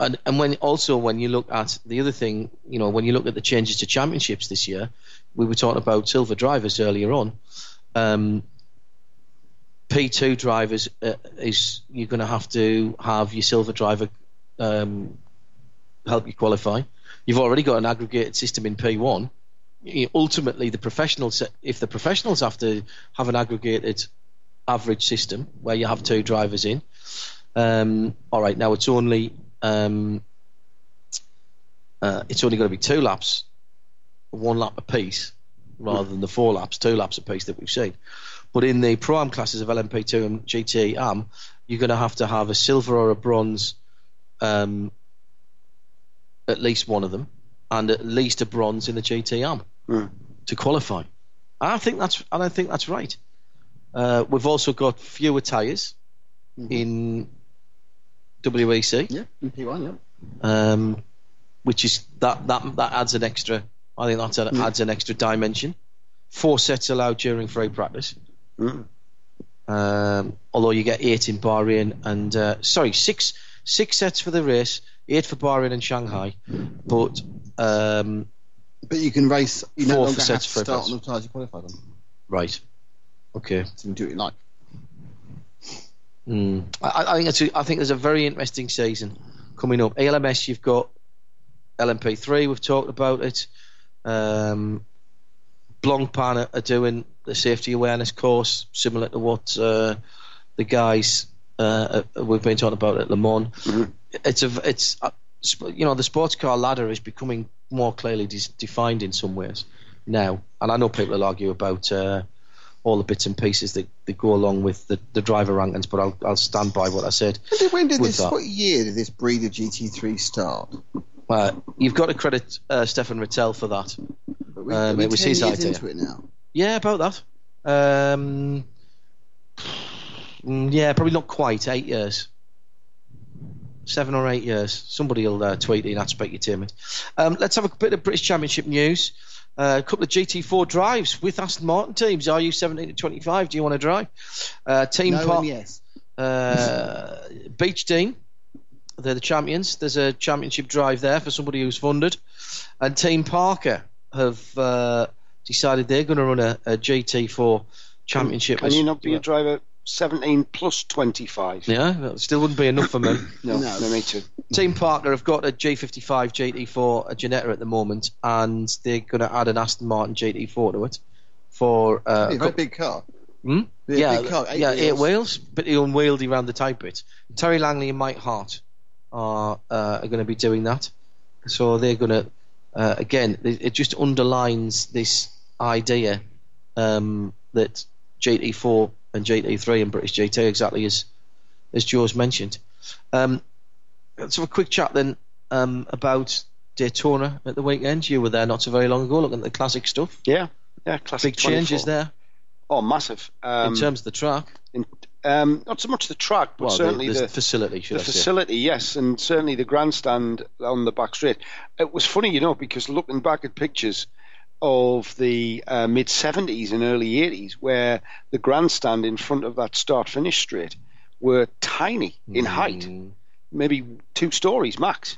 [SPEAKER 1] And and when also when you look at the other thing, you know, when you look at the changes to championships this year, we were talking about silver drivers earlier on. Um, P2 drivers uh, is you're going to have to have your silver driver um, help you qualify. You've already got an aggregated system in P1. You- Ultimately, the professionals, if the professionals have to have an aggregated average system where you have two drivers in, um, all right, now it's only um, uh, it's only going to be two laps, one lap apiece, rather than the four laps, two laps apiece that we've seen. But in the prime classes of LMP2 and GT AM, you're going to have to have a silver or a bronze, um, at least one of them, and at least a bronze in the GT AM to qualify. And I think that's and I think that's right. Uh, we've also got fewer tyres in WEC,
[SPEAKER 3] Yeah, P1, yeah.
[SPEAKER 1] um, which is that, that that adds an extra. I think that adds an extra dimension. Four sets allowed during free practice. Um, although you get eight in Bahrain and uh, sorry, six six sets for the race, eight for Bahrain and Shanghai, but um,
[SPEAKER 3] But you can race, you no
[SPEAKER 1] Four
[SPEAKER 3] longer have
[SPEAKER 1] sets
[SPEAKER 3] to
[SPEAKER 1] for
[SPEAKER 3] start
[SPEAKER 1] us.
[SPEAKER 3] on the tyres you qualified on. So
[SPEAKER 1] right, okay.
[SPEAKER 3] you can do what you like.
[SPEAKER 1] Mm. I, I think it's a, I think there's a very interesting season coming up. ALMS, you've got LMP3. We've talked about it. Um, Blancpain are, are doing the safety awareness course, similar to what uh, the guys uh, uh, we've been talking about at Le Mans. It's a it's uh, sp- you know the sports car ladder is becoming more clearly de- defined in some ways now, and I know people will argue about. Uh, all the bits and pieces that, that go along with the, the driver rankings, but I'll, I'll stand by what I said.
[SPEAKER 3] When did, when did
[SPEAKER 1] With
[SPEAKER 3] this?
[SPEAKER 1] that.
[SPEAKER 3] What year did this breeder GT3 start?
[SPEAKER 1] Uh, you've got to credit uh, Stefan Rattel for that.
[SPEAKER 3] But we,
[SPEAKER 1] Um,
[SPEAKER 3] we're
[SPEAKER 1] it was
[SPEAKER 3] 10
[SPEAKER 1] his
[SPEAKER 3] years
[SPEAKER 1] idea.
[SPEAKER 3] into it now.
[SPEAKER 1] Yeah, about that. Um, mm, yeah, probably not quite. Eight years. Seven or eight years. Somebody will uh, tweet it and aspect you, Tim. Um, let's have a bit of British Championship news. Uh, a couple of GT4 drives with Aston Martin teams. Are you 17 to 25? Do you want to drive? Uh, team
[SPEAKER 3] No, E
[SPEAKER 1] Pot-
[SPEAKER 3] and yes.
[SPEAKER 1] uh, Beach Dean. They're the champions. There's a championship drive there for somebody who's funded. And Team Parker have uh, decided they're going to run a, a GT4 championship.
[SPEAKER 5] Can you not be a driver 17 plus 25?
[SPEAKER 1] yeah, that still wouldn't be enough for me.
[SPEAKER 5] No,
[SPEAKER 3] No.
[SPEAKER 5] no, me too.
[SPEAKER 1] Team Parker have got a G55 GT4, a Janetta at the moment, and they're going to add an Aston Martin GT4 to it for uh, a
[SPEAKER 3] Hey,
[SPEAKER 1] couple-
[SPEAKER 3] very big car.
[SPEAKER 1] Hmm?
[SPEAKER 3] Yeah,
[SPEAKER 1] Yeah,
[SPEAKER 3] big car, eight
[SPEAKER 1] yeah, eight
[SPEAKER 3] wheels.
[SPEAKER 1] wheels, but the unwieldy round the tight bit. Terry Langley and Mike Hart are uh, are going to be doing that, so they're going to uh, again. It, it just underlines this idea um, that GT4 and GT3 and British GT exactly as as Joe's mentioned. Um, let's have a quick chat then um, about Daytona at the weekend. You were there not so very long ago, looking at the classic stuff.
[SPEAKER 5] Yeah, yeah, classic.
[SPEAKER 1] Big changes
[SPEAKER 5] 24.
[SPEAKER 1] there
[SPEAKER 5] Oh, massive. Um,
[SPEAKER 1] in terms of the track.
[SPEAKER 5] in- um, not so much the track, but
[SPEAKER 1] Well, the-
[SPEAKER 5] certainly
[SPEAKER 1] the,
[SPEAKER 5] the,
[SPEAKER 1] facility, should
[SPEAKER 5] the
[SPEAKER 1] I say?
[SPEAKER 5] facility, yes, and certainly the grandstand on the back straight. It was funny, you know, because looking back at pictures of the uh, mid 70s and early 80s, where the grandstand in front of that start finish straight were tiny in
[SPEAKER 1] Mm-hmm.
[SPEAKER 5] height, maybe two stories max.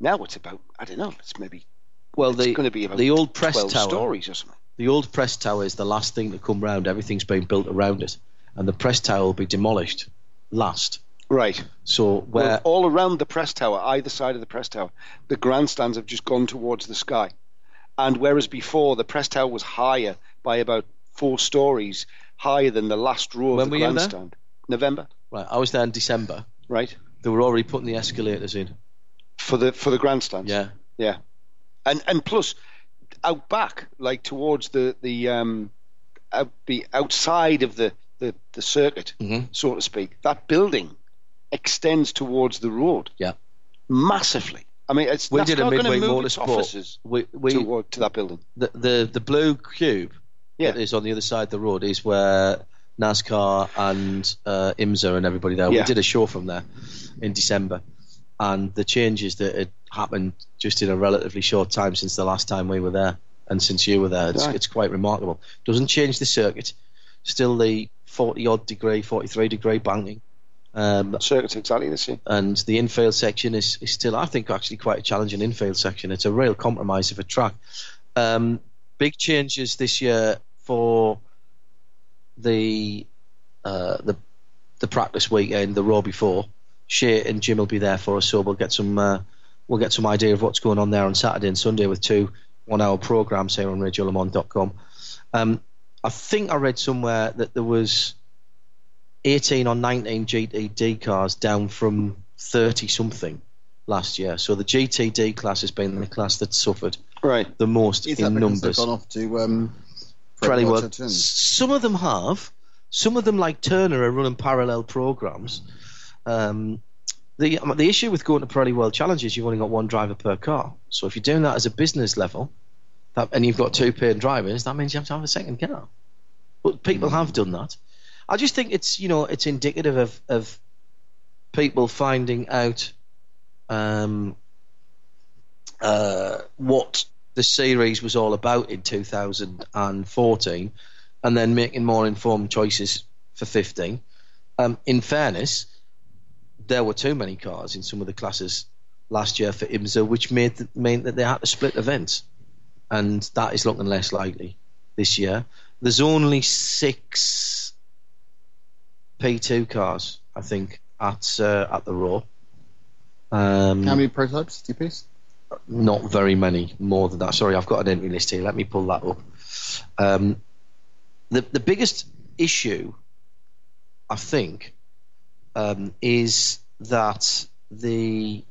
[SPEAKER 5] Now it's about, I don't know, it's maybe
[SPEAKER 1] Well,
[SPEAKER 5] it's
[SPEAKER 1] the,
[SPEAKER 5] going to be about
[SPEAKER 1] the old press
[SPEAKER 5] 12
[SPEAKER 1] tower.
[SPEAKER 5] stories or something.
[SPEAKER 1] The old press tower is the last thing to come round. Everything's been built around it, and the press tower will be demolished last.
[SPEAKER 5] Right.
[SPEAKER 1] So where
[SPEAKER 5] Well, all around the press tower, either side of the press tower, the grandstands have just gone towards the sky. And whereas before the press tower was higher by about four stories, higher than the last row
[SPEAKER 1] When
[SPEAKER 5] of
[SPEAKER 1] were
[SPEAKER 5] the
[SPEAKER 1] you there?
[SPEAKER 5] grandstand. November,
[SPEAKER 1] right, I was there in December.
[SPEAKER 5] right?
[SPEAKER 1] They were already putting the escalators in.
[SPEAKER 5] For the for the grandstands.
[SPEAKER 1] Yeah,
[SPEAKER 5] Yeah. And and plus out back, like towards the, the um out the outside of the, the, the circuit,
[SPEAKER 1] Mm-hmm.
[SPEAKER 5] so to speak, that building extends towards the road
[SPEAKER 1] yeah.
[SPEAKER 5] massively. I mean, it's
[SPEAKER 1] We
[SPEAKER 5] that's
[SPEAKER 1] did a
[SPEAKER 5] not going
[SPEAKER 1] midway
[SPEAKER 5] to move its
[SPEAKER 1] motorsport.
[SPEAKER 5] offices
[SPEAKER 1] We, we
[SPEAKER 5] toward to that building.
[SPEAKER 1] the, the the blue cube
[SPEAKER 5] Yeah,
[SPEAKER 1] that is on the other side of the road is where NASCAR and uh, IMSA and everybody there. We
[SPEAKER 5] Yeah.
[SPEAKER 1] did a show from there in December, and the changes that had happened just in a relatively short time since the last time we were there and since you were there, it's,
[SPEAKER 5] Right.
[SPEAKER 1] it's quite remarkable. Doesn't change the circuit, still the forty odd degree, forty three degree banking. Um,
[SPEAKER 5] circuit's exactly the same.
[SPEAKER 1] and the infield section is, is still, I think, actually quite a challenging infield section. It's a real compromise of a track. Um, big changes this year for the uh, the the practice weekend, the row before. Shea and Jim will be there for us, so we'll get some uh, we'll get some idea of what's going on there on Saturday and Sunday with two one-hour programs here on RadioLamont.com. Um, I think I read somewhere that there was 18 or 19 GTD cars down from 30 something last year. So the GTD class has been the class that suffered
[SPEAKER 5] Right.
[SPEAKER 1] the most
[SPEAKER 3] Is that
[SPEAKER 1] in
[SPEAKER 3] because they've
[SPEAKER 1] numbers.
[SPEAKER 3] gone off to um,
[SPEAKER 1] Probably
[SPEAKER 3] Fred
[SPEAKER 1] well,
[SPEAKER 3] Watson?
[SPEAKER 1] s- Some of them have. Some of them, like Turner, are running parallel programs. Um, the I mean, the issue with going to Pirelli World Challenge is you've only got one driver per car. So if you're doing that as a business level, that, and you've got two paying drivers, that means you have to have a second car. But people have done that. I just think it's you know it's indicative of of people finding out um, uh, what the series was all about in 2014 and then making more informed choices for 15. Um, in fairness, there were too many cars in some of the classes last year for IMSA, which made th- meant that they had to split events, and that is looking less likely this year. There's only six P2 cars, I think, at uh, at the Raw. Um,
[SPEAKER 3] How many prototypes do you piece?
[SPEAKER 1] not very many more than that. Sorry, I've got an entry list here. Let me pull that up. Um, the the biggest issue, I think, um, is that the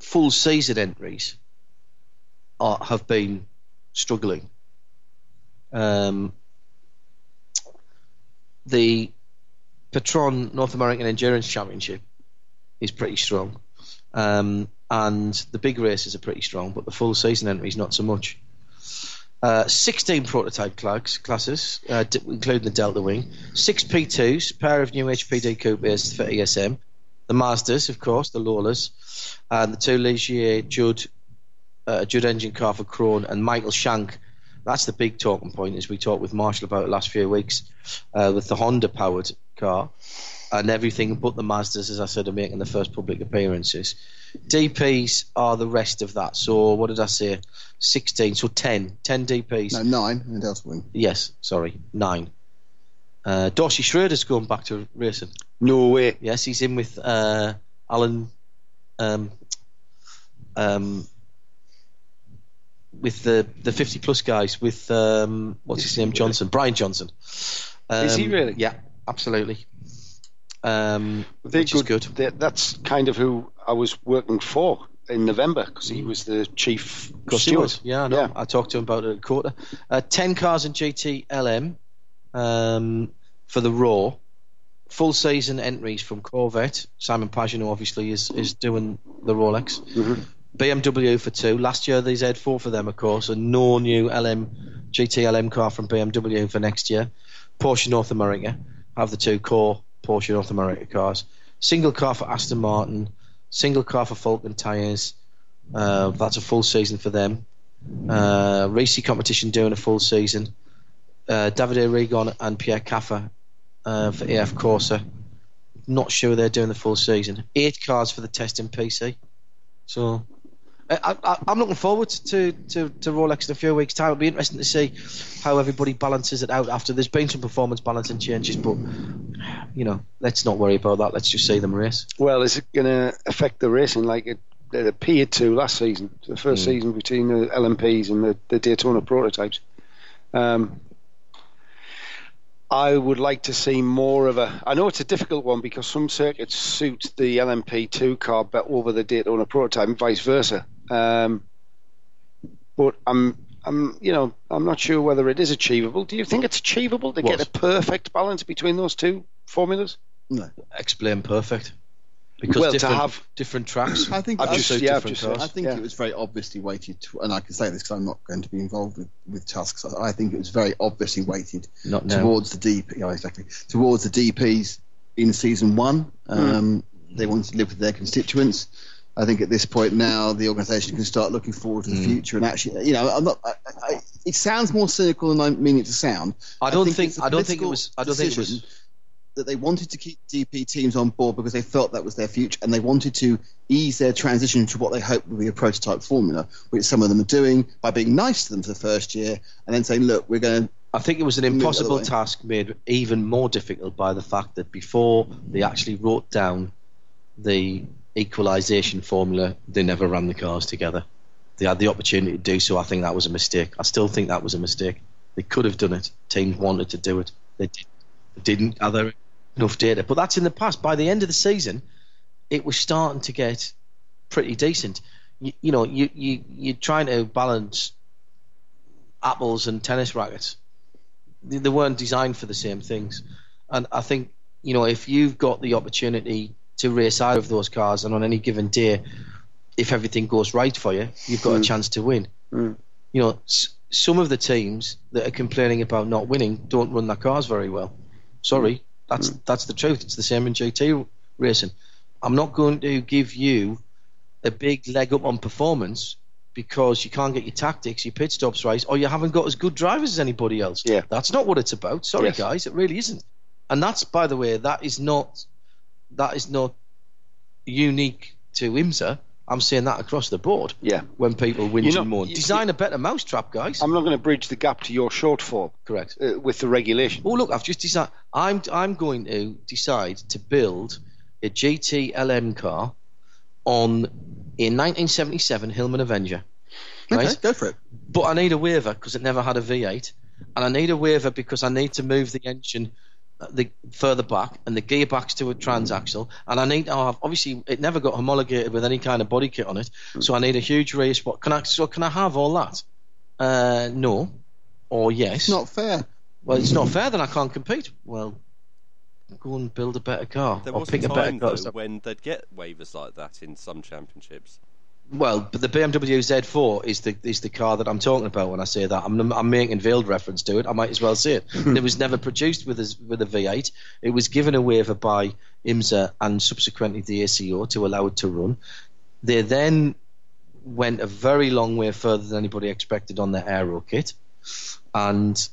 [SPEAKER 1] full season entries are, have been struggling. Um, the Patron North American Endurance Championship is pretty strong. Um, and the big races are pretty strong, but the full season entries not so much. Uh, 16 prototype class, classes, uh, d- including the Delta Wing, six P2s, pair of new HPD coupes for E ESM, the Masters, of course, the Lawlers, and the two Ligier Judd, uh, Judd engine car for Crone and Michael Shank. That's the big talking point, as we talked with Marshall about the last few weeks, uh, with the Honda powered car and everything but the Mazdas, as I said, are making the first public appearances. DPs are the rest of that. So what did I say? 16. So 10. 10 DPs.
[SPEAKER 3] No, nine in the Delta Wing.
[SPEAKER 1] Yes, sorry, nine. Uh, Dorsey Schroeder's going back to racing.
[SPEAKER 5] No way.
[SPEAKER 1] Yes, he's in with uh, Alan. Um, um, with the the fifty plus guys, with um, what's his name Johnson, Brian Johnson. Um,
[SPEAKER 5] Is he really?
[SPEAKER 1] Yeah, absolutely. Um,
[SPEAKER 5] They're
[SPEAKER 1] which is good.
[SPEAKER 5] they- that's kind of who I was working for in November because
[SPEAKER 1] Mm.
[SPEAKER 5] he was the chief
[SPEAKER 1] Course he
[SPEAKER 5] steward.
[SPEAKER 1] was. Yeah, I know.
[SPEAKER 5] Yeah.
[SPEAKER 1] I talked to him about it at quarter. Uh, 10 cars in GTLM um, for the Raw. Full season entries from Corvette. Simon Pagino obviously is, is doing the Rolex. BMW for two. Last year these had four for them, of course, and no new LM GTLM car from BMW for next year. Porsche North America have the two core Porsche North America cars. Single car for Aston Martin. Single car for Falcon tyres. Uh, that's a full season for them. Uh, Racy competition doing a full season. Uh, Davide Rigon and Pierre Caffa uh, for AF Corsa. Not sure they're doing the full season. Eight cars for the test in PC. So I, I, I'm looking forward to, to, to Rolex in a few weeks' time. It'll be interesting to see how everybody balances it out after there's been some performance balancing changes, but you know, let's not worry about that. Let's just see them race.
[SPEAKER 5] Well, is it going to affect the racing like it, it appeared to last season, the first season between the LMPs and the, the Daytona prototypes? Um, I would like to see more of a. I know it's a difficult one because some circuits suit the LMP2 car better over the Daytona prototype and vice versa. Um, but I'm, I'm, you know, I'm not sure whether it is achievable. Do you think it's achievable to get
[SPEAKER 1] What?
[SPEAKER 5] a perfect balance between those two formulas?
[SPEAKER 1] Explain perfect. Because
[SPEAKER 5] Well, to
[SPEAKER 1] different,
[SPEAKER 5] have-
[SPEAKER 1] different tracks.
[SPEAKER 3] I think
[SPEAKER 5] I've
[SPEAKER 3] I-
[SPEAKER 5] just-
[SPEAKER 1] suit
[SPEAKER 5] yeah, I've
[SPEAKER 1] different
[SPEAKER 5] just-
[SPEAKER 1] cars.
[SPEAKER 3] I think
[SPEAKER 5] Yeah.
[SPEAKER 3] it was very obviously weighted, to, and I can say this because I'm not going to be involved with, with tasks. I I think it was very obviously weighted
[SPEAKER 1] Not now.
[SPEAKER 3] towards the DP, yeah, exactly towards the DPs in season one. Um,
[SPEAKER 1] Hmm.
[SPEAKER 3] They wanted to live with their constituents. I think at this point now the organisation can start looking forward to
[SPEAKER 1] Hmm.
[SPEAKER 3] the future and actually, you know, I'm not. I, I, it sounds more cynical than I mean it to sound.
[SPEAKER 1] I don't think.
[SPEAKER 3] it's a
[SPEAKER 1] I don't think it
[SPEAKER 3] political
[SPEAKER 1] was. I don't think it was.
[SPEAKER 3] decision that they wanted to keep DP teams on board because they felt that was their future and they wanted to ease their transition to what they hoped would be a prototype formula, which some of them are doing by being nice to them for the first year and then saying, look, we're going to
[SPEAKER 1] I think it was an
[SPEAKER 3] Move it out of the
[SPEAKER 1] impossible
[SPEAKER 3] way.
[SPEAKER 1] task made even more difficult by the fact that before they actually wrote down the equalisation formula, they never ran the cars together. They had the opportunity to do so. I think that was a mistake. I still think that was a mistake. They could have done it. Teams wanted to do it. They did. They didn't gather enough data. But that's in the past. By the end of the season, it was starting to get pretty decent. You, you know, you, you, you're trying to balance apples and tennis rackets they they weren't designed for the same things. And I think you know if you've got the opportunity to race out of those cars, and on any given day, if everything goes right for you, you've got a chance to win. You know, s- some of the teams that are complaining about not winning don't run their cars very well. Sorry, that's that's the truth. It's the same in GT racing. I'm not going to give you a big leg up on performance because you can't get your tactics, your pit stops right, or you haven't got as good drivers as anybody else.
[SPEAKER 5] Yeah.
[SPEAKER 1] That's not what it's about. Sorry,
[SPEAKER 5] Yes.
[SPEAKER 1] guys, it really isn't. And that's, by the way, that is not that is not unique to IMSA. I'm seeing that across the board.
[SPEAKER 5] Yeah.
[SPEAKER 1] When people win
[SPEAKER 5] You're
[SPEAKER 1] and
[SPEAKER 5] not-
[SPEAKER 1] moan,
[SPEAKER 5] you-
[SPEAKER 1] design a better mousetrap, guys.
[SPEAKER 5] I'm not going to bridge the gap to your shortfall
[SPEAKER 1] Correct.
[SPEAKER 5] uh, with the regulation.
[SPEAKER 1] Oh look, I've just decided. I'm I'm going to decide to build a GTLM car on a 1977 Hillman Avenger.
[SPEAKER 3] Okay,
[SPEAKER 1] Right?
[SPEAKER 3] go for it.
[SPEAKER 1] but I need a waiver because it never had a V8, and I need a waiver because I need to move the engine uh, the further back and the gearbox to a transaxle, and I need to have obviously it never got homologated with any kind of body kit on it, so I need a huge rear spot. Can I so can I have all that? Uh, no, or yes?
[SPEAKER 3] It's not fair.
[SPEAKER 1] well, it's not fair. Then I can't compete. Well, go and build a better car
[SPEAKER 2] There
[SPEAKER 1] or
[SPEAKER 2] was a
[SPEAKER 1] pick a better
[SPEAKER 2] time
[SPEAKER 1] car.
[SPEAKER 2] though, when they'd get waivers like that in some championships.
[SPEAKER 1] Well, but the BMW Z4 is the is the car that I'm talking about when I say that. I'm I'm making veiled reference to it. I might as well say it. it was never produced with a, with a V8. It was given a waiver by IMSA and subsequently the ACO to allow it to run. They then went a very long way further than anybody expected on their aero kit, and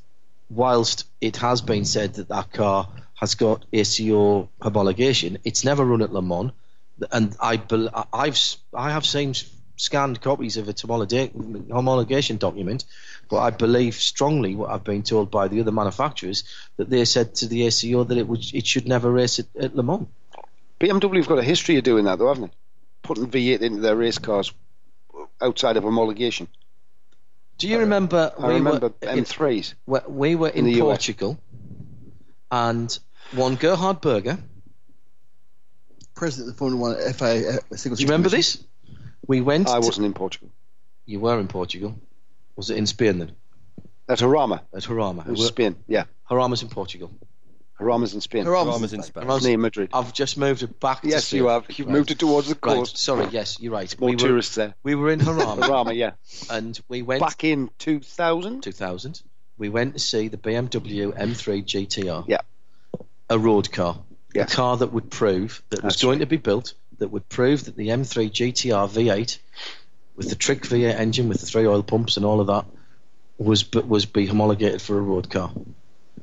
[SPEAKER 1] whilst it has been said that that car has got ACO homologation, it's never run at Le Mans and I bel- I- I've s- I have seen s- scanned copies of its homologa- homologation document, but I believe strongly what I've been told by the other manufacturers that they said to the ACO that it would it should never race at, at Le Mans.
[SPEAKER 5] BMW have got a history of doing that, though, haven't they? Putting V8 into their race cars outside of homologation.
[SPEAKER 1] Do you remember?
[SPEAKER 5] Uh, I remember
[SPEAKER 1] were in,
[SPEAKER 5] M3s.
[SPEAKER 1] we- we were in,
[SPEAKER 5] the US.
[SPEAKER 1] Portugal, and one Gerhard Berger.
[SPEAKER 3] President of the Formula One FA. Uh, single
[SPEAKER 1] Do you remember this? We went.
[SPEAKER 5] I
[SPEAKER 1] to-
[SPEAKER 5] wasn't in Portugal.
[SPEAKER 1] you were in Portugal. Was it in Spain then?
[SPEAKER 5] At Harama,
[SPEAKER 1] At Harama.
[SPEAKER 5] it was Spain. Yeah,
[SPEAKER 1] Harama's in Portugal.
[SPEAKER 5] Harama's in Spain.
[SPEAKER 2] Drama's in Spain.
[SPEAKER 5] It's near Madrid.
[SPEAKER 1] I've just moved it back. to
[SPEAKER 5] yes,
[SPEAKER 1] Spain.
[SPEAKER 5] you have. You've
[SPEAKER 1] Right.
[SPEAKER 5] moved it towards the
[SPEAKER 1] Right,
[SPEAKER 5] coast.
[SPEAKER 1] sorry, yes, you're right.
[SPEAKER 5] More
[SPEAKER 1] we, were,
[SPEAKER 5] tourists there.
[SPEAKER 1] we were in Haram
[SPEAKER 5] Harama, yeah.
[SPEAKER 1] and we went
[SPEAKER 5] Back in 2000.
[SPEAKER 1] 2000. We went to see the BMW M3 GTR.
[SPEAKER 5] Yeah.
[SPEAKER 1] A road car.
[SPEAKER 5] Yes.
[SPEAKER 1] A car that would prove that was
[SPEAKER 5] That's
[SPEAKER 1] going to be built, that would prove that the M3 GTR V8 with the trick V8 engine, with the three oil pumps and all of that, was but was be homologated for a road car.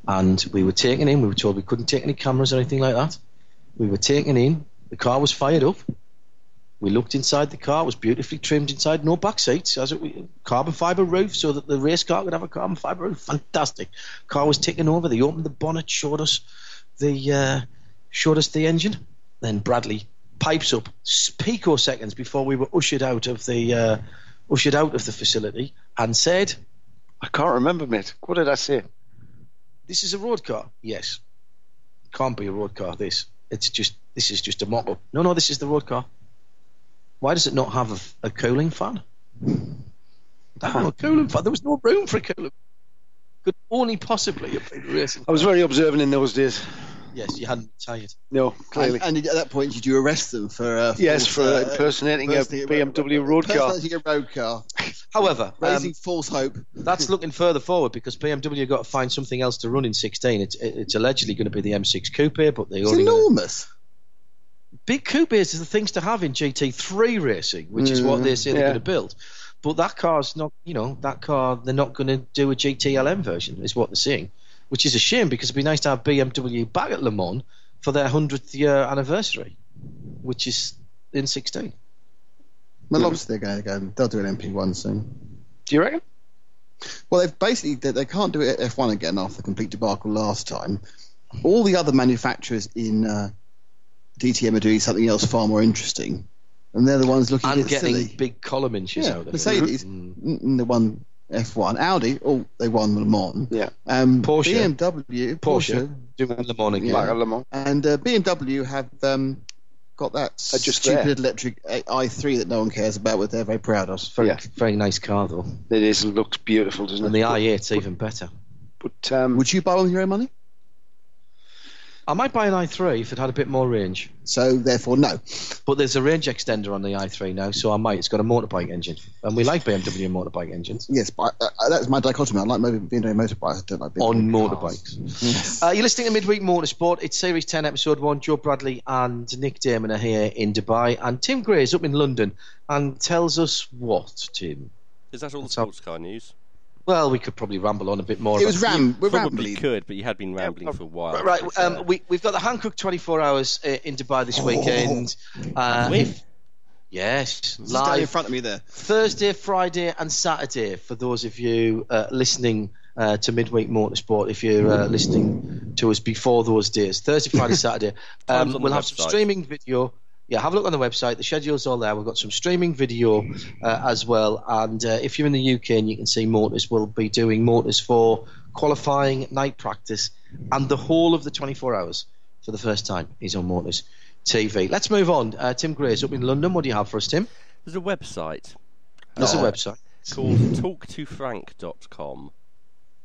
[SPEAKER 1] And we were taken in. We were told we couldn't take any cameras or anything like that. We were taken in. The car was fired up. We looked inside the car. It was beautifully trimmed inside. No back seats. As it, we- carbon fiber roof, so that the race car could have a carbon fiber roof. Fantastic. Car was taken over. They opened the bonnet, showed us the uh, showed us the engine. Then Bradley pipes up s- picoseconds before we were ushered out of the uh, ushered out of the facility and said,
[SPEAKER 5] I can't remember, mate. What did I say?
[SPEAKER 1] this is a road car. Yes. Can't be a road car. This. It's just. This is just a mock-up. No, no. This is the road car. Why does it not have a f- a, cooling fan? No cooling fan. There was no room for a cooling. Could only possibly have been a racing.
[SPEAKER 5] I was very observant in those days.
[SPEAKER 1] Yes, you hadn't retired.
[SPEAKER 5] No,
[SPEAKER 3] And,
[SPEAKER 5] clearly.
[SPEAKER 3] and at that point, did you arrest them for? Uh,
[SPEAKER 5] yes,
[SPEAKER 3] false,
[SPEAKER 5] for
[SPEAKER 3] uh,
[SPEAKER 5] impersonating a
[SPEAKER 3] impersonating
[SPEAKER 5] BMW road car.
[SPEAKER 3] impersonating a road car,
[SPEAKER 1] However, um,
[SPEAKER 3] raising false hope.
[SPEAKER 1] that's looking further forward because BMW got to find something else to run in 16. It's it's allegedly going to be the M6 Coupe, but they
[SPEAKER 3] It's
[SPEAKER 1] already
[SPEAKER 3] enormous.
[SPEAKER 1] big coupes is the things to have in GT3 racing, which is what they say they're
[SPEAKER 5] yeah.
[SPEAKER 1] going to build. But that car's not, you know, that car they're not going to do a GTLM version, is what they're saying, which is a shame because it'd be nice to have BMW back at Le Mans for their hundredth year anniversary, which is in sixteen. Hmm.
[SPEAKER 3] Well, obviously they're going to go. They'll do an MP1 soon.
[SPEAKER 5] Do you reckon?
[SPEAKER 3] Well, they've basically they, they can't do it at F1 again after the complete debacle last time. All the other manufacturers in uh, DTM are doing something else far more interesting, and they're the ones looking
[SPEAKER 1] and
[SPEAKER 3] at
[SPEAKER 1] getting
[SPEAKER 3] silly.
[SPEAKER 1] big column inches
[SPEAKER 3] yeah,
[SPEAKER 1] out of
[SPEAKER 3] Mercedes,
[SPEAKER 1] it. Mm.
[SPEAKER 3] mm, they won F1. Audi, oh, they won Le Mans.
[SPEAKER 5] Yeah.
[SPEAKER 3] Um,
[SPEAKER 1] Porsche.
[SPEAKER 3] BMW, Porsche,
[SPEAKER 1] Porsche doing the morning.
[SPEAKER 3] Yeah.
[SPEAKER 5] Like a Le Mans.
[SPEAKER 3] and uh, BMW have um, got that
[SPEAKER 5] Are just
[SPEAKER 3] stupid
[SPEAKER 5] there.
[SPEAKER 3] electric i3 that no one cares about, which they're very proud of.
[SPEAKER 1] Very,
[SPEAKER 5] Yeah.
[SPEAKER 1] very nice car though,
[SPEAKER 5] It is looks beautiful, doesn't
[SPEAKER 1] and
[SPEAKER 5] it?
[SPEAKER 1] the i8's even better.
[SPEAKER 5] But um,
[SPEAKER 3] Would you buy one with your own money?
[SPEAKER 1] I might buy an i3 if it had a bit more range,
[SPEAKER 3] So therefore, no.
[SPEAKER 1] but there's a range extender on the i3 now, so I might. It's got a motorbike engine, and we like BMW motorbike engines
[SPEAKER 3] Yes, but uh, uh, that's my dichotomy. I like motor- being a motorbike. I don't like being
[SPEAKER 1] on
[SPEAKER 3] cars.
[SPEAKER 1] motorbikes. Uh, you're listening to Midweek Motorsport. It's Series 10, Episode 1. Joe Bradley and Nick Damon are here in Dubai, and Tim Gray is up in London and tells us what, Tim?
[SPEAKER 2] Is that all the
[SPEAKER 1] That's all.
[SPEAKER 2] sports car news?
[SPEAKER 1] Well, we could probably ramble on a bit more.
[SPEAKER 3] It
[SPEAKER 1] about-
[SPEAKER 3] was ram. We're
[SPEAKER 2] Probably
[SPEAKER 3] rambling.
[SPEAKER 2] could, but you had been rambling for a while.
[SPEAKER 1] Right,
[SPEAKER 2] but, uh,
[SPEAKER 1] um, we, we've got the Hankook 24 hours uh, in Dubai
[SPEAKER 3] Oh.
[SPEAKER 1] this weekend. Uh,
[SPEAKER 2] With?
[SPEAKER 1] Yes,
[SPEAKER 3] Down in
[SPEAKER 1] live
[SPEAKER 3] front of me there.
[SPEAKER 1] Thursday, Friday, and Saturday for those of you uh, listening uh, to Midweek Motorsport. If you're uh, listening to us before those days, Thursday, Friday, Saturday,
[SPEAKER 2] Time's on
[SPEAKER 1] um,
[SPEAKER 2] the
[SPEAKER 1] we'll have some
[SPEAKER 2] website.
[SPEAKER 1] streaming video. Yeah, have a look on the website. The schedule's all there. We've got some streaming video uh, as well. And uh, if you're in the UK and you can see Motors, we'll be doing Motors for qualifying, night practice, and the whole of the 24 hours for the first time is on Motors TV. Let's move on. Uh, Tim Gray's up in London. What do you have for us, Tim?
[SPEAKER 2] There's a website
[SPEAKER 1] That's a
[SPEAKER 2] Uh,
[SPEAKER 1] website.
[SPEAKER 2] called talktofrank.com.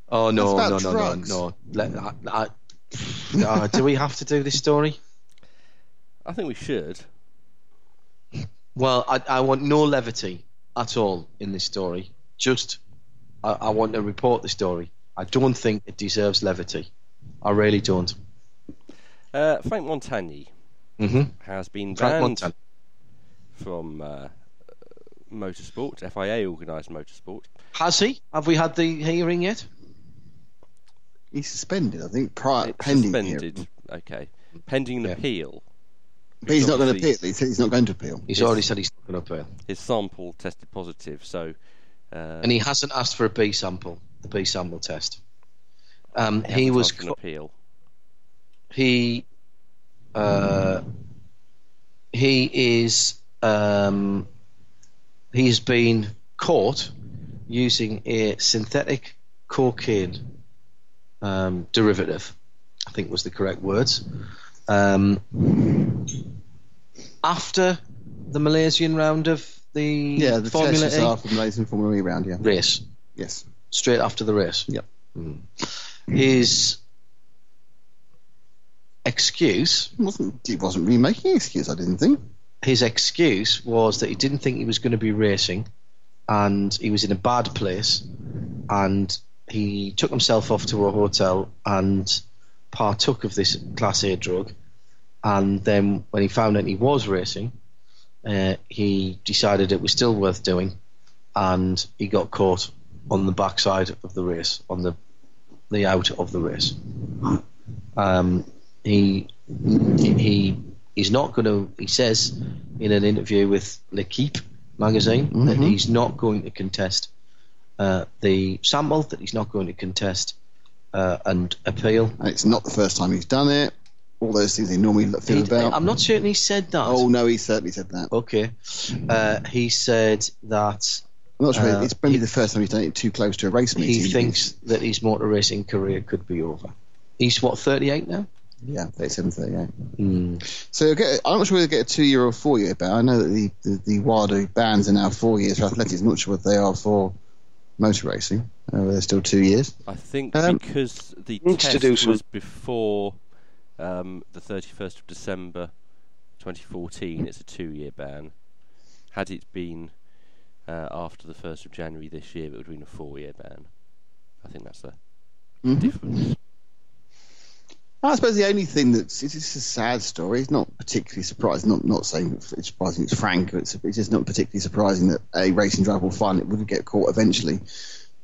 [SPEAKER 1] Oh no,
[SPEAKER 3] That's
[SPEAKER 1] no, no,
[SPEAKER 3] about
[SPEAKER 1] no,
[SPEAKER 3] drugs.
[SPEAKER 1] no, Let- I- I- Ah, do we have to do this story?
[SPEAKER 2] I think we should.
[SPEAKER 1] Well, I, I want no levity at all in this story. Just, I, I want to report the story. I don't think it deserves levity. I really don't.
[SPEAKER 2] Uh, Frank Montagny
[SPEAKER 1] Mm-hmm.
[SPEAKER 2] has been
[SPEAKER 1] Frank
[SPEAKER 2] banned
[SPEAKER 1] Montagny.
[SPEAKER 2] from uh, motorsport, FIA organised motorsport.
[SPEAKER 1] Has he? Have we had the hearing yet?
[SPEAKER 3] He's suspended, I think, prior
[SPEAKER 2] It's
[SPEAKER 3] pending.
[SPEAKER 2] suspended.
[SPEAKER 3] Here.
[SPEAKER 2] Okay, pending an
[SPEAKER 1] Yeah.
[SPEAKER 2] appeal.
[SPEAKER 3] But he's not going to
[SPEAKER 2] Obviously-
[SPEAKER 3] appeal. He said he's not going to appeal.
[SPEAKER 1] He's
[SPEAKER 2] Yes.
[SPEAKER 1] already said he's not going to appeal,
[SPEAKER 2] His sample tested positive, so uh,
[SPEAKER 1] and he hasn't asked for a B sample, the B sample test. Um, he
[SPEAKER 2] hasn't
[SPEAKER 1] was
[SPEAKER 2] asked for an
[SPEAKER 1] co-
[SPEAKER 2] appeal.
[SPEAKER 1] he uh, he is um, he's been caught using a synthetic cocaine um, derivative I think was the correct words um, after the Malaysian round of the
[SPEAKER 3] Yeah, the
[SPEAKER 1] Formula
[SPEAKER 3] tests
[SPEAKER 1] E
[SPEAKER 3] are from Malaysian Formula E round. Yeah.
[SPEAKER 1] race
[SPEAKER 3] Yes.
[SPEAKER 1] straight after the race Hmm.
[SPEAKER 3] Yep.
[SPEAKER 1] his excuse
[SPEAKER 3] It wasn't he wasn't really making an excuse? I didn't think.
[SPEAKER 1] his excuse was that he didn't think he was going to be racing and he was in a bad place and he took himself off to a hotel and partook of this class A drug and then when he found out he was racing uh, he decided it was still worth doing and he got caught on the backside of the race on the the out of the race um, he he he's not going to. He says in an interview with L'Equipe magazine that
[SPEAKER 3] Mm-hmm.
[SPEAKER 1] he's not going to contest uh, the sample. That he's not going to contest uh, and appeal.
[SPEAKER 3] And it's not the first time he's done it. All those things he normally feel
[SPEAKER 1] He-
[SPEAKER 3] about.
[SPEAKER 1] I'm not certain he said that.
[SPEAKER 3] oh no, he certainly said that.
[SPEAKER 1] Okay, uh, he said that
[SPEAKER 3] I'm not sure.
[SPEAKER 1] Uh,
[SPEAKER 3] it's maybe the first time he's done it too close to a race meeting.
[SPEAKER 1] he thinks that his motor racing career could be over. He's what 38 now.
[SPEAKER 3] Yeah, 37, 38.
[SPEAKER 1] Hmm.
[SPEAKER 3] So you'll get, I'm not sure whether they get a two year or four year ban. I know that the, the, the WADA bans are now four years for athletics. I'm not sure what they are for motor racing. Uh, whether they're still two years.
[SPEAKER 2] I think
[SPEAKER 3] Um,
[SPEAKER 2] because the
[SPEAKER 5] needs to
[SPEAKER 2] test
[SPEAKER 5] do some-
[SPEAKER 2] was before um, the 31st of December 2014, it's a two-year ban. Had it been uh, after the 1st of January this year, it would have been a four-year ban. I think that's the difference.
[SPEAKER 3] I suppose the only thing that's it's, it's a sad story. It's not particularly surprising. Not not saying it's surprising. It's frank. It's, it's just not particularly surprising that a racing driver will find it would get caught eventually.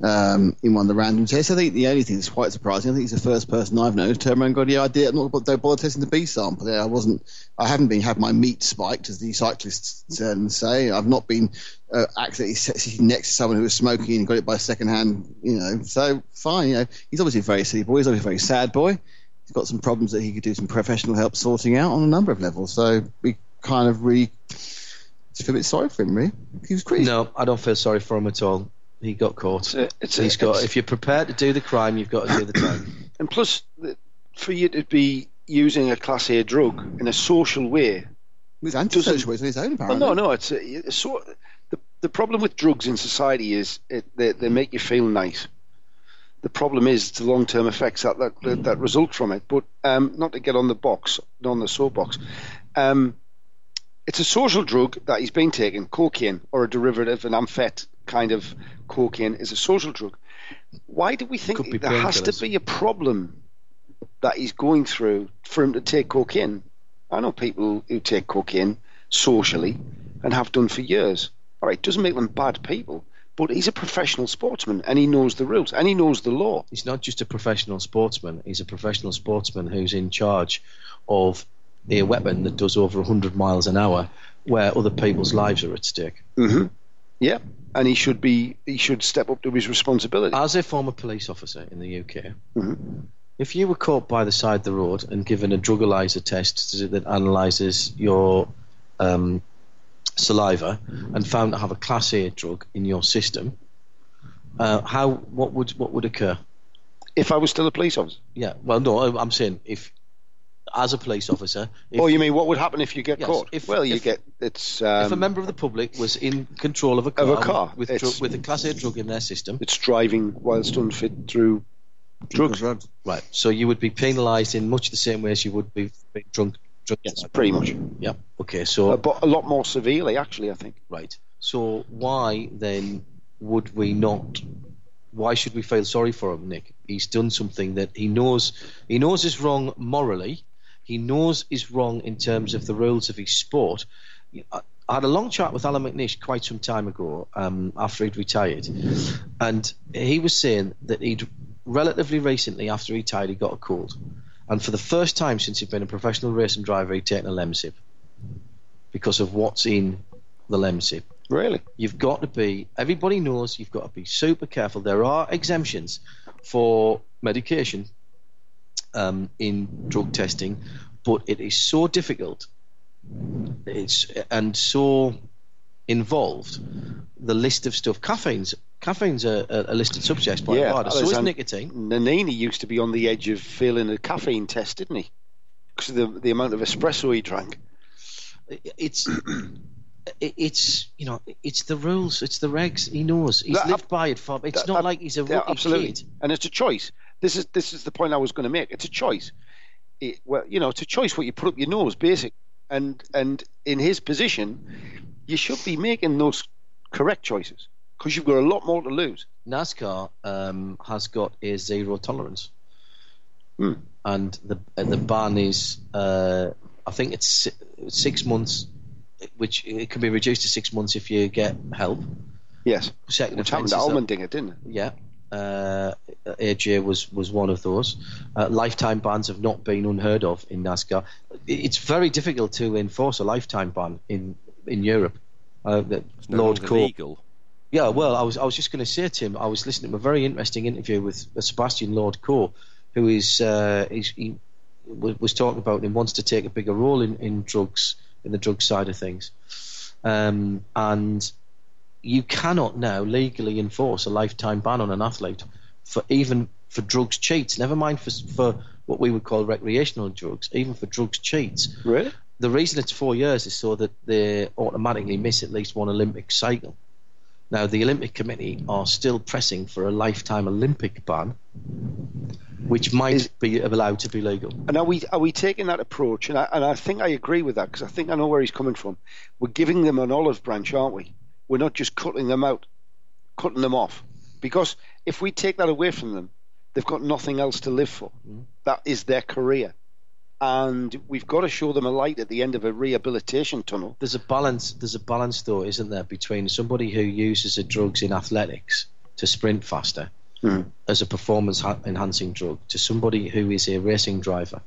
[SPEAKER 3] um, in one of the random tests. I think the only thing that's quite surprising, I think he's the first person I've known who's turned around and gone, yeah, I did. I'm not don't bother testing the B sample. Yeah, I wasn't. I haven't been had my meat spiked, as the cyclists um, say. I've not been uh, accidentally sitting next to someone who was smoking and got it by secondhand. You know, so fine. You know, he's obviously a very silly boy. He's obviously a very sad boy. He's got some problems that he could do some professional help sorting out on a number of levels. So we kind of really just feel a bit sorry for him, really. He was crazy.
[SPEAKER 1] No, I don't feel sorry for him at all. He got caught.
[SPEAKER 5] It's a- it's a-
[SPEAKER 1] He's got.
[SPEAKER 5] it's-
[SPEAKER 1] If you're prepared to do the crime, you've got to do the time.
[SPEAKER 5] And plus, th- for you to be using a class A drug in a social way.
[SPEAKER 3] He was antisocial on his own, apparently.
[SPEAKER 5] Well, no, no. It's, a, it's so, the the problem with drugs in society is it, they they make you feel nice. The problem is the long term effects that, that that that result from it. But um, not to get on the box, on the soapbox. Um, it's a social drug that he's been taking. Cocaine or a derivative, an amphet kind of cocaine, is a social drug. Why do we
[SPEAKER 1] Could be
[SPEAKER 5] think there has to
[SPEAKER 1] painkillers.
[SPEAKER 5] be a problem that he's going through for him to take cocaine? I know people who take cocaine socially and have done for years. All right, doesn't make them bad people, but he's a professional sportsman and he knows the rules and he knows the law.
[SPEAKER 1] He's not just a professional sportsman. He's a professional sportsman who's in charge of a weapon that does over 100 miles an hour, where other people's lives are at stake.
[SPEAKER 5] Yeah, and he should be he should step up to his responsibility.
[SPEAKER 1] As a former police officer in the UK,
[SPEAKER 5] Mm-hmm.
[SPEAKER 1] if you were caught by the side of the road and given a drugalyzer test to- that analyses your um, saliva and found to have a class A drug in your system, uh, how what would what would occur?
[SPEAKER 5] if I was still a police officer.
[SPEAKER 1] Yeah, well, no, I- I'm saying if as a police officer, if,
[SPEAKER 5] oh, you mean what would happen if you get
[SPEAKER 1] Yes,
[SPEAKER 5] caught?
[SPEAKER 1] if-
[SPEAKER 5] well, you
[SPEAKER 1] if-
[SPEAKER 5] get it's um,
[SPEAKER 1] if a member of the public was in control of a car,
[SPEAKER 5] Of a car,
[SPEAKER 1] with
[SPEAKER 5] it's-
[SPEAKER 1] dru- with a class A drug in their system,
[SPEAKER 5] it's driving whilst unfit through drugs.
[SPEAKER 1] right? So you would be penalised in much the same way as you would be for being drunk. drunk
[SPEAKER 5] Yes, pretty much,
[SPEAKER 1] Yeah. Okay. So
[SPEAKER 5] Uh, but a lot more severely, actually. I think.
[SPEAKER 1] Right. So why then would we not? Why should we feel sorry for him, Nick? He's done something that he knows he knows is wrong morally. He knows is wrong in terms of the rules of his sport. I I had a long chat with Alan McNish quite some time ago um, after he'd retired, and he was saying that he'd relatively recently after he retired he got a cold, and for the first time since he'd been a professional racing driver he'd taken a lemsip because of what's in the lemsip.
[SPEAKER 5] Really?
[SPEAKER 1] You've got to be. Everybody knows you've got to be super careful. There are exemptions for medication um, in drug testing, but it is so difficult. It's and so involved. The list of stuff. Caffeine's caffeine's a, a a listed subject by
[SPEAKER 5] Yeah,
[SPEAKER 1] WADA. So is
[SPEAKER 5] Alexand-
[SPEAKER 1] nicotine.
[SPEAKER 5] Nanini used to be on the edge of failing a caffeine test, didn't he? Because of the the amount of espresso he drank.
[SPEAKER 1] It's it- it's you know it's the rules. It's the regs. He knows. He's
[SPEAKER 5] That-
[SPEAKER 1] lived by it. For it's
[SPEAKER 5] That-
[SPEAKER 1] not
[SPEAKER 5] that-
[SPEAKER 1] like he's a
[SPEAKER 5] yeah,
[SPEAKER 1] rookie kid.
[SPEAKER 5] and it's a choice. This is this is the point I was going to make. It's a choice. It, well, you know, it's a choice what you put up your nose, basic. And and in his position, you should be making those correct choices because you've got a lot more to lose.
[SPEAKER 1] NASCAR um, has got a zero tolerance, and the and the ban is uh, I think it's si- six months, which it can be reduced to six months if you get help.
[SPEAKER 5] Yes,
[SPEAKER 1] Second
[SPEAKER 5] which
[SPEAKER 1] offences
[SPEAKER 5] happened to
[SPEAKER 1] that-
[SPEAKER 5] Almendinger, didn't it?
[SPEAKER 1] yeah. Uh, AJ was was one of those. Uh, lifetime bans have not been unheard of in NASCAR. It- It's very difficult to enforce a lifetime ban in in Europe. Uh, that
[SPEAKER 2] No
[SPEAKER 1] Lord
[SPEAKER 2] longer
[SPEAKER 1] Court
[SPEAKER 2] legal.
[SPEAKER 1] yeah, well, I was I was just going to say, Tim, I was listening to a very interesting interview with Sebastian Lord Core, who is uh, he's, he wa- was talking about and wants to take a bigger role in, in drugs in the drug side of things, um, and you cannot now legally enforce a lifetime ban on an athlete for even for drugs cheats. Never mind for for what we would call recreational drugs, even for drugs cheats.
[SPEAKER 5] Really?
[SPEAKER 1] The reason it's four years is so that they automatically miss at least one Olympic cycle. Now, the Olympic Committee are still pressing for a lifetime Olympic ban, which might be allowed to be legal.
[SPEAKER 5] And are we are we taking that approach? And I and I think I agree with that because I think I know where he's coming from. We're giving them an olive branch, aren't we? We're not just cutting them out, cutting them off, because if we take that away from them, they've got nothing else to live for. That is their career, and we've got to show them a light at the end of a rehabilitation tunnel.
[SPEAKER 1] There's a balance. There's a balance, though, isn't there, between somebody who uses the drugs in athletics to sprint faster
[SPEAKER 5] Hmm.
[SPEAKER 1] as a performance ha- enhancing drug to somebody who is a racing driver,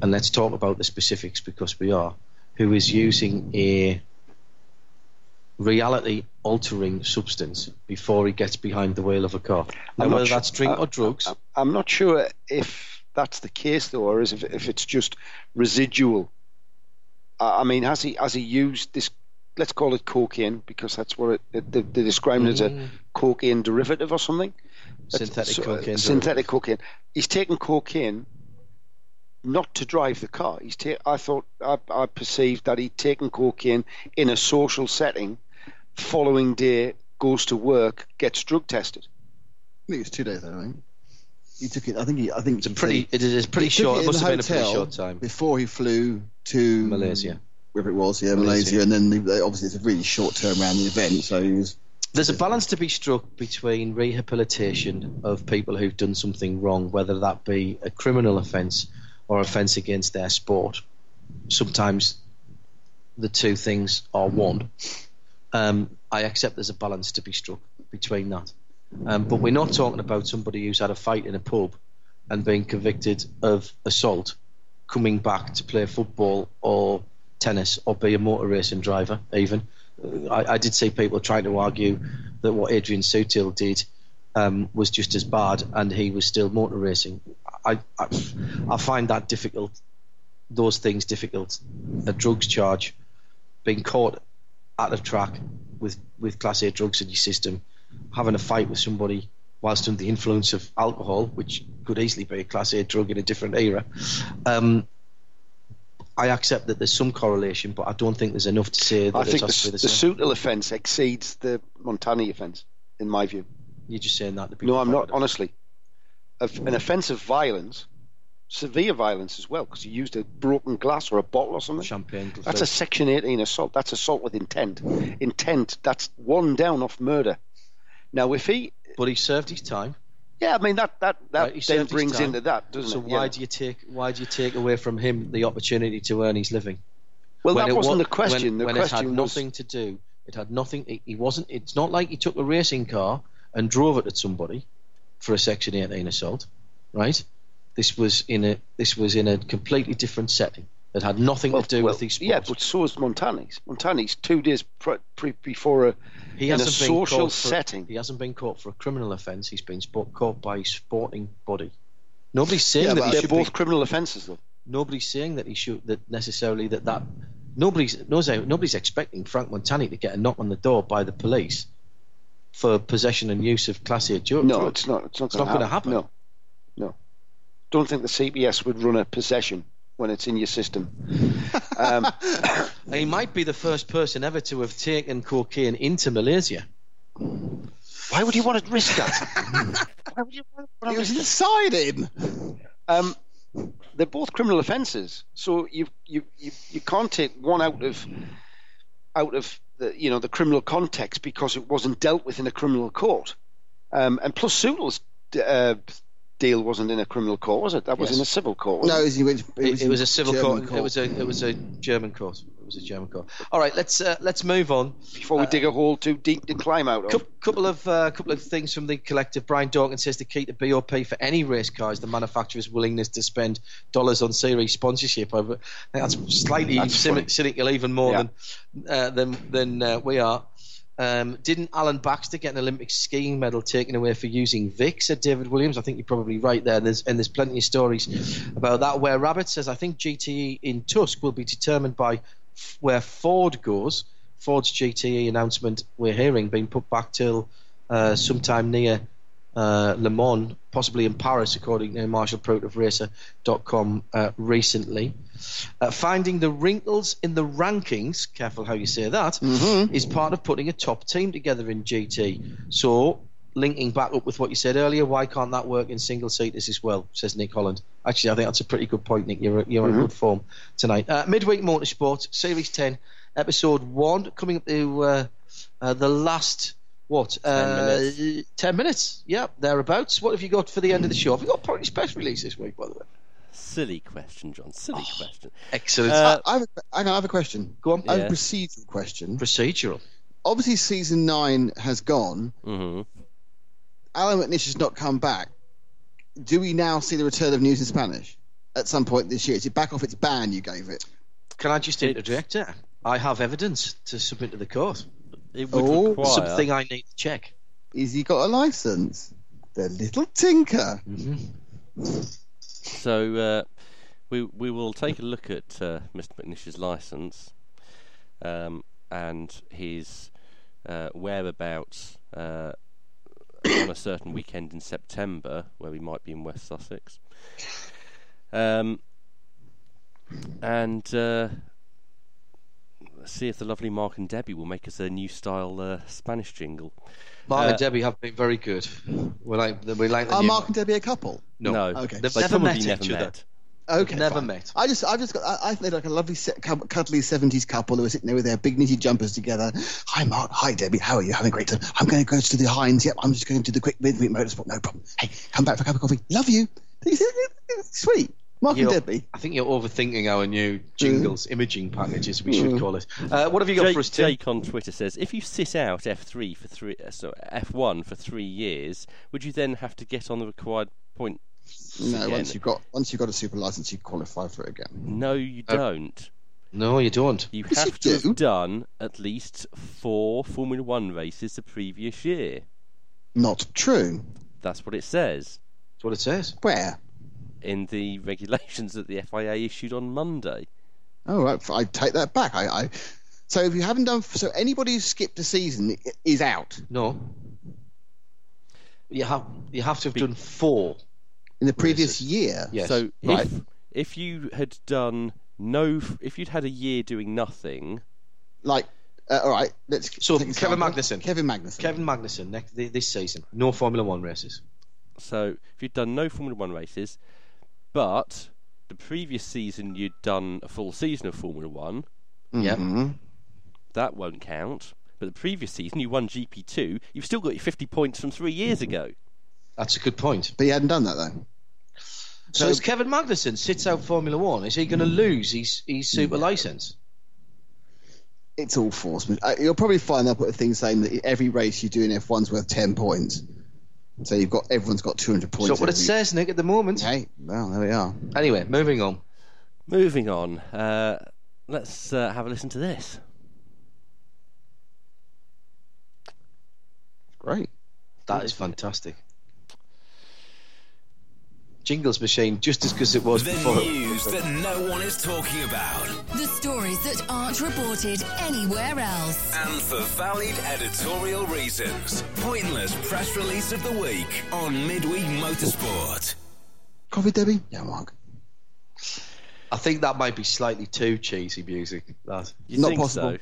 [SPEAKER 1] and let's talk about the specifics because we are, who is using a reality altering substance before he gets behind the wheel of a car. Now,
[SPEAKER 5] I'm not
[SPEAKER 1] whether
[SPEAKER 5] su-
[SPEAKER 1] that's drink
[SPEAKER 5] uh,
[SPEAKER 1] or drugs,
[SPEAKER 5] I- I'm not sure if that's the case though, or is if, if it's just residual. I I mean, has he has he used this? Let's call it cocaine because that's what it, they, they describe it as a cocaine derivative or something. That's-
[SPEAKER 1] Mm. synthetic
[SPEAKER 5] so, uh,
[SPEAKER 1] cocaine.
[SPEAKER 5] Synthetic cocaine. He's taken cocaine not to drive the car. He's ta- I thought I, I perceived that he'd taken cocaine in a social setting. Following day, goes to work, gets drug tested.
[SPEAKER 3] think it's two days, I think. He took it. I think he. I think
[SPEAKER 1] It's a pretty. It is pretty
[SPEAKER 3] He took
[SPEAKER 1] short.
[SPEAKER 3] in
[SPEAKER 1] It must
[SPEAKER 3] the
[SPEAKER 1] have been a pretty
[SPEAKER 3] hotel
[SPEAKER 1] short time.
[SPEAKER 3] before he flew to
[SPEAKER 1] Malaysia.
[SPEAKER 3] wherever it was, yeah, Malaysia,
[SPEAKER 1] Malaysia.
[SPEAKER 3] and then they, obviously it's a really short turnaround the event, so he was
[SPEAKER 1] There's a balance to be struck between rehabilitation of people who've done something wrong, whether that be a criminal offence or offence against their sport. Sometimes the two things are one. Um, I accept there's a balance to be struck between that. Um, but we're not talking about somebody who's had a fight in a pub and being convicted of assault coming back to play football or tennis or be a motor racing driver, even. Uh, I, I did see people trying to argue that what Adrian Sutil did um, was just as bad and he was still motor racing. I, I, I find that difficult, those things difficult. A drugs charge, being caught at a track with, with Class A drugs in your system, having a fight with somebody whilst under the influence of alcohol, which could easily be a Class A drug in a different era. Um, I accept that there's some correlation, but I don't think there's enough to say that
[SPEAKER 5] I
[SPEAKER 1] it's
[SPEAKER 5] think the,
[SPEAKER 1] obviously
[SPEAKER 5] the
[SPEAKER 1] the same.
[SPEAKER 5] Sutil offence exceeds the Montani offence, in my view.
[SPEAKER 1] You're just saying that to be
[SPEAKER 5] No, I'm not.
[SPEAKER 1] provocative.
[SPEAKER 5] Honestly, of an offence of violence, severe violence as well, because he used a broken glass or a bottle or something.
[SPEAKER 1] Champagne.
[SPEAKER 5] That's a Section 18 assault. That's assault with intent. Intent. That's one down off murder. Now, if he,
[SPEAKER 1] but he served his time.
[SPEAKER 5] yeah, I mean that that that
[SPEAKER 1] Right, he
[SPEAKER 5] then
[SPEAKER 1] served his
[SPEAKER 5] brings
[SPEAKER 1] time.
[SPEAKER 5] into that, doesn't
[SPEAKER 1] So
[SPEAKER 5] it?
[SPEAKER 1] why do you take why do you take away from him the opportunity to earn his living?
[SPEAKER 5] well,
[SPEAKER 1] When
[SPEAKER 5] that
[SPEAKER 1] it
[SPEAKER 5] wasn't
[SPEAKER 1] wa-
[SPEAKER 5] the question.
[SPEAKER 1] When,
[SPEAKER 5] the
[SPEAKER 1] when
[SPEAKER 5] question
[SPEAKER 1] it had
[SPEAKER 5] was
[SPEAKER 1] nothing to do. It had nothing. He, he wasn't. It's not like he took a racing car and drove it at somebody for a Section 18 assault, right? This was in a this was in a completely different setting that had nothing
[SPEAKER 5] well,
[SPEAKER 1] to do
[SPEAKER 5] well,
[SPEAKER 1] with these sports.
[SPEAKER 5] Yeah, but so is Montani's. Montani's two days pre, pre, before a
[SPEAKER 1] he
[SPEAKER 5] in a
[SPEAKER 1] hasn't been
[SPEAKER 5] social
[SPEAKER 1] caught for-
[SPEAKER 5] setting.
[SPEAKER 1] He hasn't been caught for a criminal offence. He's been spot, caught by his sporting body. Nobody's saying
[SPEAKER 3] Yeah,
[SPEAKER 1] that
[SPEAKER 3] but
[SPEAKER 1] he
[SPEAKER 5] They're
[SPEAKER 1] should
[SPEAKER 5] both
[SPEAKER 1] be
[SPEAKER 5] criminal offences, though.
[SPEAKER 1] nobody's saying that he should that necessarily that that nobody's knows how- nobody's expecting Frank Montani to get a knock on the door by the police for possession and use of class A drug.
[SPEAKER 5] No,
[SPEAKER 1] drugs.
[SPEAKER 5] it's not. It's not
[SPEAKER 1] not
[SPEAKER 5] going
[SPEAKER 1] gonna
[SPEAKER 5] to
[SPEAKER 1] happen.
[SPEAKER 5] No, no. Don't think the CPS would run a possession when it's in your system. Um,
[SPEAKER 1] he might be the first person ever to have taken cocaine into Malaysia.
[SPEAKER 5] why would you want to risk that?
[SPEAKER 3] he was inside him.
[SPEAKER 5] Um, they're both criminal offences, so you you you you can't take one out of out of the you know the criminal context because it wasn't dealt with in a criminal court. Um, and plus, Sewell's uh, deal wasn't in a criminal court, was it? That was
[SPEAKER 1] Yes.
[SPEAKER 5] in a civil court. wasn't
[SPEAKER 3] No, he went, it,
[SPEAKER 1] It, it was a civil
[SPEAKER 3] German
[SPEAKER 1] court. It was a it was a German court. It was a German court. All right, let's uh, let's move on.
[SPEAKER 5] before we
[SPEAKER 2] uh,
[SPEAKER 5] dig a hole too deep to climb out of.
[SPEAKER 1] Cou- couple of uh, couple of things from the collective. Brian Dawkins says the key to BOP for any race car is the manufacturer's willingness to spend dollars on series sponsorship. I I think that's slightly
[SPEAKER 5] That's
[SPEAKER 1] cyni-
[SPEAKER 5] funny.
[SPEAKER 1] cynical, even more
[SPEAKER 5] Yeah.
[SPEAKER 1] than uh, than than uh, we are. Um, didn't Alan Baxter get an Olympic skiing medal taken away for using Vic? Said David Williams. I think you're probably right there. And there's and there's plenty of stories about that. Where Rabbit says I think GTE in Tusk will be determined by f- where Ford goes. Ford's GTE announcement we're hearing being put back till uh, sometime near uh, Le Mans, possibly in Paris, according to MarshallProtoFRacer.com uh, recently. Uh, finding the wrinkles in the rankings, careful how you say that, is part of putting a top team together in GT. So, linking back up with what you said earlier, why can't that work in single seaters as well, says Nick Holland. Actually, I think that's a pretty good point, Nick. You're, you're in good form tonight. Uh, Midweek Motorsport, Series 10, Episode 1, coming up to uh, uh, the last. What? 10
[SPEAKER 2] minutes.
[SPEAKER 1] 10 minutes, yeah, thereabouts. What have you got for the end of the show? Have you got probably special release this week, by the way?
[SPEAKER 2] Silly question, John. Silly question.
[SPEAKER 1] Excellent.
[SPEAKER 2] Uh,
[SPEAKER 3] I have, a, hang on, I have a question.
[SPEAKER 1] Go on.
[SPEAKER 3] I have
[SPEAKER 2] Yeah.
[SPEAKER 3] a procedural question.
[SPEAKER 1] Procedural.
[SPEAKER 3] Uh, Obviously, season nine has gone.
[SPEAKER 2] hmm
[SPEAKER 3] Alan McNish has not come back, do we now see the return of news in Spanish at some point this year? Is it back off its ban you gave it?
[SPEAKER 1] Can I just interject there? I have evidence to submit to the court.
[SPEAKER 2] It would
[SPEAKER 3] Oh,
[SPEAKER 2] require
[SPEAKER 1] Something I need to check.
[SPEAKER 3] Is he got a license? The little tinker.
[SPEAKER 2] So uh, we we will take a look at uh, Mr. McNish's license um, and his uh, whereabouts uh, on a certain weekend in September, where we might be in West Sussex. Um, and uh, see if the lovely Mark and Debbie will make us a new style uh, Spanish jingle.
[SPEAKER 1] Mark
[SPEAKER 2] Uh,
[SPEAKER 1] and Debbie have been very good. We like, we like the
[SPEAKER 3] Are
[SPEAKER 1] new-
[SPEAKER 3] Mark and Debbie a couple?
[SPEAKER 1] No.
[SPEAKER 3] Okay.
[SPEAKER 1] They've
[SPEAKER 2] They
[SPEAKER 1] never
[SPEAKER 2] probably
[SPEAKER 1] met
[SPEAKER 2] never
[SPEAKER 1] each other.
[SPEAKER 2] met.
[SPEAKER 3] Okay.
[SPEAKER 1] Never
[SPEAKER 3] fine.
[SPEAKER 1] met.
[SPEAKER 3] I just, I've just got, I, I think they're like a lovely, set, cud- cuddly seventies couple who are sitting there with their big knitted jumpers together. Hi, Mark. Hi, Debbie. How are you? Having a great time. I'm going to go to the Heinz. Yep. I'm just going to do the quick midweek motorsport. No problem. Hey, come back for a cup of coffee. Love you. Sweet. Mark
[SPEAKER 1] You're-
[SPEAKER 3] and Debbie.
[SPEAKER 1] I think you're overthinking our new jingles, imaging packages, we should call it. Uh, what have you got for us,
[SPEAKER 2] Jake,
[SPEAKER 1] Tim?
[SPEAKER 2] Jake on Twitter says, if you sit out F3 for three, uh, so F1 for three years, would you then have to get on the required point?
[SPEAKER 3] No,
[SPEAKER 2] again?
[SPEAKER 3] once you've got once you've got a super license, you qualify for it again.
[SPEAKER 2] No, you don't.
[SPEAKER 1] No, you don't.
[SPEAKER 2] You
[SPEAKER 3] Uh, yes,
[SPEAKER 2] have
[SPEAKER 3] you
[SPEAKER 2] to
[SPEAKER 3] do.
[SPEAKER 2] have done at least four Formula One races the previous year.
[SPEAKER 3] Not true.
[SPEAKER 2] That's what it says
[SPEAKER 1] That's what it says.
[SPEAKER 3] Where?
[SPEAKER 2] in the regulations that the FIA issued on Monday.
[SPEAKER 3] Oh, right. I take that back. I, I so if you haven't done so, anybody who skipped a season i- is out
[SPEAKER 1] No. You have you have to have done four.
[SPEAKER 3] in the previous year.
[SPEAKER 1] Yes.
[SPEAKER 2] So
[SPEAKER 3] Right.
[SPEAKER 2] if if you had done no, if you'd had a year doing nothing,
[SPEAKER 3] Like, uh, all right. Let's
[SPEAKER 1] So,
[SPEAKER 3] take an
[SPEAKER 1] Kevin
[SPEAKER 3] example.
[SPEAKER 1] Magnussen.
[SPEAKER 3] Kevin Magnussen.
[SPEAKER 1] Kevin Magnussen next thi- this season, no Formula One races.
[SPEAKER 2] So if you'd done no Formula One races, but the previous season you'd done a full season of Formula One,
[SPEAKER 1] Mm-hmm.
[SPEAKER 3] Mhm.
[SPEAKER 2] that won't count. But the previous season you won GP2, you've still got your 50 points from three years ago.
[SPEAKER 1] That's a good point.
[SPEAKER 3] But he hadn't done that though.
[SPEAKER 1] So, if Kevin Magnussen sits out Formula One, is he going to lose his his super license?
[SPEAKER 3] It's all force. Uh, you'll probably find they'll put a thing saying that every race you do in F1's worth ten points. So you've got everyone's got two hundred points.
[SPEAKER 1] So what it
[SPEAKER 3] every-
[SPEAKER 1] says, Nick, at the moment.
[SPEAKER 3] Hey, well there we are.
[SPEAKER 1] Anyway, moving on.
[SPEAKER 2] Moving on, uh, let's uh, have a listen to this.
[SPEAKER 3] Great.
[SPEAKER 1] That is fantastic. Jingles machine, just as good as it was
[SPEAKER 7] The
[SPEAKER 1] before.
[SPEAKER 7] news that no one is talking about,
[SPEAKER 4] The stories that aren't reported anywhere else.
[SPEAKER 7] and for valid editorial reasons. Pointless press release of the week on Midweek Motorsport.
[SPEAKER 3] Coffee, Debbie. Yeah, Mark.
[SPEAKER 1] I think that might be slightly too cheesy music. That.
[SPEAKER 2] You
[SPEAKER 3] Not
[SPEAKER 2] think
[SPEAKER 3] possible.
[SPEAKER 2] so?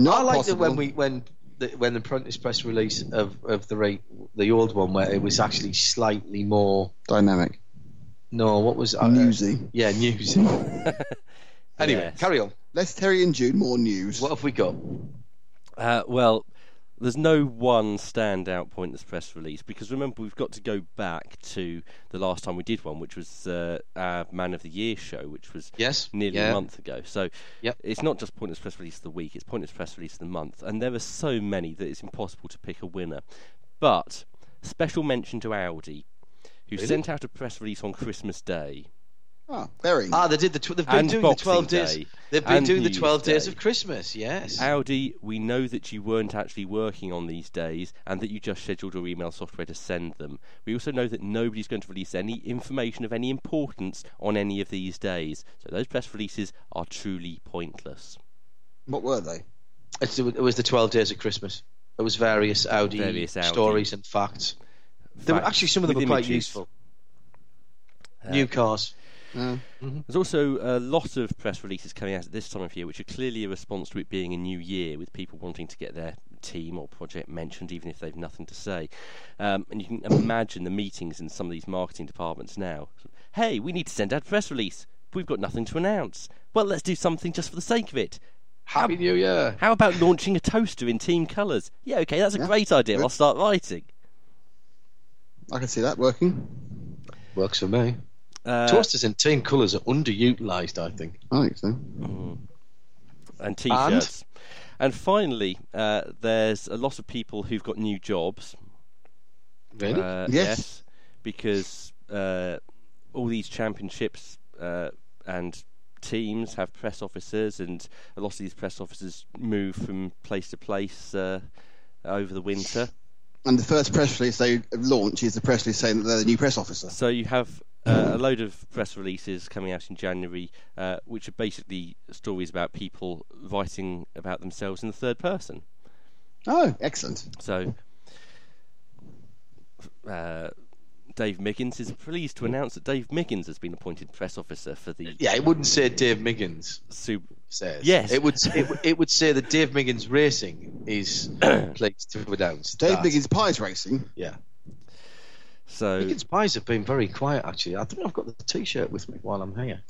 [SPEAKER 3] Not
[SPEAKER 1] I like
[SPEAKER 3] possible.
[SPEAKER 1] that when we when the, when the Apprentice press release of of the rate the old one where it was actually slightly more.
[SPEAKER 3] dynamic,
[SPEAKER 1] No, what was uh,
[SPEAKER 3] newsy.
[SPEAKER 1] Yeah, newsy. anyway,
[SPEAKER 2] Yes.
[SPEAKER 1] carry on.
[SPEAKER 3] Less Terry and June, more news.
[SPEAKER 1] What have we got?
[SPEAKER 2] Uh, well, there's no one standout point in this press release because remember we've got to go back to the last time we did one, which was uh, our Man of the Year show, which was
[SPEAKER 1] Yes,
[SPEAKER 2] nearly
[SPEAKER 1] yeah.
[SPEAKER 2] a month ago. So
[SPEAKER 1] Yep.
[SPEAKER 2] it's not just pointless press release of the week; it's pointless press release of the month, and there are so many that it's impossible to pick a winner. But special mention to Audi, who sent out a press release on Christmas Day
[SPEAKER 3] Ah, very.
[SPEAKER 1] Ah, they did the. Tw- they've been
[SPEAKER 2] And
[SPEAKER 1] doing the
[SPEAKER 2] Boxing
[SPEAKER 1] twelve days.
[SPEAKER 2] Day.
[SPEAKER 1] They've been
[SPEAKER 2] And
[SPEAKER 1] doing the
[SPEAKER 2] New
[SPEAKER 1] twelve days
[SPEAKER 2] Year's
[SPEAKER 1] of
[SPEAKER 2] Day.
[SPEAKER 1] Christmas. Yes.
[SPEAKER 2] Audi, we know that you weren't actually working on these days and that you just scheduled your email software to send them. We also know that nobody's going to release any information of any importance on any of these days. So those press releases are truly pointless.
[SPEAKER 3] what were they?
[SPEAKER 1] It's, it was the twelve days of Christmas. It was various Audi
[SPEAKER 2] Various Audi.
[SPEAKER 1] stories and facts. They were
[SPEAKER 2] Facts
[SPEAKER 1] actually some of them
[SPEAKER 2] with
[SPEAKER 1] were quite
[SPEAKER 2] images.
[SPEAKER 1] useful. New cars.
[SPEAKER 2] There's also a lot of press releases coming out at this time of year, which are clearly a response to it being a new year, with people wanting to get their team or project mentioned, even if they've nothing to say. Um, and you can imagine the meetings in some of these marketing departments now. Hey, we need to send out a press release. We've got nothing to announce. Well, let's do something just for the sake of it.
[SPEAKER 1] Happy New Year.
[SPEAKER 2] How about launching a toaster in team colours? Yeah, okay, that's a great idea. I'll start writing.
[SPEAKER 3] I can see that working.
[SPEAKER 1] Works for me.
[SPEAKER 2] Uh,
[SPEAKER 1] Toasters in team colours are underutilised, I think.
[SPEAKER 3] I think so.
[SPEAKER 2] and t-shirts. And, finally, uh, there's a lot of people who've got new jobs.
[SPEAKER 1] Really?
[SPEAKER 2] Uh,
[SPEAKER 3] Yes.
[SPEAKER 2] because uh, all these championships uh, and teams have press officers, and a lot of these press officers move from place to place uh, over the winter.
[SPEAKER 3] And the first press release they launch is the press release saying that they're the new press officer.
[SPEAKER 2] So you have uh, a load of press releases coming out in January, uh, which are basically stories about people writing about themselves in the third person.
[SPEAKER 3] Oh, excellent.
[SPEAKER 2] So, uh, Dave Miggins is pleased to announce that Dave Miggins has been appointed press officer for the
[SPEAKER 1] Yeah, it wouldn't say Dave Miggins
[SPEAKER 2] Super.
[SPEAKER 1] says.
[SPEAKER 2] Yes.
[SPEAKER 1] it would. It, w- it would say that Dave Miggins Racing is pleased to announce.
[SPEAKER 3] Dave
[SPEAKER 1] that.
[SPEAKER 3] Biggins Pies Racing.
[SPEAKER 1] Yeah,
[SPEAKER 2] So
[SPEAKER 1] Miggins pies have been very quiet actually. I think I've got the T-shirt with me while I'm here.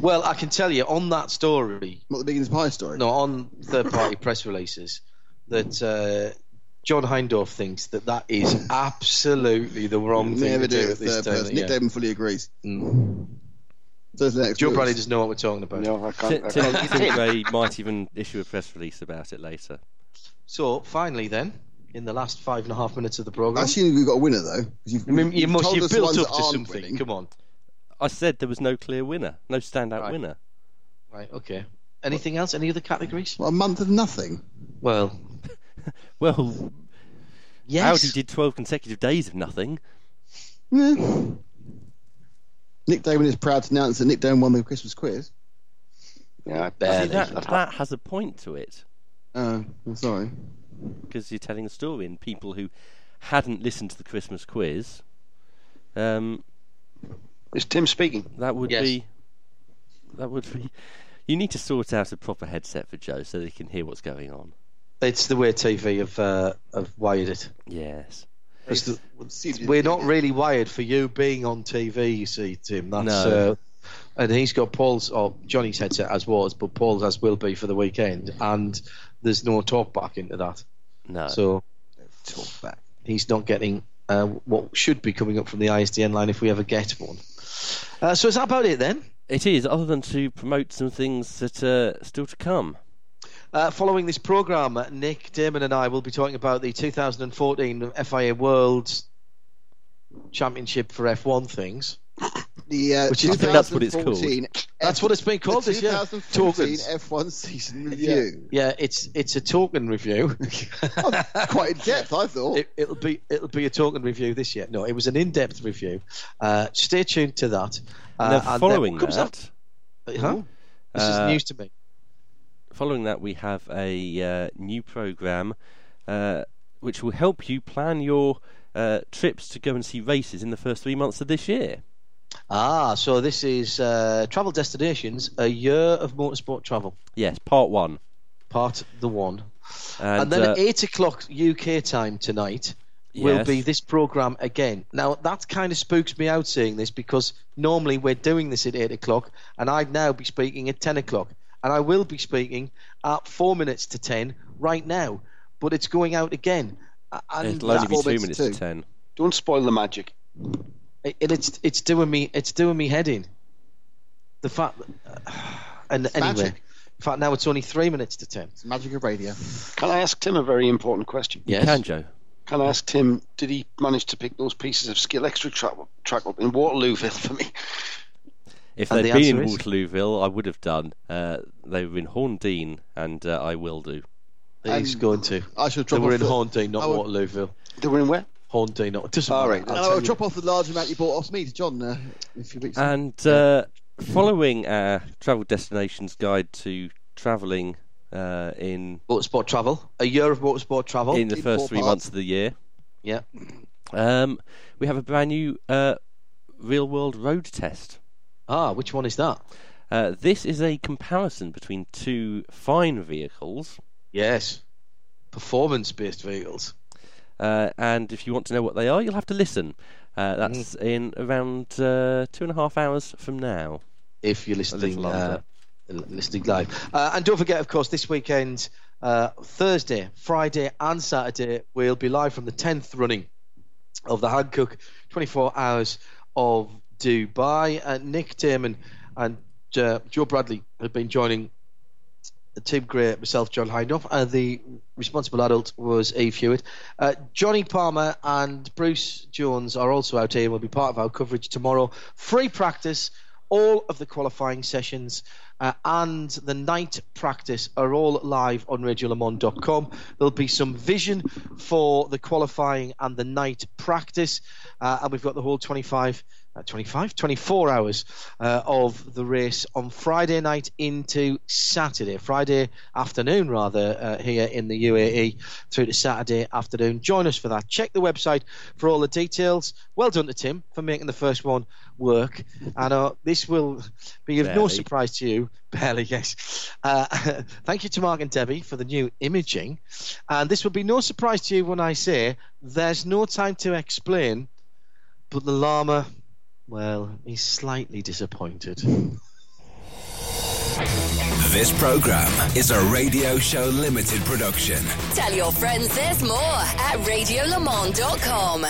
[SPEAKER 1] well, I can tell you on that story.
[SPEAKER 3] Not the Biggins Pie story.
[SPEAKER 1] No, on third-party press releases, that uh, John Hindorf thinks that that is absolutely the wrong thing
[SPEAKER 3] Never
[SPEAKER 1] to
[SPEAKER 3] do
[SPEAKER 1] do
[SPEAKER 3] it
[SPEAKER 1] at this
[SPEAKER 3] third
[SPEAKER 1] time.
[SPEAKER 3] person. Nick Damon fully agrees.
[SPEAKER 1] Mm.
[SPEAKER 3] So it's the next
[SPEAKER 1] Joe
[SPEAKER 3] rules.
[SPEAKER 1] Bradley doesn't know what we're talking about.
[SPEAKER 5] No, I
[SPEAKER 2] Tim,
[SPEAKER 5] can't. I
[SPEAKER 2] Tim,
[SPEAKER 5] can't.
[SPEAKER 2] Tim Gray might even issue a press release about it later.
[SPEAKER 1] So finally, then, in the last five and a half minutes of the program,
[SPEAKER 3] I assume we've got a winner though. 'cause You've,
[SPEAKER 1] I mean, you
[SPEAKER 3] you've
[SPEAKER 1] must
[SPEAKER 3] told
[SPEAKER 1] you
[SPEAKER 3] us
[SPEAKER 1] built
[SPEAKER 3] ones
[SPEAKER 1] up
[SPEAKER 3] that
[SPEAKER 1] to
[SPEAKER 3] aren't
[SPEAKER 1] something.
[SPEAKER 3] winning.
[SPEAKER 1] Come on,
[SPEAKER 2] I said there was no clear winner, no standout
[SPEAKER 1] Right.
[SPEAKER 2] winner.
[SPEAKER 1] right? Okay. Anything else? Any other categories?
[SPEAKER 3] Well, a month of nothing.
[SPEAKER 1] Well,
[SPEAKER 2] Well,
[SPEAKER 1] yes.
[SPEAKER 2] Audi did 12 consecutive days of nothing.
[SPEAKER 3] Yeah. Nick Damon is proud to announce that Nick Damon won the Christmas quiz.
[SPEAKER 5] Yeah,
[SPEAKER 2] See,
[SPEAKER 5] barely.
[SPEAKER 2] that, that has a point to it
[SPEAKER 3] Oh, I'm sorry.
[SPEAKER 2] because you're telling a story, and people who hadn't listened to the Christmas quiz, um,
[SPEAKER 5] Is Tim speaking?
[SPEAKER 2] that would
[SPEAKER 1] Yes.
[SPEAKER 2] be. That would be. You need to sort out a proper headset for Joe so they can hear what's going on.
[SPEAKER 1] It's the way TV have uh, have wired it.
[SPEAKER 2] Yes.
[SPEAKER 1] It's the- We're not really wired for you being on TV. You see, Tim. That's
[SPEAKER 2] No.
[SPEAKER 1] uh, and he's got Paul's oh, or Johnny's headset as was, but Paul's as will be for the weekend. And there's no talk back into that,
[SPEAKER 2] No.
[SPEAKER 1] so he's not getting uh, what should be coming up from the ISDN line if we ever get one. Uh, so is that about it then?
[SPEAKER 2] It is, other than to promote some things that are still to come.
[SPEAKER 1] Uh, following this programme, Nick Damon and I will be talking about the 2014 FIA World Championship for F1 things.
[SPEAKER 3] The, uh,
[SPEAKER 2] Which is- I think that's what it's called.
[SPEAKER 3] 2014
[SPEAKER 1] That's what it's been called
[SPEAKER 3] the
[SPEAKER 1] this year.
[SPEAKER 3] 2014
[SPEAKER 1] Tokens.
[SPEAKER 3] F1 season review.
[SPEAKER 1] Yeah, it's it's a token review.
[SPEAKER 3] Quite in depth, I thought.
[SPEAKER 1] it, it'll be it'll be a token review this year. No, it was an in-depth review. Uh, stay tuned to that. Uh,
[SPEAKER 2] now,
[SPEAKER 1] and then-
[SPEAKER 2] following
[SPEAKER 1] comes
[SPEAKER 2] that,
[SPEAKER 1] up- huh? This
[SPEAKER 2] Uh,
[SPEAKER 1] is news to me.
[SPEAKER 2] following that, we have a uh, new program uh, which will help you plan your uh, trips to go and see races in the first three months of this year.
[SPEAKER 1] Ah, so this is uh, travel destinations, a year of motorsport travel,
[SPEAKER 2] Yes, part one.
[SPEAKER 1] part the one.
[SPEAKER 2] And,
[SPEAKER 1] And, then
[SPEAKER 2] uh,
[SPEAKER 1] at eight o'clock UK time tonight will
[SPEAKER 2] Yes.
[SPEAKER 1] be this program again. Now that kind of spooks me out seeing this because normally we're doing this at eight o'clock, and I'd now be speaking at ten o'clock, and I will be speaking at four minutes to ten right now, but it's going out again, A- and
[SPEAKER 2] it'll only
[SPEAKER 1] that-
[SPEAKER 2] be
[SPEAKER 3] four
[SPEAKER 2] two
[SPEAKER 3] bits
[SPEAKER 2] minutes
[SPEAKER 3] too.
[SPEAKER 2] to ten.
[SPEAKER 5] Don't spoil the magic.
[SPEAKER 1] and it's it's doing me it's doing me head in. The fact, uh, and anyway,
[SPEAKER 3] magic.
[SPEAKER 1] in fact now it's only three minutes to ten.
[SPEAKER 3] It's the magic of radio.
[SPEAKER 5] Can I ask Tim a very important question?
[SPEAKER 1] Yes.
[SPEAKER 2] Can Joe?
[SPEAKER 5] Can I ask Tim, did he manage to pick those pieces of skill extra track, track up in Waterlooville for me?
[SPEAKER 2] If
[SPEAKER 1] And the
[SPEAKER 2] they'd been in
[SPEAKER 1] answer is-
[SPEAKER 2] Waterlooville, I would have done. Uh, they were in Horndean, and uh, I will do.
[SPEAKER 1] He's
[SPEAKER 3] Um,
[SPEAKER 1] going to.
[SPEAKER 3] I should
[SPEAKER 1] They
[SPEAKER 3] drop
[SPEAKER 1] were
[SPEAKER 3] off
[SPEAKER 1] in
[SPEAKER 3] the,
[SPEAKER 1] Horndean, not
[SPEAKER 3] I would-
[SPEAKER 1] Waterlooville.
[SPEAKER 5] They were in where?
[SPEAKER 1] Horndean, not. It doesn't
[SPEAKER 5] All
[SPEAKER 1] matter,
[SPEAKER 5] right.
[SPEAKER 1] I'll
[SPEAKER 3] And
[SPEAKER 1] tell
[SPEAKER 3] I will
[SPEAKER 1] you.
[SPEAKER 3] drop off the large amount you bought off me to John uh, in a few weeks.
[SPEAKER 2] And uh, following our travel destinations guide to travelling uh, in
[SPEAKER 1] motorsport travel, a year of motorsport travel.
[SPEAKER 2] in the
[SPEAKER 3] in
[SPEAKER 2] first
[SPEAKER 3] four
[SPEAKER 2] three
[SPEAKER 3] parts.
[SPEAKER 2] months of the year.
[SPEAKER 1] yeah,
[SPEAKER 2] Um, we have a brand new uh, real world road test.
[SPEAKER 1] ah, which one is that?
[SPEAKER 2] Uh, this is a comparison between two fine vehicles.
[SPEAKER 1] Yes, performance-based vehicles.
[SPEAKER 2] Uh, and if you want to know what they are, you'll have to listen. Uh, that's in around uh, two and a half hours from now.
[SPEAKER 1] If you're listening,
[SPEAKER 2] little
[SPEAKER 1] uh,
[SPEAKER 2] older.
[SPEAKER 1] l- listening live, uh, and don't forget, of course, this weekend, uh, Thursday, Friday, and Saturday, we'll be live from the tenth running of the Hankook 24 Hours of Dubai. Uh, Nick Damon and uh, Joe Bradley have been joining Tim Gray, myself, John Hindoff, and the responsible adult was Eve Hewitt. Uh, Johnny Palmer and Bruce Jones are also out here and will be part of our coverage tomorrow. Free practice, all of the qualifying sessions uh, and the night practice are all live on RadioLamont.com. There'll be some vision for the qualifying and the night practice, uh, and we've got the whole 25. Uh, 25, 24 hours uh, of the race on Friday night into Saturday, Friday afternoon rather, uh, here in the UAE through to Saturday afternoon. Join us for that. Check the website for all the details. Well done to Tim for making the first one work. And uh, this will be of no
[SPEAKER 2] Barely.
[SPEAKER 1] surprise to you. Barely, yes. Uh, thank you to Mark and Debbie for the new imaging. And this will be no surprise to you when I say there's no time to explain, but the llama. Well, he's slightly disappointed.
[SPEAKER 7] This program is a radio show limited production.
[SPEAKER 4] Tell your friends there's more at radiolamont.com.